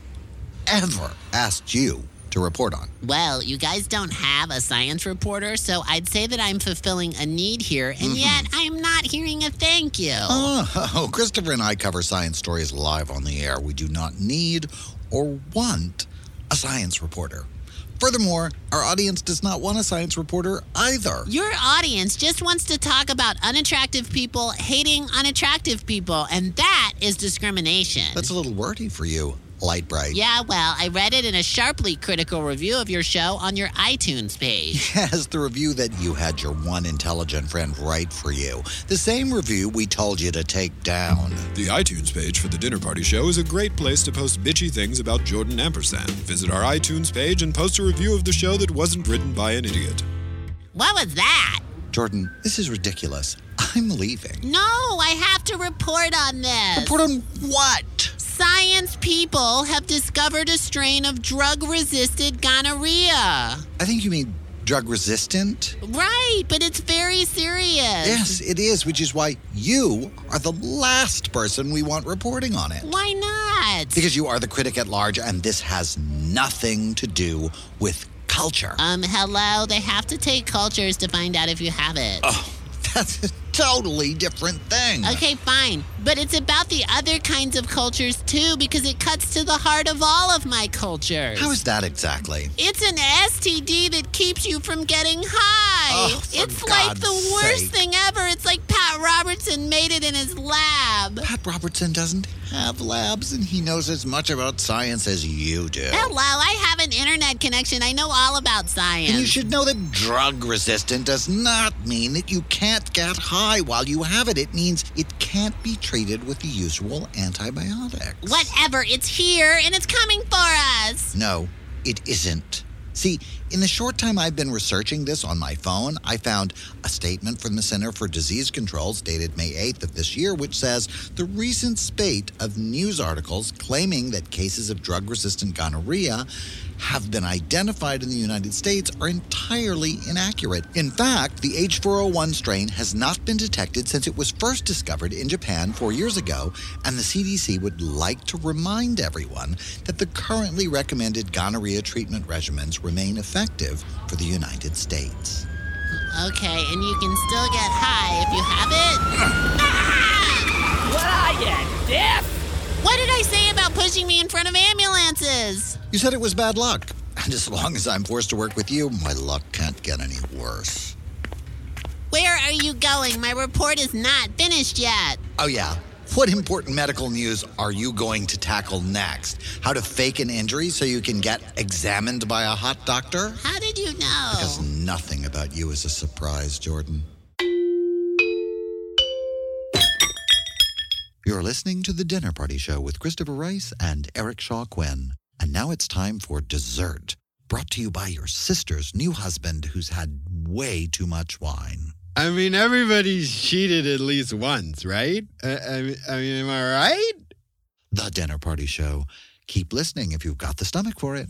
[SPEAKER 3] ever asked you to report on.
[SPEAKER 12] Well, you guys don't have a science reporter, so I'd say that I'm fulfilling a need here, and yet I'm not hearing a thank you.
[SPEAKER 3] Mm-hmm. Oh, Christopher and I cover science stories live on the air. We do not need or want a science reporter. Furthermore, our audience does not want a science reporter either.
[SPEAKER 12] Your audience just wants to talk about unattractive people hating unattractive people, and that is discrimination.
[SPEAKER 3] That's a little wordy for you, Light Bright.
[SPEAKER 12] yeah, well, I read it in a sharply critical review of your show on your iTunes page.
[SPEAKER 3] Yes, the review that you had your one intelligent friend write for you. The same review we told you to take down.
[SPEAKER 6] The iTunes page for the Dinner Party Show is a great place to post bitchy things about Jordan Ampersand. Visit our iTunes page and post a review of the show that wasn't written by an idiot.
[SPEAKER 12] What was that?
[SPEAKER 3] Jordan, this is ridiculous. I'm leaving.
[SPEAKER 12] No, I have to report on this.
[SPEAKER 3] Report on what?
[SPEAKER 12] Science people have discovered a strain of drug resistant gonorrhea.
[SPEAKER 3] I think you mean drug resistant?
[SPEAKER 12] Right, but it's very serious.
[SPEAKER 3] Yes, it is, which is why you are the last person we want reporting on it.
[SPEAKER 12] Why not?
[SPEAKER 3] Because you are the critic at large, and this has nothing to do with culture.
[SPEAKER 12] um, hello, they have to take cultures to find out if you have it.
[SPEAKER 3] Oh, That's a totally different thing.
[SPEAKER 12] Okay, fine. But it's about the other kinds of cultures too, because it cuts to the heart of all of my cultures.
[SPEAKER 3] How is that exactly?
[SPEAKER 12] It's an STD that keeps you from getting high.
[SPEAKER 3] Oh, for
[SPEAKER 12] it's like the
[SPEAKER 3] God's
[SPEAKER 12] worst
[SPEAKER 3] sake.
[SPEAKER 12] thing ever. It's like Pat Robertson made it in his lab.
[SPEAKER 3] Pat Robertson doesn't have labs, and he knows as much about science as you do.
[SPEAKER 12] Hello, I have an internet connection. I know all about science.
[SPEAKER 3] And you should know that drug resistant does not mean that you can't get high while you have it. It means it can't be treated with the usual antibiotics.
[SPEAKER 12] Whatever, it's here and it's coming for us.
[SPEAKER 3] No, it isn't. See, in the short time I've been researching this on my phone, I found a statement from the Center for Disease Control dated May 8th of this year, which says the recent spate of news articles claiming that cases of drug resistant gonorrhea have been identified in the United States are entirely inaccurate. In fact, the H401 strain has not been detected since it was first discovered in Japan four years ago, and the CDC would like to remind everyone that the currently recommended gonorrhea treatment regimens remain effective for the United States.
[SPEAKER 12] Okay, and you can still get high if you have it.
[SPEAKER 13] What are you, deaf?
[SPEAKER 12] What did I say about pushing me in front of ambulances?
[SPEAKER 3] You said it was bad luck, and as long as I'm forced to work with you, my luck can't get any worse.
[SPEAKER 12] Where are you going? My report is not finished yet.
[SPEAKER 3] Oh, yeah. What important medical news are you going to tackle next? How to fake an injury so you can get examined by a hot doctor?
[SPEAKER 12] How did you know?
[SPEAKER 3] Because nothing about you is a surprise, Jordan. You're listening to The Dinner Party Show with Christopher Rice and Eric Shaw Quinn. And now it's time for dessert, brought to you by your sister's new husband who's had way too much wine.
[SPEAKER 6] I mean, everybody's cheated at least once, right? I, I, mean- I mean, am I right?
[SPEAKER 3] The Dinner Party Show. Keep listening if you've got the stomach for it.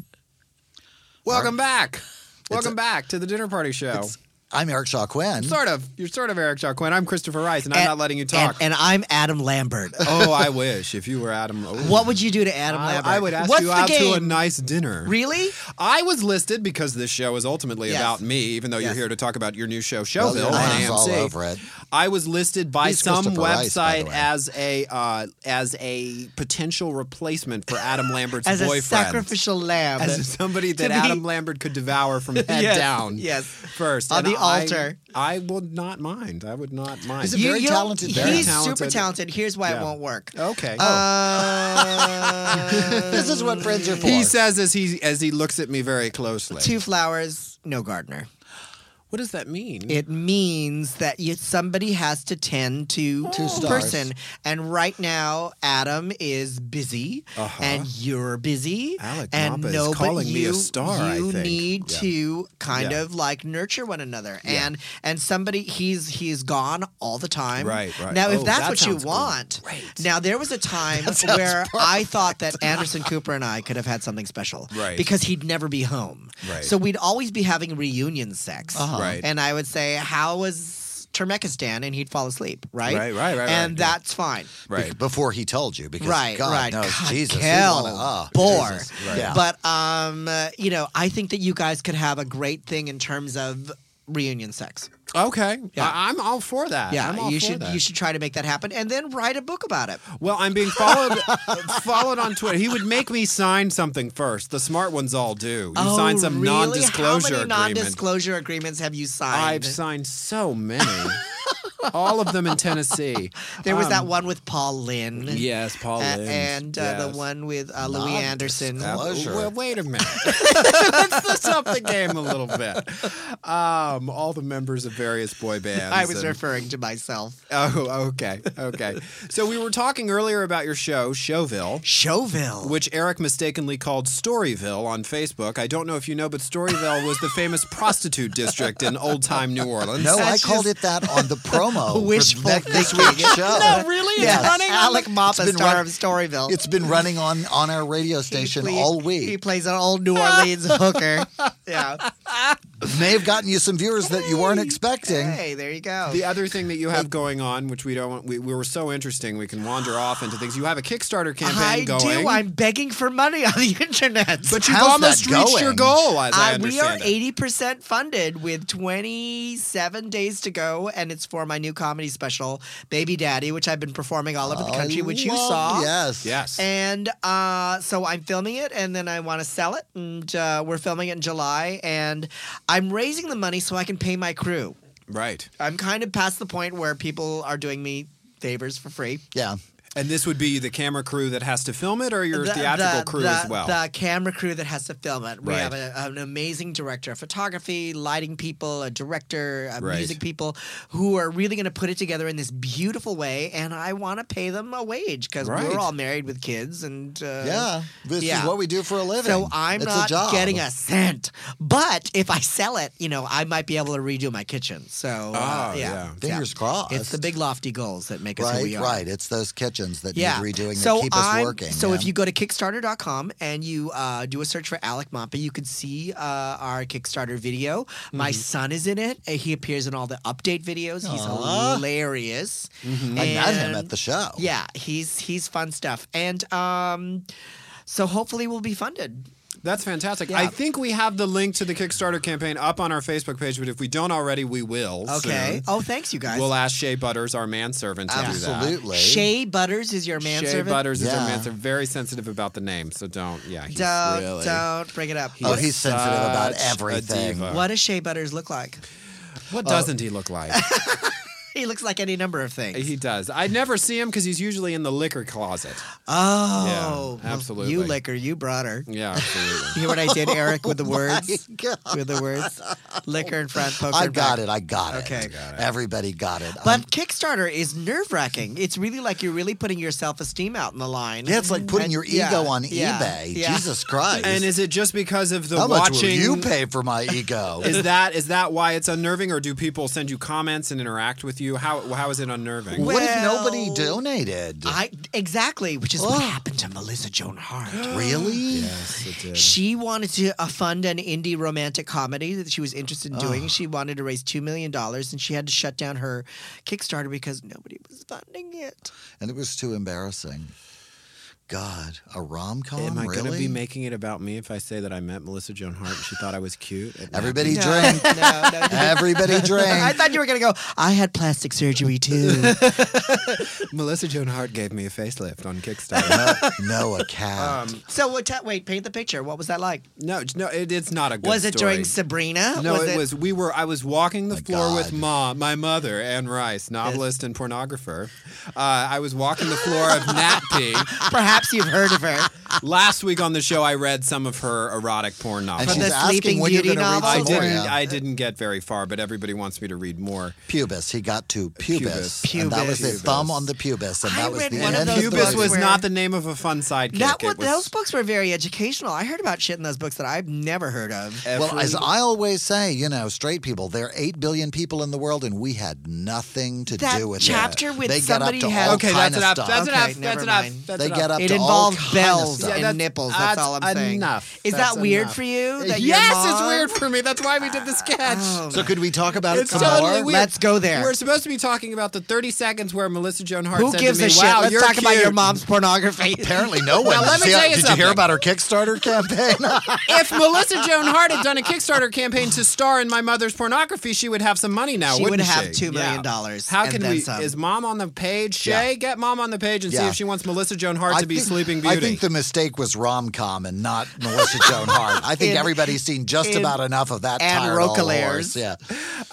[SPEAKER 2] Welcome back. Welcome
[SPEAKER 3] a-
[SPEAKER 2] back to the dinner party show.
[SPEAKER 3] I'm Eric Shaw Quinn.
[SPEAKER 2] Sort of. You're sort of Eric Jacquin. I'm Christopher Rice, and I'm
[SPEAKER 11] And-
[SPEAKER 2] not letting you talk.
[SPEAKER 11] And, and I'm Adam Lambert.
[SPEAKER 2] oh, I wish if you were Adam. oh.
[SPEAKER 11] what would you do to Adam
[SPEAKER 2] I,
[SPEAKER 11] Lambert?
[SPEAKER 2] I would ask
[SPEAKER 11] What's
[SPEAKER 2] you
[SPEAKER 11] the
[SPEAKER 2] out
[SPEAKER 11] game?
[SPEAKER 2] to a nice dinner.
[SPEAKER 11] really?
[SPEAKER 2] I was listed because this show is ultimately
[SPEAKER 11] Yes.
[SPEAKER 2] about me, even though you're
[SPEAKER 11] Yes.
[SPEAKER 2] here to talk about your new show,
[SPEAKER 3] Well,
[SPEAKER 2] Showville
[SPEAKER 3] your
[SPEAKER 2] on
[SPEAKER 3] name's
[SPEAKER 2] AMC.
[SPEAKER 3] all over it.
[SPEAKER 2] I was listed by
[SPEAKER 3] He's
[SPEAKER 2] some
[SPEAKER 3] Christopher Rice, by the
[SPEAKER 2] website
[SPEAKER 3] way.
[SPEAKER 2] as a uh, as a potential replacement for Adam Lambert's
[SPEAKER 11] As
[SPEAKER 2] boyfriend.
[SPEAKER 11] a sacrificial lamb.
[SPEAKER 2] as somebody that
[SPEAKER 11] be-
[SPEAKER 2] Adam Lambert could devour from head
[SPEAKER 11] Yes,
[SPEAKER 2] down.
[SPEAKER 11] yes.
[SPEAKER 2] First
[SPEAKER 11] On
[SPEAKER 2] And
[SPEAKER 11] the
[SPEAKER 2] I-
[SPEAKER 11] altar.
[SPEAKER 2] I, would not mind. I would not mind.
[SPEAKER 3] He's a very
[SPEAKER 11] don't-
[SPEAKER 3] talented
[SPEAKER 11] He's
[SPEAKER 3] man.
[SPEAKER 2] Very talented.
[SPEAKER 11] super talented. Here's why
[SPEAKER 2] Yeah.
[SPEAKER 11] it won't work.
[SPEAKER 2] okay.
[SPEAKER 11] Uh,
[SPEAKER 3] This is what friends are for.
[SPEAKER 2] he says as he as he looks at me very closely.
[SPEAKER 11] two flowers, no gardener.
[SPEAKER 2] what does that mean?
[SPEAKER 11] It means that you, somebody has to tend to
[SPEAKER 3] Two
[SPEAKER 11] the
[SPEAKER 3] stars.
[SPEAKER 11] person. And right now, Adam is busy, and you're busy.
[SPEAKER 2] Uh-huh. Alec
[SPEAKER 11] and
[SPEAKER 2] Mappa is
[SPEAKER 11] no, but
[SPEAKER 2] calling me a
[SPEAKER 11] you-
[SPEAKER 2] star, I
[SPEAKER 11] You
[SPEAKER 2] think.
[SPEAKER 11] need
[SPEAKER 2] Yeah.
[SPEAKER 11] to kind
[SPEAKER 2] Yeah.
[SPEAKER 11] of like nurture one another. And and somebody he's he's gone all the time.
[SPEAKER 2] Right, right.
[SPEAKER 11] Now, if
[SPEAKER 2] Oh,
[SPEAKER 11] that's
[SPEAKER 2] that
[SPEAKER 11] what you
[SPEAKER 2] sounds
[SPEAKER 11] want, now there was a time where I thought that Anderson Cooper and I could have had something special,
[SPEAKER 2] Right.
[SPEAKER 11] Because he'd never be home,
[SPEAKER 2] Right.
[SPEAKER 11] So we'd always be having reunion sex,
[SPEAKER 3] Uh-huh.
[SPEAKER 2] Right.
[SPEAKER 11] and I would say, "How was Turkmenistan?" and he'd fall asleep, right?
[SPEAKER 2] Right, right, right,
[SPEAKER 11] And
[SPEAKER 2] right, yeah.
[SPEAKER 11] that's fine.
[SPEAKER 2] right.
[SPEAKER 3] Before he told you, because
[SPEAKER 11] Right,
[SPEAKER 3] God
[SPEAKER 11] right.
[SPEAKER 3] knows,
[SPEAKER 11] God,
[SPEAKER 3] Jesus, we
[SPEAKER 11] hell,
[SPEAKER 3] wanna- ah,
[SPEAKER 11] bore.
[SPEAKER 3] Jesus. Yeah.
[SPEAKER 11] But um, uh, you know, I think that you guys could have a great thing in terms of reunion sex.
[SPEAKER 2] Okay.
[SPEAKER 11] Yeah.
[SPEAKER 2] I, I'm all for that.
[SPEAKER 11] Yeah,
[SPEAKER 2] I'm all
[SPEAKER 11] you
[SPEAKER 2] for
[SPEAKER 11] should
[SPEAKER 2] that.
[SPEAKER 11] you should try to make that happen, and then write a book about it.
[SPEAKER 2] Well, I'm being followed followed on Twitter. He would make me sign something first. The smart ones all do. You
[SPEAKER 11] oh,
[SPEAKER 2] sign some
[SPEAKER 11] really?
[SPEAKER 2] non-disclosure
[SPEAKER 11] How many
[SPEAKER 2] agreement.
[SPEAKER 11] non-disclosure agreements have you signed?
[SPEAKER 2] I've signed so many. all of them in Tennessee.
[SPEAKER 11] there was that
[SPEAKER 2] Um,
[SPEAKER 11] one with Paul Lynn.
[SPEAKER 2] Yes, Paul
[SPEAKER 11] A-
[SPEAKER 2] Lynn.
[SPEAKER 11] and uh,
[SPEAKER 2] Yes.
[SPEAKER 11] the one with uh, Louis Anderson.
[SPEAKER 2] Uh,
[SPEAKER 3] Pleasure.
[SPEAKER 2] Well, wait a minute. Let's let's up the game a little bit. Um, all the members of various boy bands.
[SPEAKER 11] I was
[SPEAKER 2] and-
[SPEAKER 11] referring to myself.
[SPEAKER 2] Oh, okay, okay. so we were talking earlier about your show, Showville.
[SPEAKER 11] Showville.
[SPEAKER 2] Which Eric mistakenly called Storyville on Facebook. I don't know if you know, but Storyville was the famous prostitute district in old time New Orleans.
[SPEAKER 3] No, I
[SPEAKER 11] That's
[SPEAKER 3] called it that on the promo
[SPEAKER 11] Wishful
[SPEAKER 3] for ne- this week's show.
[SPEAKER 2] Oh,
[SPEAKER 11] really?
[SPEAKER 3] Yes.
[SPEAKER 11] Alec Mappa,
[SPEAKER 3] been
[SPEAKER 11] star
[SPEAKER 3] run-
[SPEAKER 11] of Storyville.
[SPEAKER 3] It's been running on on our radio
[SPEAKER 11] He
[SPEAKER 3] station
[SPEAKER 11] play-
[SPEAKER 3] all
[SPEAKER 11] He
[SPEAKER 3] week.
[SPEAKER 11] plays an old New Orleans hooker. Yeah.
[SPEAKER 3] May have gotten you some viewers that you weren't expecting.
[SPEAKER 11] Hey, there you go.
[SPEAKER 2] The other thing that you have going on, which we don't, want- we, we were so interesting, we can wander off into things. You have a Kickstarter campaign
[SPEAKER 11] I
[SPEAKER 2] going.
[SPEAKER 11] do. I'm begging for money on the internet.
[SPEAKER 2] But you've
[SPEAKER 3] How's
[SPEAKER 2] almost
[SPEAKER 3] that
[SPEAKER 2] reached your
[SPEAKER 3] going?
[SPEAKER 2] goal, as I
[SPEAKER 11] Uh, we are
[SPEAKER 2] understand it.
[SPEAKER 11] eighty percent funded with twenty seven days to go, and it's for my new comedy special, Baby Daddy, which I've been performing all over the
[SPEAKER 3] I
[SPEAKER 11] country, which you
[SPEAKER 2] Oh,
[SPEAKER 3] love-
[SPEAKER 11] saw.
[SPEAKER 3] Yes.
[SPEAKER 2] Yes.
[SPEAKER 11] And uh, so I'm filming it, and then I want to sell it, and uh, we're filming it in July, and I'm raising the money so I can pay my crew.
[SPEAKER 2] right.
[SPEAKER 11] I'm kind of past the point where people are doing me favors for free.
[SPEAKER 3] Yeah.
[SPEAKER 2] And this would be the camera crew that has to film it, or your
[SPEAKER 11] the-
[SPEAKER 2] theatrical
[SPEAKER 11] the-
[SPEAKER 2] crew
[SPEAKER 11] the-
[SPEAKER 2] as well.
[SPEAKER 11] The camera crew that has to film it. We
[SPEAKER 2] Right.
[SPEAKER 11] have a, an amazing director of photography, lighting people, a director, uh,
[SPEAKER 2] Right.
[SPEAKER 11] music people who are really going to put it together in this beautiful way. And I want to pay them a wage because
[SPEAKER 2] Right.
[SPEAKER 11] we're all married with kids. And uh,
[SPEAKER 3] Yeah, this
[SPEAKER 11] yeah.
[SPEAKER 3] is what we do for a living.
[SPEAKER 11] So I'm
[SPEAKER 3] it's
[SPEAKER 11] not
[SPEAKER 3] a job.
[SPEAKER 11] getting a cent. But if I sell it, you know, I might be able to redo my kitchen. So uh,
[SPEAKER 2] Oh, yeah.
[SPEAKER 11] yeah.
[SPEAKER 3] Ah, Fingers crossed.
[SPEAKER 11] It's the big lofty goals that make us who we
[SPEAKER 3] Right,
[SPEAKER 11] are.
[SPEAKER 3] right. It's those kitchens that
[SPEAKER 11] Yeah.
[SPEAKER 3] need redoing
[SPEAKER 11] so
[SPEAKER 3] that keep us
[SPEAKER 11] I'm-
[SPEAKER 3] working.
[SPEAKER 11] So if
[SPEAKER 3] yeah.
[SPEAKER 11] you go to Kickstarter.com and you uh, do a search for Alec Mappa, you can see uh, our Kickstarter video. My
[SPEAKER 3] Mm-hmm.
[SPEAKER 11] son is in it. Uh, He appears in all the update videos. He's
[SPEAKER 3] Aw. Mm-hmm.
[SPEAKER 11] hilarious.
[SPEAKER 3] I met him at
[SPEAKER 11] And-
[SPEAKER 3] the show.
[SPEAKER 11] Yeah, he's he's fun stuff. And um, so hopefully we'll be funded.
[SPEAKER 2] That's fantastic. I think we have the link to the Kickstarter campaign up on our Facebook page, but if we don't already, we will.
[SPEAKER 11] Okay.
[SPEAKER 2] soon.
[SPEAKER 11] Oh, thanks you guys.
[SPEAKER 2] We'll ask Shea Butters, our manservant, to do that.
[SPEAKER 3] Absolutely.
[SPEAKER 11] Shea Butters is your man
[SPEAKER 2] Shea Butters is our
[SPEAKER 3] Yeah.
[SPEAKER 2] manservant. Very sensitive about the name, so don't. Yeah, he's
[SPEAKER 11] Don't
[SPEAKER 2] really.
[SPEAKER 11] don't bring it up.
[SPEAKER 3] Oh, he's sensitive about
[SPEAKER 2] such a
[SPEAKER 3] everything.
[SPEAKER 2] diva.
[SPEAKER 11] what does Shea Butters look like?
[SPEAKER 2] What doesn't he look like?
[SPEAKER 11] He looks like any number of things.
[SPEAKER 2] he does. I never see him because he's usually in the liquor closet.
[SPEAKER 11] Oh,
[SPEAKER 2] Yeah,
[SPEAKER 11] well,
[SPEAKER 2] absolutely.
[SPEAKER 11] You liquor, you brought her. You
[SPEAKER 2] Yeah, absolutely.
[SPEAKER 11] hear what I did, Eric,
[SPEAKER 2] Oh
[SPEAKER 11] with the words?
[SPEAKER 3] God.
[SPEAKER 11] With the words, liquor in front, poker.
[SPEAKER 3] I
[SPEAKER 11] in
[SPEAKER 3] got
[SPEAKER 11] back.
[SPEAKER 3] it. I got it.
[SPEAKER 11] Okay.
[SPEAKER 3] Everybody got it. Um,
[SPEAKER 11] But Kickstarter is nerve wracking. It's really like you're really putting your self esteem out in the line.
[SPEAKER 3] Yeah, it's like putting
[SPEAKER 11] And-
[SPEAKER 3] your ego
[SPEAKER 11] yeah,
[SPEAKER 3] on
[SPEAKER 11] yeah,
[SPEAKER 3] eBay.
[SPEAKER 11] yeah.
[SPEAKER 3] Jesus Christ.
[SPEAKER 2] and is it just because of the
[SPEAKER 3] How much
[SPEAKER 2] watching?
[SPEAKER 3] will you pay for my ego?
[SPEAKER 2] Is that is that why it's unnerving, or do people send you comments and interact with you? How how is it unnerving?
[SPEAKER 3] what if nobody
[SPEAKER 11] Well,
[SPEAKER 3] donated?
[SPEAKER 11] I exactly, which is
[SPEAKER 3] Oh.
[SPEAKER 11] what happened to Melissa Joan Hart.
[SPEAKER 3] really?
[SPEAKER 2] Yes, it did.
[SPEAKER 11] She wanted to uh, fund an indie romantic comedy that she was interested in doing. She wanted to raise $2 million and she had to shut down her Kickstarter because nobody was funding it.
[SPEAKER 3] And it was too embarrassing. God, a rom com?
[SPEAKER 2] Am I
[SPEAKER 3] really?
[SPEAKER 2] going to be making it about me if I say that I met Melissa Joan Hart and she thought I was cute?
[SPEAKER 3] Everybody
[SPEAKER 11] No,
[SPEAKER 3] drink.
[SPEAKER 11] no, no, no.
[SPEAKER 3] Everybody
[SPEAKER 11] I
[SPEAKER 3] drink.
[SPEAKER 11] thought you were gonna go. I had plastic surgery too.
[SPEAKER 2] Melissa Joan Hart gave me a facelift on Kickstarter.
[SPEAKER 3] no, no, a cat.
[SPEAKER 11] so what? ta- wait, paint the picture. What was that like?
[SPEAKER 2] no, no, it, it's not a good
[SPEAKER 11] was it
[SPEAKER 2] story.
[SPEAKER 11] during Sabrina?
[SPEAKER 2] No, it, was. We were. I was walking the floor with
[SPEAKER 3] God.
[SPEAKER 2] Ma, my mother, Anne Rice, novelist and pornographer. Uh, I was walking the floor of Nat P.
[SPEAKER 11] Perhaps you've heard of her.
[SPEAKER 2] Last week on the show, I read some of her erotic porn novels.
[SPEAKER 3] And she's
[SPEAKER 11] the
[SPEAKER 3] asking
[SPEAKER 11] Sleeping
[SPEAKER 3] when you're
[SPEAKER 11] Beauty
[SPEAKER 3] going to read
[SPEAKER 11] novel?
[SPEAKER 2] I
[SPEAKER 3] some more.
[SPEAKER 2] didn't.
[SPEAKER 3] Yeah.
[SPEAKER 2] I didn't get very far, but everybody wants me to read more.
[SPEAKER 3] Pubis. He got to pubis.
[SPEAKER 2] Pubis.
[SPEAKER 3] And that was his
[SPEAKER 2] Pubis.
[SPEAKER 3] thumb on the pubis. And
[SPEAKER 11] I
[SPEAKER 3] that was
[SPEAKER 11] read
[SPEAKER 3] the
[SPEAKER 11] one of
[SPEAKER 3] end
[SPEAKER 11] those
[SPEAKER 3] of the
[SPEAKER 11] books
[SPEAKER 2] Pubis
[SPEAKER 3] movie.
[SPEAKER 2] was
[SPEAKER 11] where-
[SPEAKER 2] not the name of a fun sidekick.
[SPEAKER 11] That was,
[SPEAKER 2] it was
[SPEAKER 11] those books were very educational. I heard about shit in those books that I've never heard of.
[SPEAKER 2] every-
[SPEAKER 3] Well, as I always say, you know, straight people, there are 8 billion people in the world, and we had nothing to
[SPEAKER 11] That
[SPEAKER 3] do with
[SPEAKER 11] chapter
[SPEAKER 3] it.
[SPEAKER 11] with
[SPEAKER 3] they
[SPEAKER 11] somebody
[SPEAKER 3] got up to
[SPEAKER 11] had-
[SPEAKER 3] all
[SPEAKER 2] okay,
[SPEAKER 3] kind
[SPEAKER 2] that's
[SPEAKER 3] of
[SPEAKER 2] enough.
[SPEAKER 3] stuff.
[SPEAKER 2] That's
[SPEAKER 11] Okay,
[SPEAKER 2] enough. That's
[SPEAKER 11] never
[SPEAKER 2] enough.
[SPEAKER 11] mind.
[SPEAKER 2] That's
[SPEAKER 3] They
[SPEAKER 2] enough.
[SPEAKER 3] get up
[SPEAKER 11] It
[SPEAKER 3] to
[SPEAKER 11] involved
[SPEAKER 3] all Kind of
[SPEAKER 11] bells and
[SPEAKER 3] stuff.
[SPEAKER 2] that's-
[SPEAKER 11] nipples. That's, all I'm
[SPEAKER 2] that's
[SPEAKER 11] saying.
[SPEAKER 2] enough.
[SPEAKER 11] Is
[SPEAKER 2] That's
[SPEAKER 11] that weird
[SPEAKER 2] enough.
[SPEAKER 11] for you? That your
[SPEAKER 2] yes, it's
[SPEAKER 11] mom-
[SPEAKER 2] weird for me. That's why we did
[SPEAKER 11] Oh,
[SPEAKER 2] the sketch.
[SPEAKER 3] So could we talk about
[SPEAKER 2] It's
[SPEAKER 3] it some
[SPEAKER 2] totally
[SPEAKER 3] more?
[SPEAKER 2] weird.
[SPEAKER 11] Let's go there.
[SPEAKER 2] We're supposed to be talking about the 30 seconds where Melissa Joan Hart
[SPEAKER 11] Who
[SPEAKER 2] said
[SPEAKER 11] gives
[SPEAKER 2] to
[SPEAKER 11] a
[SPEAKER 2] me,
[SPEAKER 11] shit?
[SPEAKER 2] "Wow,
[SPEAKER 11] Let's
[SPEAKER 2] you're
[SPEAKER 11] talk about
[SPEAKER 2] cute."
[SPEAKER 11] your mom's pornography.
[SPEAKER 3] Apparently, no one.
[SPEAKER 2] let me
[SPEAKER 3] See,
[SPEAKER 2] tell you
[SPEAKER 3] did you
[SPEAKER 2] something.
[SPEAKER 3] hear about her Kickstarter campaign?
[SPEAKER 2] If Melissa Joan Hart had done a Kickstarter campaign to star in my mother's pornography, she would have some money now.
[SPEAKER 11] She would
[SPEAKER 2] wouldn't
[SPEAKER 11] have
[SPEAKER 2] she?
[SPEAKER 11] two million dollars
[SPEAKER 2] How
[SPEAKER 11] and
[SPEAKER 2] can
[SPEAKER 11] then
[SPEAKER 2] we?
[SPEAKER 11] some.
[SPEAKER 2] Is mom on the page? Shay,
[SPEAKER 3] Yeah.
[SPEAKER 2] get mom on the page and see
[SPEAKER 3] Yeah.
[SPEAKER 2] if she wants Melissa Joan Hart to be Sleeping Beauty.
[SPEAKER 3] I think the mistake was rom com and not Melissa Joan Hart. I think
[SPEAKER 11] In-
[SPEAKER 3] everybody's seen just
[SPEAKER 11] in-
[SPEAKER 3] about enough of that
[SPEAKER 11] and
[SPEAKER 3] tired old
[SPEAKER 11] Roquelaires.
[SPEAKER 3] horse. Yeah.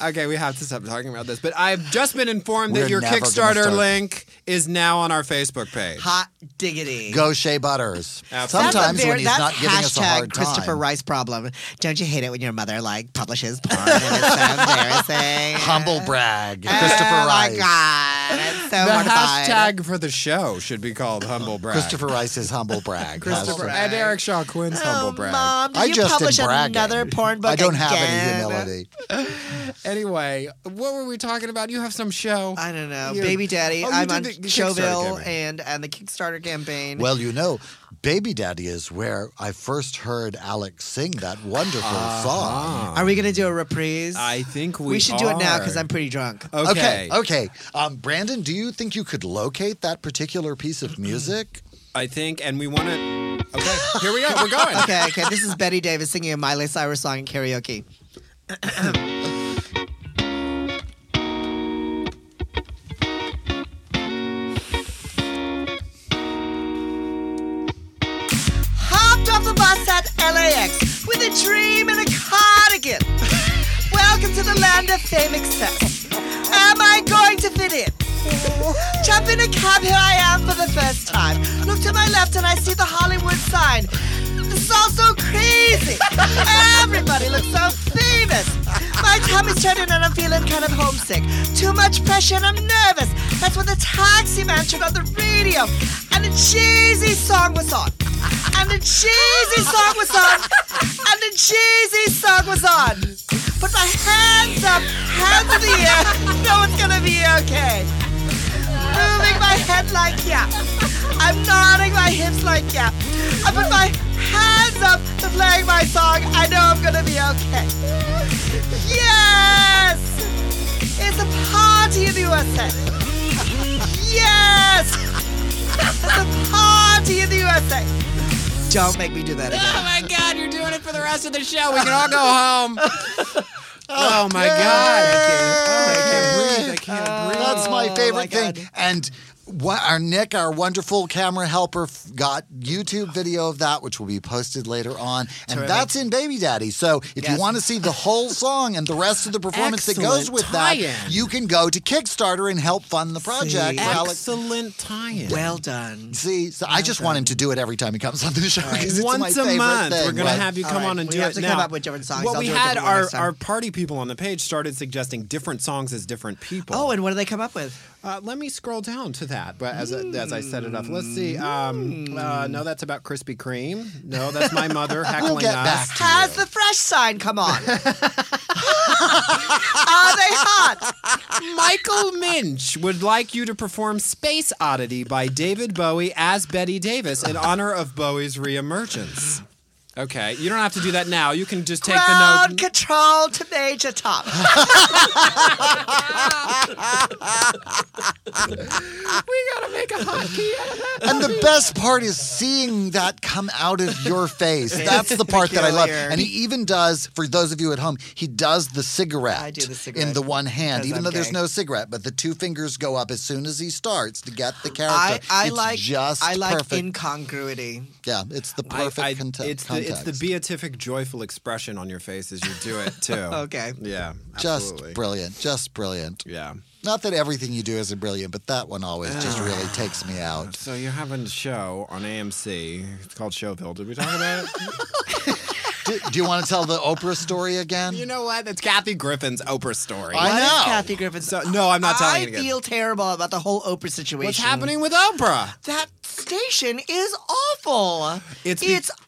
[SPEAKER 2] okay, we have to stop talking about this. But I've just been informed that
[SPEAKER 3] We're
[SPEAKER 2] your
[SPEAKER 3] never gonna
[SPEAKER 2] Kickstarter
[SPEAKER 3] start.
[SPEAKER 2] link is now on our Facebook page.
[SPEAKER 11] Hot diggity.
[SPEAKER 3] Go Shea Butters.
[SPEAKER 2] Absolutely.
[SPEAKER 11] That's a
[SPEAKER 3] Sometimes
[SPEAKER 11] very-
[SPEAKER 3] when he's
[SPEAKER 11] that's
[SPEAKER 3] not giving us a
[SPEAKER 11] hashtag
[SPEAKER 3] hard time.
[SPEAKER 11] Christopher Rice problem. Don't you hate it when your mother like publishes porn and it's so embarrassing?
[SPEAKER 3] Humble brag. Christopher
[SPEAKER 11] oh
[SPEAKER 3] Rice.
[SPEAKER 11] my god, it's so
[SPEAKER 2] the
[SPEAKER 11] mortified.
[SPEAKER 2] hashtag for the show should be called Humble Brag.
[SPEAKER 3] Christopher Rice's humble brag.
[SPEAKER 11] Christopher
[SPEAKER 3] Hashtag.
[SPEAKER 11] Rice.
[SPEAKER 2] and Eric Shaw Quinn's Humble
[SPEAKER 11] Oh,
[SPEAKER 2] Brag.
[SPEAKER 11] mom, did
[SPEAKER 3] I
[SPEAKER 11] you
[SPEAKER 3] just
[SPEAKER 11] publish
[SPEAKER 3] am bragging.
[SPEAKER 11] another porn book
[SPEAKER 3] I don't have
[SPEAKER 11] again?
[SPEAKER 3] any humility.
[SPEAKER 2] Anyway, what were we talking about? You have some show.
[SPEAKER 11] I don't know,
[SPEAKER 2] You're-
[SPEAKER 11] baby daddy.
[SPEAKER 2] Oh, you
[SPEAKER 11] I'm
[SPEAKER 2] did
[SPEAKER 11] on
[SPEAKER 2] the- the Kickstarter
[SPEAKER 11] Showville
[SPEAKER 2] campaign.
[SPEAKER 11] and and the Kickstarter campaign.
[SPEAKER 3] Well, you know, Baby Daddy is where I first heard Alex sing that wonderful
[SPEAKER 2] Ah.
[SPEAKER 3] song.
[SPEAKER 11] are we gonna do a reprise?
[SPEAKER 2] I think we
[SPEAKER 11] we should do it now
[SPEAKER 2] are. Oh,
[SPEAKER 11] because I'm pretty drunk.
[SPEAKER 2] okay.
[SPEAKER 3] Okay. okay. Um, Brandon, do you think you could locate that particular piece of music?
[SPEAKER 2] I think, and we want to. Okay, here we go. We're going.
[SPEAKER 11] okay, okay. This is Betty Davis singing a Miley Cyrus song in karaoke. Hopped off the bus at LAX with a dream and a cardigan. Welcome to the land of fame excess. Am I going to fit in? Jump in a cab, here I am for the first time. Look to my left and I see the Hollywood sign. It's all so crazy. Everybody looks so famous. My tummy's turning and I'm feeling kind of homesick. Too much pressure and I'm nervous. That's when the taxi man turned on the radio and a cheesy song was on. And a cheesy song was on. And a cheesy song was on. Put my hands up, hands in the air. No one's gonna be okay moving my head like yeah. I'm nodding my hips like yeah. I put my hands up to playing my song. I know I'm gonna be okay. Yes! It's a party in the USA. Yes! It's a party in the USA. Don't make me do that again.
[SPEAKER 7] Oh my God, you're doing it for the rest of the show. We can all go home. Oh my God.
[SPEAKER 3] Yay! Oh, That's
[SPEAKER 2] Oh,
[SPEAKER 3] my favorite thing. And what our Nick, our wonderful camera helper, f- got YouTube video of that, which will be posted later on, and that's in Baby Daddy. So if you
[SPEAKER 11] Yes.
[SPEAKER 3] want to see the whole song and the rest of the performance that goes
[SPEAKER 7] Excellent
[SPEAKER 3] with
[SPEAKER 7] tie-in.
[SPEAKER 3] that, you can go to Kickstarter and help fund the project.
[SPEAKER 11] See.
[SPEAKER 3] Alex.
[SPEAKER 7] Excellent tie-in.
[SPEAKER 11] Well done.
[SPEAKER 3] See, so I just want him to do it every time he comes on the show 'cause it's my
[SPEAKER 2] Once a
[SPEAKER 3] favorite
[SPEAKER 2] month,
[SPEAKER 3] thing.
[SPEAKER 2] we're gonna
[SPEAKER 3] Like,
[SPEAKER 2] have you
[SPEAKER 11] All
[SPEAKER 2] come
[SPEAKER 11] right,
[SPEAKER 2] on and
[SPEAKER 11] we
[SPEAKER 2] do
[SPEAKER 11] have
[SPEAKER 2] it
[SPEAKER 11] to
[SPEAKER 2] now.
[SPEAKER 11] come up with different songs.
[SPEAKER 2] Well,
[SPEAKER 11] I'll
[SPEAKER 2] we
[SPEAKER 11] do it
[SPEAKER 2] had
[SPEAKER 11] differently
[SPEAKER 2] our,
[SPEAKER 11] next time.
[SPEAKER 2] our party people on the page started suggesting different songs as different people.
[SPEAKER 11] Oh, and what do they come up with?
[SPEAKER 2] Uh, let me scroll down to that. But as I- as I set it up, let's see. Um, uh, no, that's about Krispy Kreme. No, that's my mother heckling
[SPEAKER 3] We'll get
[SPEAKER 2] us.
[SPEAKER 3] back to
[SPEAKER 11] Has the fresh sign come on? Are they hot?
[SPEAKER 2] Michael Minch would like you to perform Space Oddity by David Bowie as Betty Davis in honor of Bowie's reemergence. Okay, you don't have to do that now. You can just take the
[SPEAKER 11] Ground
[SPEAKER 2] note.
[SPEAKER 11] control to Major Tom.
[SPEAKER 3] And the best part is seeing that come out of your face. That's the part that I love.
[SPEAKER 11] peculiar.
[SPEAKER 3] And he even does, for those of you at home, he does the cigarette,
[SPEAKER 11] I do the cigarette
[SPEAKER 3] in the one hand,
[SPEAKER 11] because
[SPEAKER 3] even
[SPEAKER 11] I'm
[SPEAKER 3] though there's
[SPEAKER 11] gay.
[SPEAKER 3] no cigarette, but the two fingers go up as soon as he starts to get the character.
[SPEAKER 11] I, I
[SPEAKER 3] It's
[SPEAKER 11] like
[SPEAKER 3] just
[SPEAKER 11] I like
[SPEAKER 3] perfect.
[SPEAKER 11] incongruity.
[SPEAKER 3] yeah, it's the
[SPEAKER 2] I-
[SPEAKER 3] perfect
[SPEAKER 2] I-
[SPEAKER 3] conte-
[SPEAKER 2] it's the it's
[SPEAKER 3] context.
[SPEAKER 2] the beatific, joyful expression on your face as you do it too.
[SPEAKER 11] Okay.
[SPEAKER 2] Yeah.
[SPEAKER 3] just
[SPEAKER 2] Absolutely.
[SPEAKER 3] brilliant, just brilliant.
[SPEAKER 2] yeah.
[SPEAKER 3] Not that everything you do isn't brilliant, but that one always just really takes me out.
[SPEAKER 2] So you're having a show on AMC. It's called Showville. Did we talk about it?
[SPEAKER 3] Do, do you want to tell the Oprah story again?
[SPEAKER 2] you know what? That's Kathy Griffin's Oprah story.
[SPEAKER 3] I
[SPEAKER 11] What is
[SPEAKER 3] know.
[SPEAKER 11] Kathy Griffin?
[SPEAKER 2] So- no, I'm not telling
[SPEAKER 11] I
[SPEAKER 2] you again.
[SPEAKER 11] feel terrible about the whole Oprah situation.
[SPEAKER 2] What's happening with Oprah?
[SPEAKER 11] That station is awful.
[SPEAKER 2] It's
[SPEAKER 11] It's
[SPEAKER 2] be-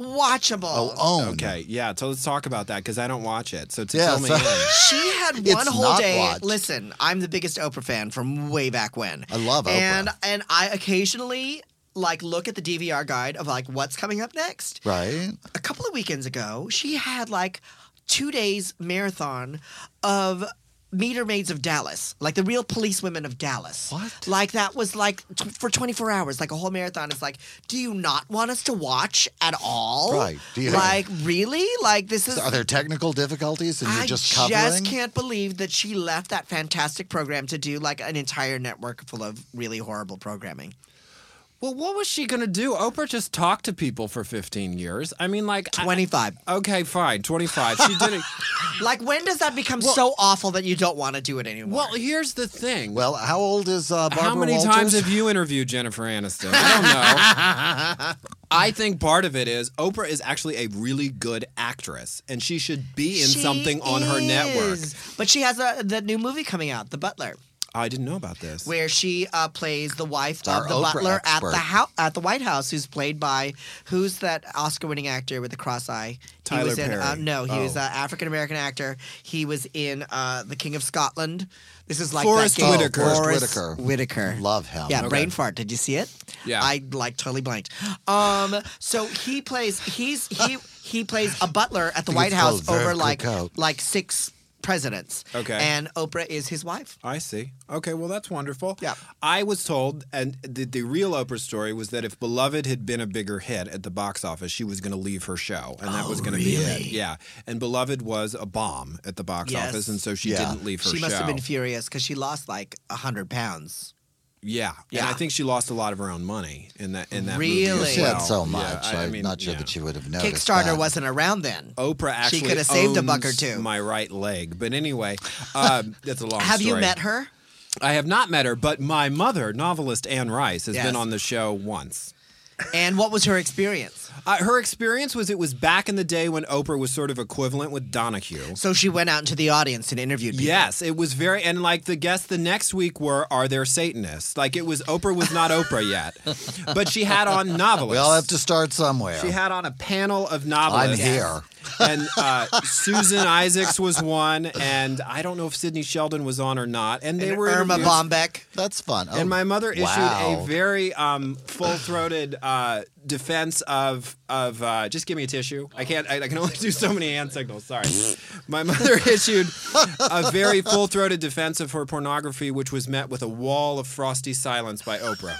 [SPEAKER 11] unwatchable.
[SPEAKER 3] Oh, own.
[SPEAKER 2] Okay, yeah. So let's talk about that because I don't watch it. So to
[SPEAKER 3] Yeah,
[SPEAKER 2] fill me
[SPEAKER 3] so-
[SPEAKER 2] in.
[SPEAKER 11] She had
[SPEAKER 3] It's
[SPEAKER 11] one whole
[SPEAKER 3] not
[SPEAKER 11] day.
[SPEAKER 3] watched.
[SPEAKER 11] Listen, I'm the biggest Oprah fan from way back when.
[SPEAKER 3] I love Oprah.
[SPEAKER 11] And and I occasionally like look at the DVR guide of like what's coming up next.
[SPEAKER 3] Right?
[SPEAKER 11] A couple of weekends ago, she had like two days marathon of meter maids of Dallas, like the real policewomen of Dallas. What? Like that was like t- for 24 hours, like a whole marathon. It's like, do you not want us to watch at all?
[SPEAKER 3] Right. Do you-
[SPEAKER 11] like really? Like this is
[SPEAKER 3] Are there technical difficulties and you're
[SPEAKER 11] I
[SPEAKER 3] just covering?
[SPEAKER 11] can't believe that she left that fantastic program to do like an entire network full of really horrible programming.
[SPEAKER 2] Well, what was she gonna do? Oprah just talked to people for 15 years. I mean, like I-
[SPEAKER 11] 25.
[SPEAKER 2] okay, fine, 25. She didn't.
[SPEAKER 11] Like, when does that become so awful that you don't want to do it anymore?
[SPEAKER 2] Well, here's the thing.
[SPEAKER 3] Well, how old is uh, Barbara
[SPEAKER 2] How many
[SPEAKER 3] Walters?
[SPEAKER 2] times have you interviewed Jennifer Aniston? I don't know. I think part of it is Oprah is actually a really good actress, and she should be in
[SPEAKER 11] She
[SPEAKER 2] something on her network.
[SPEAKER 11] is. But she has a, the new movie coming out, The Butler,
[SPEAKER 2] I didn't know about this.
[SPEAKER 11] where she uh, plays the wife
[SPEAKER 3] our
[SPEAKER 11] of the
[SPEAKER 3] Oprah
[SPEAKER 11] butler at
[SPEAKER 3] expert.
[SPEAKER 11] the house at the White House, who's played by who's that Oscar-winning actor with the cross eye?
[SPEAKER 2] Tyler
[SPEAKER 11] he was in, Uh,
[SPEAKER 2] Perry.
[SPEAKER 11] no, he was
[SPEAKER 2] Oh.
[SPEAKER 11] an African-American actor. He was in uh, The King of Scotland. This is like
[SPEAKER 2] Forrest
[SPEAKER 11] that game.
[SPEAKER 2] Whitaker.
[SPEAKER 3] Forrest
[SPEAKER 11] Forrest
[SPEAKER 3] Whitaker.
[SPEAKER 11] Whitaker.
[SPEAKER 3] Love him.
[SPEAKER 11] Yeah,
[SPEAKER 3] Okay.
[SPEAKER 11] brain fart. Did you see it?
[SPEAKER 2] Yeah.
[SPEAKER 11] I like totally blanked. Um, so he plays. He's he he plays a butler at the
[SPEAKER 3] think
[SPEAKER 11] White
[SPEAKER 3] it's
[SPEAKER 11] House
[SPEAKER 3] called
[SPEAKER 11] over
[SPEAKER 3] Vertical
[SPEAKER 11] like
[SPEAKER 3] Coat.
[SPEAKER 11] like six presidents.
[SPEAKER 2] Okay.
[SPEAKER 11] And Oprah is his wife.
[SPEAKER 2] I see. Okay, well that's wonderful.
[SPEAKER 11] Yeah.
[SPEAKER 2] I was told, and the, the real Oprah story was that if Beloved had been a bigger hit at the box office, she was going to leave her show, and that
[SPEAKER 11] Oh,
[SPEAKER 2] was going to be it. Yeah, and Beloved was a bomb at the box
[SPEAKER 11] Yes.
[SPEAKER 2] office, and so she
[SPEAKER 3] Yeah.
[SPEAKER 2] didn't leave her
[SPEAKER 11] She must
[SPEAKER 2] show.
[SPEAKER 11] have been furious because she lost like hundred pounds.
[SPEAKER 2] yeah. and
[SPEAKER 11] Yeah.
[SPEAKER 2] I think she lost a lot of her own money in that in that movie.
[SPEAKER 11] Really?
[SPEAKER 2] as
[SPEAKER 3] She had
[SPEAKER 2] well.
[SPEAKER 3] so
[SPEAKER 2] Yeah,
[SPEAKER 3] much.
[SPEAKER 2] I, I
[SPEAKER 3] I'm
[SPEAKER 2] mean,
[SPEAKER 3] not sure
[SPEAKER 2] yeah.
[SPEAKER 3] that she would have noticed.
[SPEAKER 11] Kickstarter
[SPEAKER 3] that.
[SPEAKER 11] wasn't around then.
[SPEAKER 2] Oprah actually
[SPEAKER 11] could have saved a buck or
[SPEAKER 2] owns
[SPEAKER 11] two.
[SPEAKER 2] My right leg, but anyway, um, that's a long.
[SPEAKER 11] Have you
[SPEAKER 2] story.
[SPEAKER 11] met her?
[SPEAKER 2] I have not met her, but my mother, novelist Anne Rice, has
[SPEAKER 11] Yes.
[SPEAKER 2] been on the show once.
[SPEAKER 11] And what was her experience?
[SPEAKER 2] Uh, her experience was it was back in the day when Oprah was sort of equivalent with Donahue.
[SPEAKER 11] So she went out into the audience and interviewed people.
[SPEAKER 2] Yes, it was very and like the guests the next week were are there Satanists? Like it was Oprah was not Oprah yet, but she had on novelists.
[SPEAKER 3] We all have to start somewhere.
[SPEAKER 2] She had on a panel of
[SPEAKER 3] I'm
[SPEAKER 2] novelists.
[SPEAKER 3] here.
[SPEAKER 2] and uh, Susan Isaacs was one, and I don't know if Sidney Sheldon was on or not. And they
[SPEAKER 11] And
[SPEAKER 2] were
[SPEAKER 11] Irma
[SPEAKER 2] interviewed-
[SPEAKER 11] Bombeck.
[SPEAKER 3] That's fun. Oh,
[SPEAKER 2] And my mother issued
[SPEAKER 3] wow.
[SPEAKER 2] a very um, full-throated uh, defense of of uh, just give me a tissue. I can't. I, I can only do so many hand signals. Sorry. my mother issued a very full-throated defense of her pornography, which was met with a wall of frosty silence by Oprah.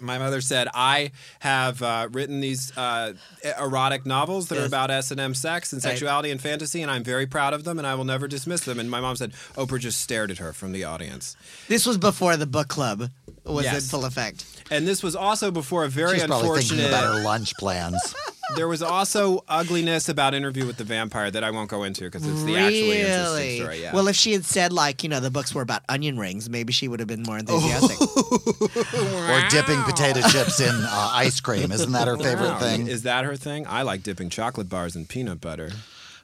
[SPEAKER 2] My mother said, "I have uh, written these uh, erotic novels that are about S and M sex and
[SPEAKER 11] Right.
[SPEAKER 2] sexuality and fantasy, and I'm very proud of them, and I will never dismiss them." And my mom said, "Oprah just stared at her from the audience."
[SPEAKER 11] This was before the book club was
[SPEAKER 2] Yes.
[SPEAKER 11] in full effect.
[SPEAKER 2] And this was also before a
[SPEAKER 3] Oh,
[SPEAKER 2] very
[SPEAKER 3] She's probably thinking
[SPEAKER 2] unfortunate.
[SPEAKER 3] about her lunch plans.
[SPEAKER 2] there was also ugliness about Interview with the Vampire that I won't go into because it's the actually interesting
[SPEAKER 11] Really?
[SPEAKER 2] story. Yeah.
[SPEAKER 11] Well, if she had said like you know the books were about onion rings, maybe she would have been more enthusiastic.
[SPEAKER 2] Oh,
[SPEAKER 3] or dipping potato chips in uh, ice cream. Isn't that her favorite
[SPEAKER 2] Wow.
[SPEAKER 3] thing?
[SPEAKER 2] Is that her thing? I like dipping chocolate bars in peanut butter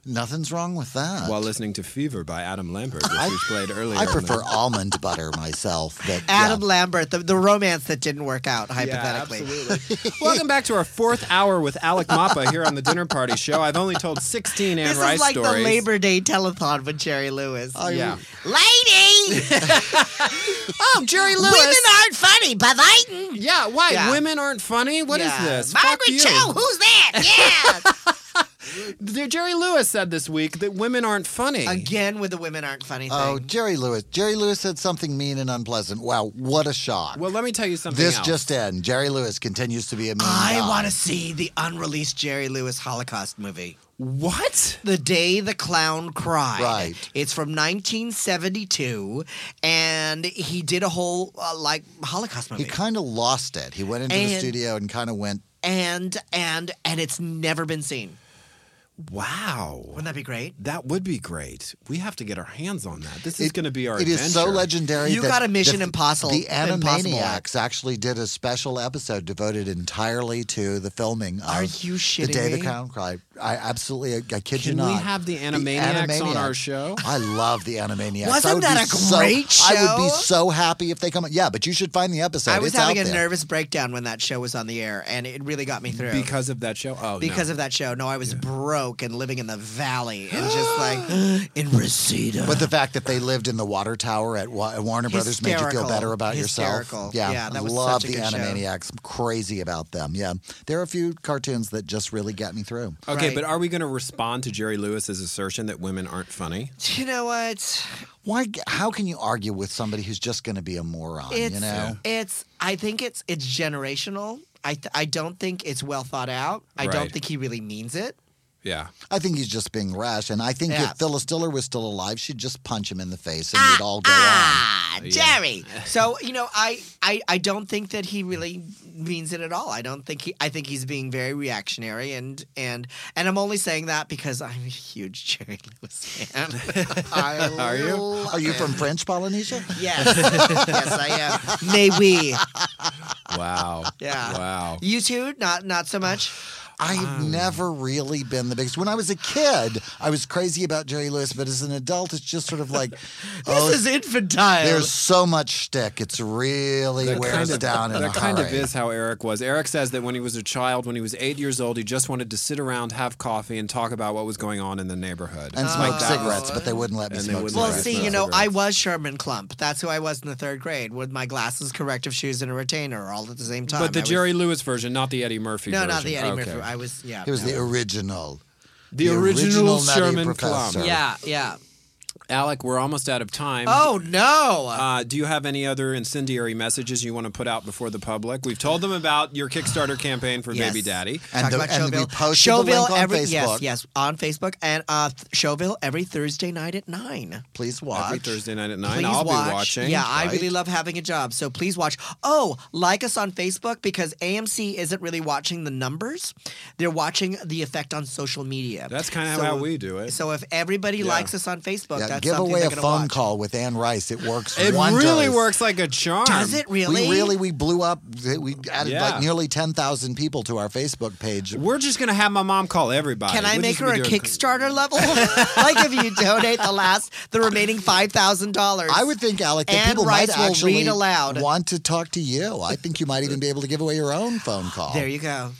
[SPEAKER 3] Nothing's wrong with that.
[SPEAKER 2] while listening to Fever by Adam Lambert, which we played earlier.
[SPEAKER 3] I
[SPEAKER 2] in
[SPEAKER 3] prefer
[SPEAKER 2] the-
[SPEAKER 3] almond butter myself. But
[SPEAKER 11] Adam
[SPEAKER 3] yeah.
[SPEAKER 11] Lambert, the, the romance that didn't work out,
[SPEAKER 2] Yeah,
[SPEAKER 11] hypothetically.
[SPEAKER 2] absolutely. Welcome back to our fourth hour with Alec Mappa here on the Dinner Party Show. I've only told 16 Anne
[SPEAKER 11] This
[SPEAKER 2] Rice
[SPEAKER 11] is like
[SPEAKER 2] stories.
[SPEAKER 11] the Labor Day telethon with Jerry Lewis.
[SPEAKER 2] Oh, yeah.
[SPEAKER 12] Lady!
[SPEAKER 2] Oh, Jerry Lewis.
[SPEAKER 12] Women aren't funny, but lighten!
[SPEAKER 2] yeah, why?
[SPEAKER 11] Yeah.
[SPEAKER 2] Women aren't funny? What is
[SPEAKER 11] Yeah.
[SPEAKER 2] this? Fuck
[SPEAKER 12] Margaret
[SPEAKER 2] you.
[SPEAKER 12] Cho, who's that? Yeah!
[SPEAKER 2] Dear Jerry Lewis said this week that women aren't funny.
[SPEAKER 11] Again with the women aren't funny thing.
[SPEAKER 3] Oh, Jerry Lewis. Jerry Lewis said something mean and unpleasant. Wow, what a shock.
[SPEAKER 2] Well, let me tell you something.
[SPEAKER 3] this
[SPEAKER 2] else.
[SPEAKER 3] just in. Jerry Lewis continues to be a mean
[SPEAKER 11] I
[SPEAKER 3] guy.
[SPEAKER 11] want to see the unreleased Jerry Lewis Holocaust movie.
[SPEAKER 2] what?
[SPEAKER 11] The Day the Clown Cried.
[SPEAKER 3] Right.
[SPEAKER 11] It's from 1972, and he did a whole uh, like Holocaust movie.
[SPEAKER 3] He kind of lost it. He went into the
[SPEAKER 11] And-
[SPEAKER 3] studio and kind of went.
[SPEAKER 11] and and and it's never been seen.
[SPEAKER 2] Wow.
[SPEAKER 11] Wouldn't that be great?
[SPEAKER 2] That would be great. We have to get our hands on that. This is
[SPEAKER 3] It-
[SPEAKER 2] going to be our.
[SPEAKER 3] It is so
[SPEAKER 2] adventure.
[SPEAKER 3] legendary.
[SPEAKER 11] You
[SPEAKER 3] that
[SPEAKER 11] got a Mission
[SPEAKER 3] the,
[SPEAKER 11] Impossible-
[SPEAKER 3] The
[SPEAKER 11] Impossible
[SPEAKER 3] Animaniacs actually did a special episode devoted entirely to the filming of
[SPEAKER 11] Are you
[SPEAKER 3] The
[SPEAKER 11] shitting
[SPEAKER 3] Day the
[SPEAKER 11] me?
[SPEAKER 3] Clown Cried. I absolutely, I, I kid you
[SPEAKER 2] Can we
[SPEAKER 3] not.
[SPEAKER 2] have the Animaniacs on our show?
[SPEAKER 3] I love the Animaniacs. I
[SPEAKER 11] Wasn't
[SPEAKER 3] would
[SPEAKER 11] that
[SPEAKER 3] be
[SPEAKER 11] a
[SPEAKER 3] so-
[SPEAKER 11] great
[SPEAKER 3] I would be
[SPEAKER 11] show?
[SPEAKER 3] so happy if they come. Yeah, but you should find the episode.
[SPEAKER 11] I was
[SPEAKER 3] It's
[SPEAKER 11] having
[SPEAKER 3] out
[SPEAKER 11] a
[SPEAKER 3] there.
[SPEAKER 11] nervous breakdown when that show was on the air, and it really got me through.
[SPEAKER 2] because of that show. Oh,
[SPEAKER 11] because
[SPEAKER 2] no.
[SPEAKER 11] of that show. No, I was broke and living in the valley and just like in Reseda.
[SPEAKER 3] But the fact that they lived in the water tower at Wa- Warner Brothers made you feel
[SPEAKER 11] Hysterical.
[SPEAKER 3] better about
[SPEAKER 11] Hysterical.
[SPEAKER 3] yourself. Yeah,
[SPEAKER 11] Yeah, that was
[SPEAKER 3] love
[SPEAKER 11] such a
[SPEAKER 3] the
[SPEAKER 11] good show.
[SPEAKER 3] Animaniacs. I'm crazy about them. Yeah, there are a few cartoons that just really got me through.
[SPEAKER 2] Okay,
[SPEAKER 11] Right.
[SPEAKER 2] but are we going to respond to Jerry Lewis's assertion that women aren't funny?
[SPEAKER 11] you know what?
[SPEAKER 3] Why? How can you argue with somebody who's just going to be a moron?
[SPEAKER 11] It's
[SPEAKER 3] you know,
[SPEAKER 11] it's. I think it's it's generational. I th- I don't think it's well thought out. I
[SPEAKER 2] Right.
[SPEAKER 11] don't think he really means it.
[SPEAKER 2] Yeah.
[SPEAKER 3] I think he's just being rash, and I think
[SPEAKER 11] Yeah.
[SPEAKER 3] if Phyllis Diller was still alive, she'd just punch him in the face, and we'd all go Uh,
[SPEAKER 12] ah, Jerry!
[SPEAKER 11] So you know, I, I I don't think that he really means it at all. I don't think he. I think he's being very reactionary, and and and I'm only saying that because I'm a huge Jerry Lewis fan. I
[SPEAKER 3] on.
[SPEAKER 11] love
[SPEAKER 3] Are you
[SPEAKER 11] him.
[SPEAKER 3] from French Polynesia?
[SPEAKER 11] Yes, yes, I am. May we?
[SPEAKER 2] Wow.
[SPEAKER 11] Yeah.
[SPEAKER 2] Wow.
[SPEAKER 11] You two? Not not so much.
[SPEAKER 3] I've never really been the biggest. When I was a kid, I was crazy about Jerry Lewis, but as an adult, it's just sort of like, oh,
[SPEAKER 11] This is infantile.
[SPEAKER 3] there's so much shtick. It's really wears
[SPEAKER 2] kind of-
[SPEAKER 3] down in a
[SPEAKER 2] that kind of
[SPEAKER 3] hurry.
[SPEAKER 2] is how Eric was. Eric says that when he was a child, when he was eight years old, he just wanted to sit around, have coffee, and talk about what was going on in the neighborhood.
[SPEAKER 3] And smoke
[SPEAKER 11] Oh.
[SPEAKER 3] cigarettes, but they wouldn't let me
[SPEAKER 2] And they
[SPEAKER 3] smoke
[SPEAKER 2] wouldn't
[SPEAKER 11] Well,
[SPEAKER 2] Right,
[SPEAKER 3] cigarettes.
[SPEAKER 11] see,
[SPEAKER 2] right,
[SPEAKER 11] you know,
[SPEAKER 2] right.
[SPEAKER 11] I was Sherman Clump. That's who I was in the third grade with my glasses, corrective shoes, and a retainer all at the same time.
[SPEAKER 2] but the
[SPEAKER 11] I was-
[SPEAKER 2] Jerry Lewis version, not the Eddie Murphy
[SPEAKER 11] No,
[SPEAKER 2] version.
[SPEAKER 11] not the Eddie
[SPEAKER 2] Okay.
[SPEAKER 11] Murphy. I was, yeah.
[SPEAKER 3] It was
[SPEAKER 11] no.
[SPEAKER 3] the original.
[SPEAKER 2] The,
[SPEAKER 3] The
[SPEAKER 2] original,
[SPEAKER 3] original Nutty
[SPEAKER 2] Sherman
[SPEAKER 3] Professor.
[SPEAKER 2] Clump.
[SPEAKER 11] Yeah, yeah.
[SPEAKER 2] Alec, we're almost out of time.
[SPEAKER 11] Oh, no.
[SPEAKER 2] Uh, do you have any other incendiary messages you want to put out before the public? We've told them about your Kickstarter campaign for
[SPEAKER 11] Yes.
[SPEAKER 2] Baby Daddy.
[SPEAKER 3] And,
[SPEAKER 11] Talk
[SPEAKER 3] the,
[SPEAKER 11] about
[SPEAKER 3] and we
[SPEAKER 11] Showville.
[SPEAKER 3] posted the link on
[SPEAKER 11] every,
[SPEAKER 3] Facebook.
[SPEAKER 11] Yes, yes, on Facebook. And uh, th- Showville every Thursday night at 9.
[SPEAKER 3] Please watch.
[SPEAKER 2] Every Thursday night at 9.
[SPEAKER 11] Please
[SPEAKER 2] I'll
[SPEAKER 11] watch.
[SPEAKER 2] be watching.
[SPEAKER 11] Yeah, I really love having a job, so please watch. Oh, like us on Facebook because AMC isn't really watching the numbers; they're watching the effect on social media.
[SPEAKER 2] That's kinda
[SPEAKER 11] So-
[SPEAKER 2] how we do it.
[SPEAKER 11] So if everybody
[SPEAKER 2] Yeah.
[SPEAKER 11] likes us on
[SPEAKER 3] Yeah,
[SPEAKER 11] Facebook, that's that's
[SPEAKER 3] Give
[SPEAKER 11] something
[SPEAKER 3] away
[SPEAKER 11] they're
[SPEAKER 3] a
[SPEAKER 11] gonna
[SPEAKER 3] phone
[SPEAKER 11] watch.
[SPEAKER 3] call with Anne Rice. It works.
[SPEAKER 2] It
[SPEAKER 3] wonders.
[SPEAKER 2] really works like a charm.
[SPEAKER 11] Does it
[SPEAKER 3] We
[SPEAKER 11] really?
[SPEAKER 3] really we blew up. We added
[SPEAKER 2] Yeah.
[SPEAKER 3] like nearly ten thousand people to our Facebook page.
[SPEAKER 2] We're just gonna have my mom call everybody.
[SPEAKER 11] Can I
[SPEAKER 2] We'll
[SPEAKER 11] make
[SPEAKER 2] just be
[SPEAKER 11] her a
[SPEAKER 2] doing-
[SPEAKER 11] Kickstarter level? like if you donate the last, the remaining five thousand dollars.
[SPEAKER 3] I would think, Alec, that
[SPEAKER 11] Anne
[SPEAKER 3] people
[SPEAKER 11] Rice
[SPEAKER 3] might
[SPEAKER 11] will
[SPEAKER 3] actually
[SPEAKER 11] read aloud.
[SPEAKER 3] want to talk to you. I think you might even be able to give away your own phone call.
[SPEAKER 11] There you go.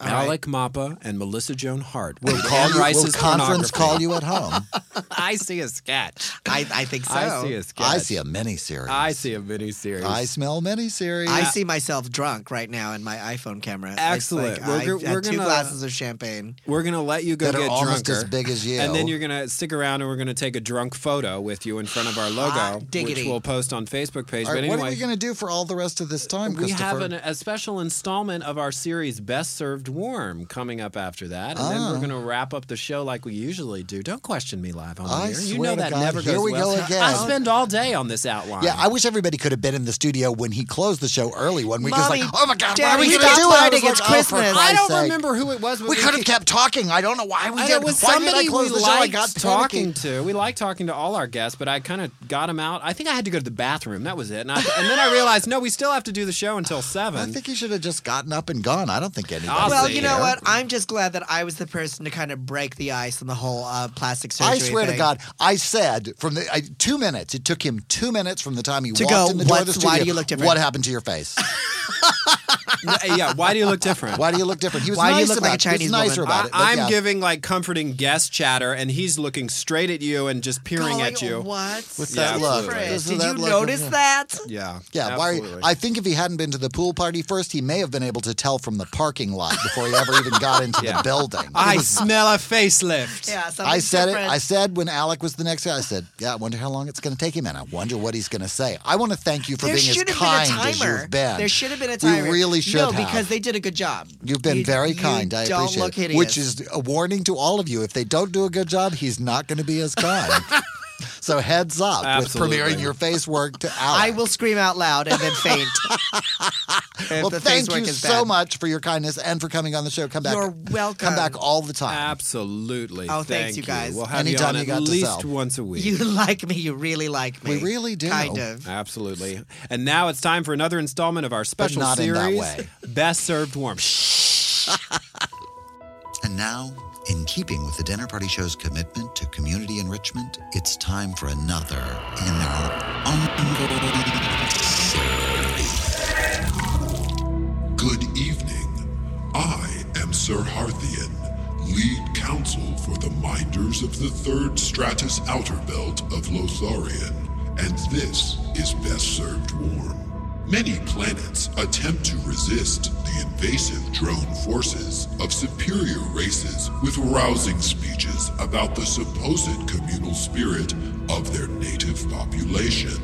[SPEAKER 11] All right.
[SPEAKER 2] Alec Mappa and Melissa Joan Hart. We'll
[SPEAKER 3] Call
[SPEAKER 2] call
[SPEAKER 3] you, will
[SPEAKER 2] Rice's
[SPEAKER 3] conference
[SPEAKER 2] pornography.
[SPEAKER 3] call you at home.
[SPEAKER 2] I see a sketch.
[SPEAKER 11] I, I think so.
[SPEAKER 2] I see a sketch.
[SPEAKER 3] I see a miniseries.
[SPEAKER 2] I see a mini series.
[SPEAKER 3] I smell miniseries.
[SPEAKER 11] I see myself drunk right now in my iPhone camera. It's
[SPEAKER 2] Excellent.
[SPEAKER 11] Like
[SPEAKER 2] We're
[SPEAKER 11] I
[SPEAKER 2] go-
[SPEAKER 11] had
[SPEAKER 2] we're
[SPEAKER 11] 2
[SPEAKER 2] gonna-
[SPEAKER 11] glasses of champagne.
[SPEAKER 2] We're gonna let you go
[SPEAKER 3] That are
[SPEAKER 2] get
[SPEAKER 3] almost
[SPEAKER 2] drunker,
[SPEAKER 3] as big as you.
[SPEAKER 2] and then you're gonna stick around, and we're gonna take a drunk photo with you in front of our logo, which
[SPEAKER 11] diggity.
[SPEAKER 2] we'll post on Facebook page.
[SPEAKER 3] All right,
[SPEAKER 2] but anyway,
[SPEAKER 3] what are we going to do for all the rest of this time,
[SPEAKER 2] we
[SPEAKER 3] Christopher?
[SPEAKER 2] have an, a special installment of our series Best Served Warm coming up after that, and then
[SPEAKER 3] Ah.
[SPEAKER 2] we're going to wrap up the show like we usually do. Don't question me live on
[SPEAKER 3] I
[SPEAKER 2] the air. You
[SPEAKER 3] swear
[SPEAKER 2] know
[SPEAKER 3] to
[SPEAKER 2] that
[SPEAKER 3] God,
[SPEAKER 2] never
[SPEAKER 3] here
[SPEAKER 2] goes
[SPEAKER 3] we
[SPEAKER 2] well.
[SPEAKER 3] go again.
[SPEAKER 2] I spend all day on this outline.
[SPEAKER 3] yeah, I wish everybody could have been in the studio when he closed the show early one week. It's
[SPEAKER 11] Mommy,
[SPEAKER 3] like, oh my God, why
[SPEAKER 11] Daddy,
[SPEAKER 3] are we going to
[SPEAKER 11] stop
[SPEAKER 3] do it? I was
[SPEAKER 11] fighting, it's
[SPEAKER 3] like, oh, for
[SPEAKER 11] Christmas.
[SPEAKER 3] Christ's
[SPEAKER 2] I don't
[SPEAKER 3] sake.
[SPEAKER 2] remember who it was. but
[SPEAKER 3] We could have
[SPEAKER 2] keep-
[SPEAKER 3] kept talking. I don't know why we
[SPEAKER 2] I know,
[SPEAKER 3] did.
[SPEAKER 2] it was
[SPEAKER 3] why
[SPEAKER 2] somebody
[SPEAKER 3] did I close
[SPEAKER 2] we
[SPEAKER 3] the show? I
[SPEAKER 2] liked
[SPEAKER 3] got
[SPEAKER 2] talking
[SPEAKER 3] panicking.
[SPEAKER 2] to. We liked talking to all our guests, but I kind of got them out. I think I had to go to the bathroom. That was it. And, I, and then I realized, no, we still have to do the show until seven.
[SPEAKER 3] I think he should have just gotten up and gone. I don't think anybody.
[SPEAKER 2] I'll
[SPEAKER 11] Well,
[SPEAKER 2] see
[SPEAKER 11] you know
[SPEAKER 2] you.
[SPEAKER 11] what? I'm just glad that I was the person to kind of break the ice on the whole uh, plastic surgery.
[SPEAKER 3] I swear to
[SPEAKER 11] thing.
[SPEAKER 3] God, I said from the I, two minutes. It took him two minutes from the time he
[SPEAKER 11] To
[SPEAKER 3] walked
[SPEAKER 11] go,
[SPEAKER 3] in the door of the
[SPEAKER 11] "What's-
[SPEAKER 3] studio.
[SPEAKER 11] why do you look different?"
[SPEAKER 3] What happened to your face?
[SPEAKER 2] yeah, yeah, why do you look different?
[SPEAKER 3] Why do you look different? He was
[SPEAKER 11] Why do you
[SPEAKER 3] nice
[SPEAKER 11] look
[SPEAKER 3] about
[SPEAKER 11] like a
[SPEAKER 3] it. He was
[SPEAKER 11] Chinese
[SPEAKER 3] nicer
[SPEAKER 11] woman?
[SPEAKER 3] about it. but
[SPEAKER 2] I, am
[SPEAKER 3] yeah.
[SPEAKER 2] giving like comforting guest chatter, and he's looking straight at you and just peering
[SPEAKER 11] Calling
[SPEAKER 2] at you.
[SPEAKER 11] What?
[SPEAKER 3] With
[SPEAKER 2] Yeah,
[SPEAKER 3] that look.
[SPEAKER 2] absolutely.
[SPEAKER 3] This is
[SPEAKER 11] Did
[SPEAKER 3] that
[SPEAKER 11] you
[SPEAKER 3] look.
[SPEAKER 11] notice that?
[SPEAKER 2] Yeah.
[SPEAKER 3] Yeah, why?
[SPEAKER 2] absolutely.
[SPEAKER 3] I think if he hadn't been to the pool party first, he may have been able to tell from the parking lot before he ever even got into
[SPEAKER 2] Yeah.
[SPEAKER 3] the building.
[SPEAKER 2] I smell a facelift.
[SPEAKER 11] Yeah, something
[SPEAKER 3] I said
[SPEAKER 11] different.
[SPEAKER 3] it. I said when Alec was the next guy, I said, "Yeah, I wonder how long it's going to take him, and I wonder what he's going to say." I want to thank you for
[SPEAKER 11] there
[SPEAKER 3] being as
[SPEAKER 11] should have
[SPEAKER 3] kind
[SPEAKER 11] been a
[SPEAKER 3] as
[SPEAKER 11] timer.
[SPEAKER 3] you've been.
[SPEAKER 11] There should have been a
[SPEAKER 3] We
[SPEAKER 11] timer.
[SPEAKER 3] really should
[SPEAKER 11] No,
[SPEAKER 3] have.
[SPEAKER 11] because they did a good job.
[SPEAKER 3] You've been
[SPEAKER 11] You-
[SPEAKER 3] very
[SPEAKER 11] you
[SPEAKER 3] kind. I
[SPEAKER 11] don't
[SPEAKER 3] appreciate
[SPEAKER 11] look
[SPEAKER 3] it.
[SPEAKER 11] hideous.
[SPEAKER 3] Which is a warning to all of you: if they don't do a good job, he's not going to be as kind. so heads up with
[SPEAKER 2] Absolutely.
[SPEAKER 3] premiering your face work to Alec.
[SPEAKER 11] I will scream out loud and then faint.
[SPEAKER 3] Well, thank you so
[SPEAKER 11] much.
[SPEAKER 3] much for your kindness and for coming on the show. Come back.
[SPEAKER 11] You're welcome.
[SPEAKER 3] Come back all the time.
[SPEAKER 2] Absolutely.
[SPEAKER 11] Oh, thanks,
[SPEAKER 2] Thank
[SPEAKER 11] you guys.
[SPEAKER 2] We'll have
[SPEAKER 3] Anytime you
[SPEAKER 2] you on at
[SPEAKER 3] got to
[SPEAKER 2] least
[SPEAKER 3] sell.
[SPEAKER 2] once a week.
[SPEAKER 11] You like me. You really like me.
[SPEAKER 3] We really do.
[SPEAKER 11] Kind of.
[SPEAKER 2] Absolutely. And now it's time for another installment of our special
[SPEAKER 3] not in
[SPEAKER 2] series,
[SPEAKER 3] that way.
[SPEAKER 2] Best Served Warm.
[SPEAKER 4] And now, in keeping with the Dinner Party Show's commitment to community enrichment, it's time for another in our ongoing
[SPEAKER 14] Good evening. I am Sir Harthian, lead counsel for the Minders of the Third Stratus Outer Belt of Lotharian, and this is Best Served Warm. Many planets attempt to resist the invasive drone forces of superior races with rousing speeches about the supposed communal spirit of their native population.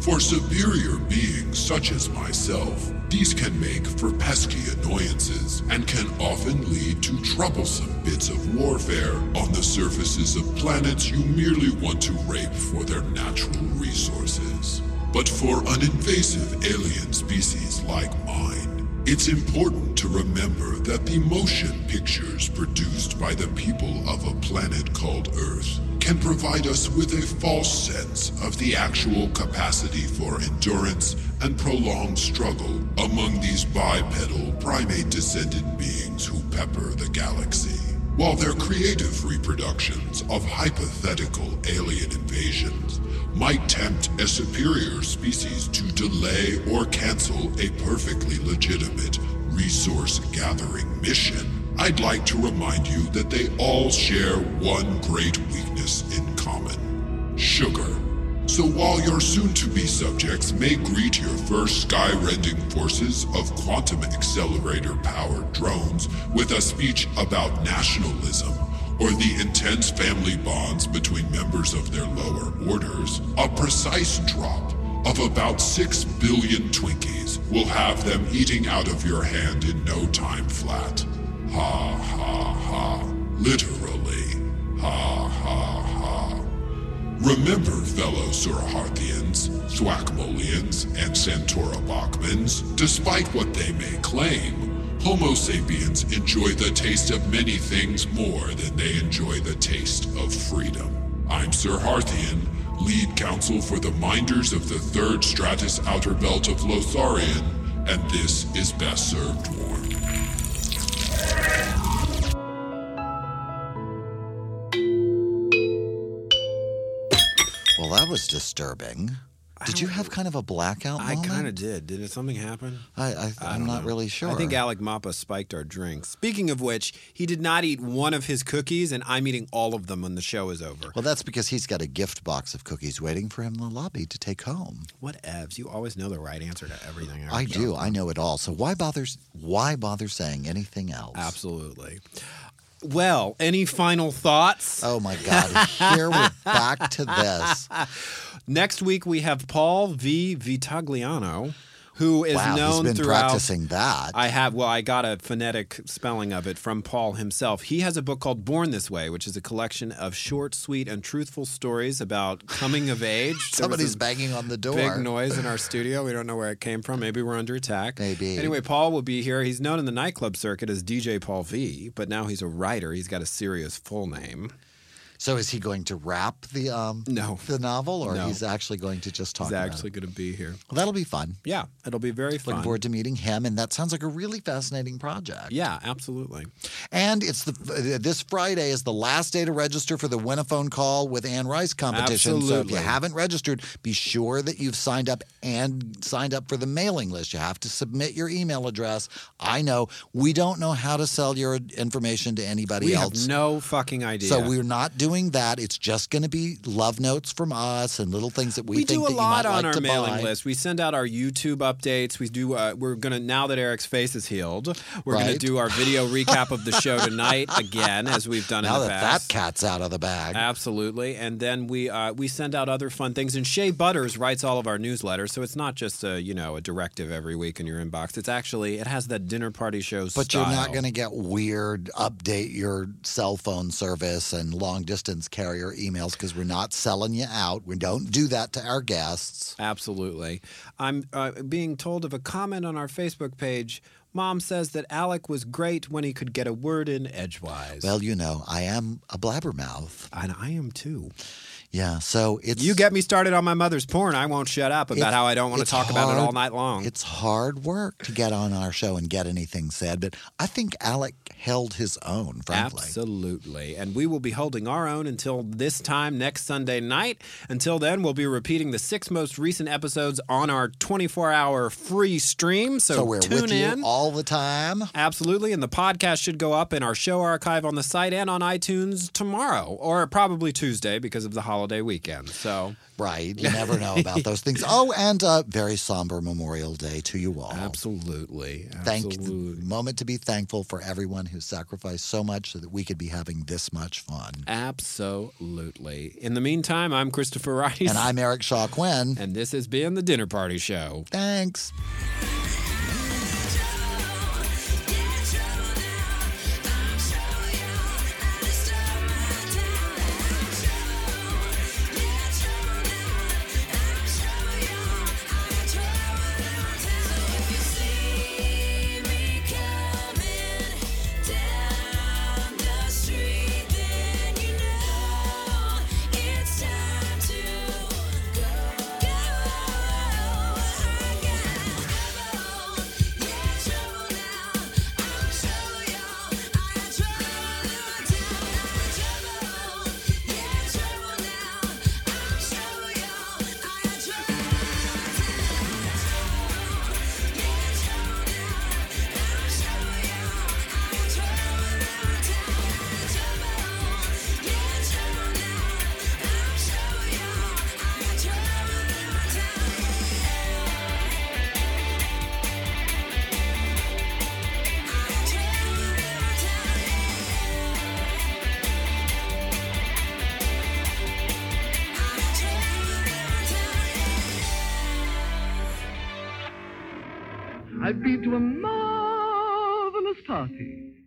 [SPEAKER 14] For superior beings such as myself, these can make for pesky annoyances and can often lead to troublesome bits of warfare on the surfaces of planets you merely want to rape for their natural resources. But for an invasive alien species like mine, it's important to remember that the motion pictures produced by the people of a planet called Earth can provide us with a false sense of the actual capacity for endurance and prolonged struggle among these bipedal primate descended beings who pepper the galaxy. While their creative reproductions of hypothetical alien invasions might tempt a superior species to delay or cancel a perfectly legitimate resource gathering mission, I'd like to remind you that they all share one great weakness in common sugar. So while your soon to be subjects may greet your first sky rending forces of quantum accelerator powered drones with a speech about nationalism or the intense family bonds between members of their lower orders, a precise drop of about 6 billion Twinkies will have them eating out of your hand in no time flat. Ha ha ha. Literally. Ha ha ha. Remember, fellow Suraharthians, Thwackmolians, and Santora Bachmans, despite what they may claim, Homo sapiens enjoy the taste of many things more than they enjoy the taste of freedom. I'm Sir Harthian, lead counsel for the Minders of the Third Stratus Outer Belt of Lotharian, and this is best served warm.
[SPEAKER 3] Well, that was disturbing. Did you have kind of a blackout
[SPEAKER 2] I
[SPEAKER 3] moment?
[SPEAKER 2] kind of did. Did something happen?
[SPEAKER 3] I, I, I am
[SPEAKER 2] don't
[SPEAKER 3] not
[SPEAKER 2] know.
[SPEAKER 3] really sure.
[SPEAKER 2] I think Alec Mappa spiked our drinks. Speaking of which, he did not eat one of his cookies, and I'm eating all of them when the show is over.
[SPEAKER 3] Well, that's because he's got a gift box of cookies waiting for him in the lobby to take home.
[SPEAKER 2] What evs? You always know the right answer to everything. in our
[SPEAKER 3] I
[SPEAKER 2] show.
[SPEAKER 3] do. I know it all. So why bother? Why bother saying anything else?
[SPEAKER 2] Absolutely. Well, any final thoughts?
[SPEAKER 3] Oh my God! Here we're back to this.
[SPEAKER 2] Next week we have Paul V. Vitagliano, who is
[SPEAKER 3] wow,
[SPEAKER 2] known
[SPEAKER 3] he's been
[SPEAKER 2] throughout.
[SPEAKER 3] practicing that.
[SPEAKER 2] I have. Well, I got a phonetic spelling of it from Paul himself. He has a book called Born This Way, which is a collection of short, sweet, and truthful stories about coming of age. There was
[SPEAKER 3] Somebody's
[SPEAKER 2] a
[SPEAKER 3] banging on the door.
[SPEAKER 2] Big noise in our studio. We don't know where it came from. Maybe we're under attack.
[SPEAKER 3] Maybe.
[SPEAKER 2] Anyway, Paul will be here. He's known in the nightclub circuit as DJ Paul V, but now he's a writer. He's got a serious full name.
[SPEAKER 3] So is he going to wrap the um
[SPEAKER 2] No.
[SPEAKER 3] the novel, or
[SPEAKER 2] No.
[SPEAKER 3] he's actually going to just talk?
[SPEAKER 2] He's
[SPEAKER 3] about it?
[SPEAKER 2] actually going to be here.
[SPEAKER 3] Well, that'll be fun.
[SPEAKER 2] Yeah, it'll be very fun.
[SPEAKER 3] Looking forward to meeting him, and that sounds like a really fascinating project.
[SPEAKER 2] yeah, absolutely.
[SPEAKER 3] And it's the uh, this Friday is the last day to register for the Win a Phone Call with Anne Rice competition. So if you
[SPEAKER 2] Absolutely.
[SPEAKER 3] haven't registered, be sure that you've signed up and signed up for the mailing list. You have to submit your email address. I know we don't know how to sell your information to anybody
[SPEAKER 2] We
[SPEAKER 3] else.
[SPEAKER 2] have no fucking idea.
[SPEAKER 3] So we're not doing that. It's just going to be love notes from us and little things that we,
[SPEAKER 2] we
[SPEAKER 3] think
[SPEAKER 2] do a
[SPEAKER 3] that
[SPEAKER 2] lot
[SPEAKER 3] you might
[SPEAKER 2] on
[SPEAKER 3] like
[SPEAKER 2] our
[SPEAKER 3] to
[SPEAKER 2] mailing
[SPEAKER 3] buy.
[SPEAKER 2] list. We send out our YouTube updates. We do. Uh, we're gonna now that Eric's face is healed, we're gonna
[SPEAKER 3] Right.
[SPEAKER 2] do our video recap of the show tonight again, as we've done
[SPEAKER 3] Now
[SPEAKER 2] in the
[SPEAKER 3] that
[SPEAKER 2] past.
[SPEAKER 3] that cat's out of the bag,
[SPEAKER 2] Absolutely, and then we uh, we send out other fun things. And Shea Butters writes all of our newsletters, so it's not just a you know a directive every week in your inbox. It's actually it has that dinner party show.
[SPEAKER 3] but you're not going to get weird update your cell phone service and long distance carrier emails because we're not selling you out. We don't do that to our guests.
[SPEAKER 2] Absolutely. I'm uh, being told of a comment on our Facebook page. Mom says that Alec was great when he could get a word in edgewise.
[SPEAKER 3] Well, you know, I am a blabbermouth.
[SPEAKER 2] and I am too.
[SPEAKER 3] Yeah, so it's
[SPEAKER 2] You get me started on my mother's porn. I won't shut up about
[SPEAKER 3] It's-
[SPEAKER 2] how I don't want to
[SPEAKER 3] it's
[SPEAKER 2] talk about it all
[SPEAKER 3] hard-
[SPEAKER 2] night long.
[SPEAKER 3] It's hard work to get on our show and get anything said, but I think Alec held his own, frankly.
[SPEAKER 2] Absolutely. And we will be holding our own until this time next Sunday night. Until then, we'll be repeating the six most recent episodes on our 24 hour free stream. So,
[SPEAKER 3] So, we're
[SPEAKER 2] tune
[SPEAKER 3] with
[SPEAKER 2] in.
[SPEAKER 3] you all the time.
[SPEAKER 2] Absolutely. And the podcast should go up in our show archive on the site and on iTunes tomorrow, or probably Tuesday because of the holiday weekend. So,
[SPEAKER 3] Right. You never know about those things. Oh, and a very somber Memorial Day to you all.
[SPEAKER 2] absolutely.
[SPEAKER 3] Thank moment to be thankful for everyone who sacrificed so much so that we could be having this much fun.
[SPEAKER 2] Absolutely. In the meantime, I'm Christopher Rice.
[SPEAKER 3] And I'm Eric Shaw Quinn.
[SPEAKER 2] and this has been the Dinner Party Show.
[SPEAKER 3] Thanks.
[SPEAKER 12] I've been to a marvelous party.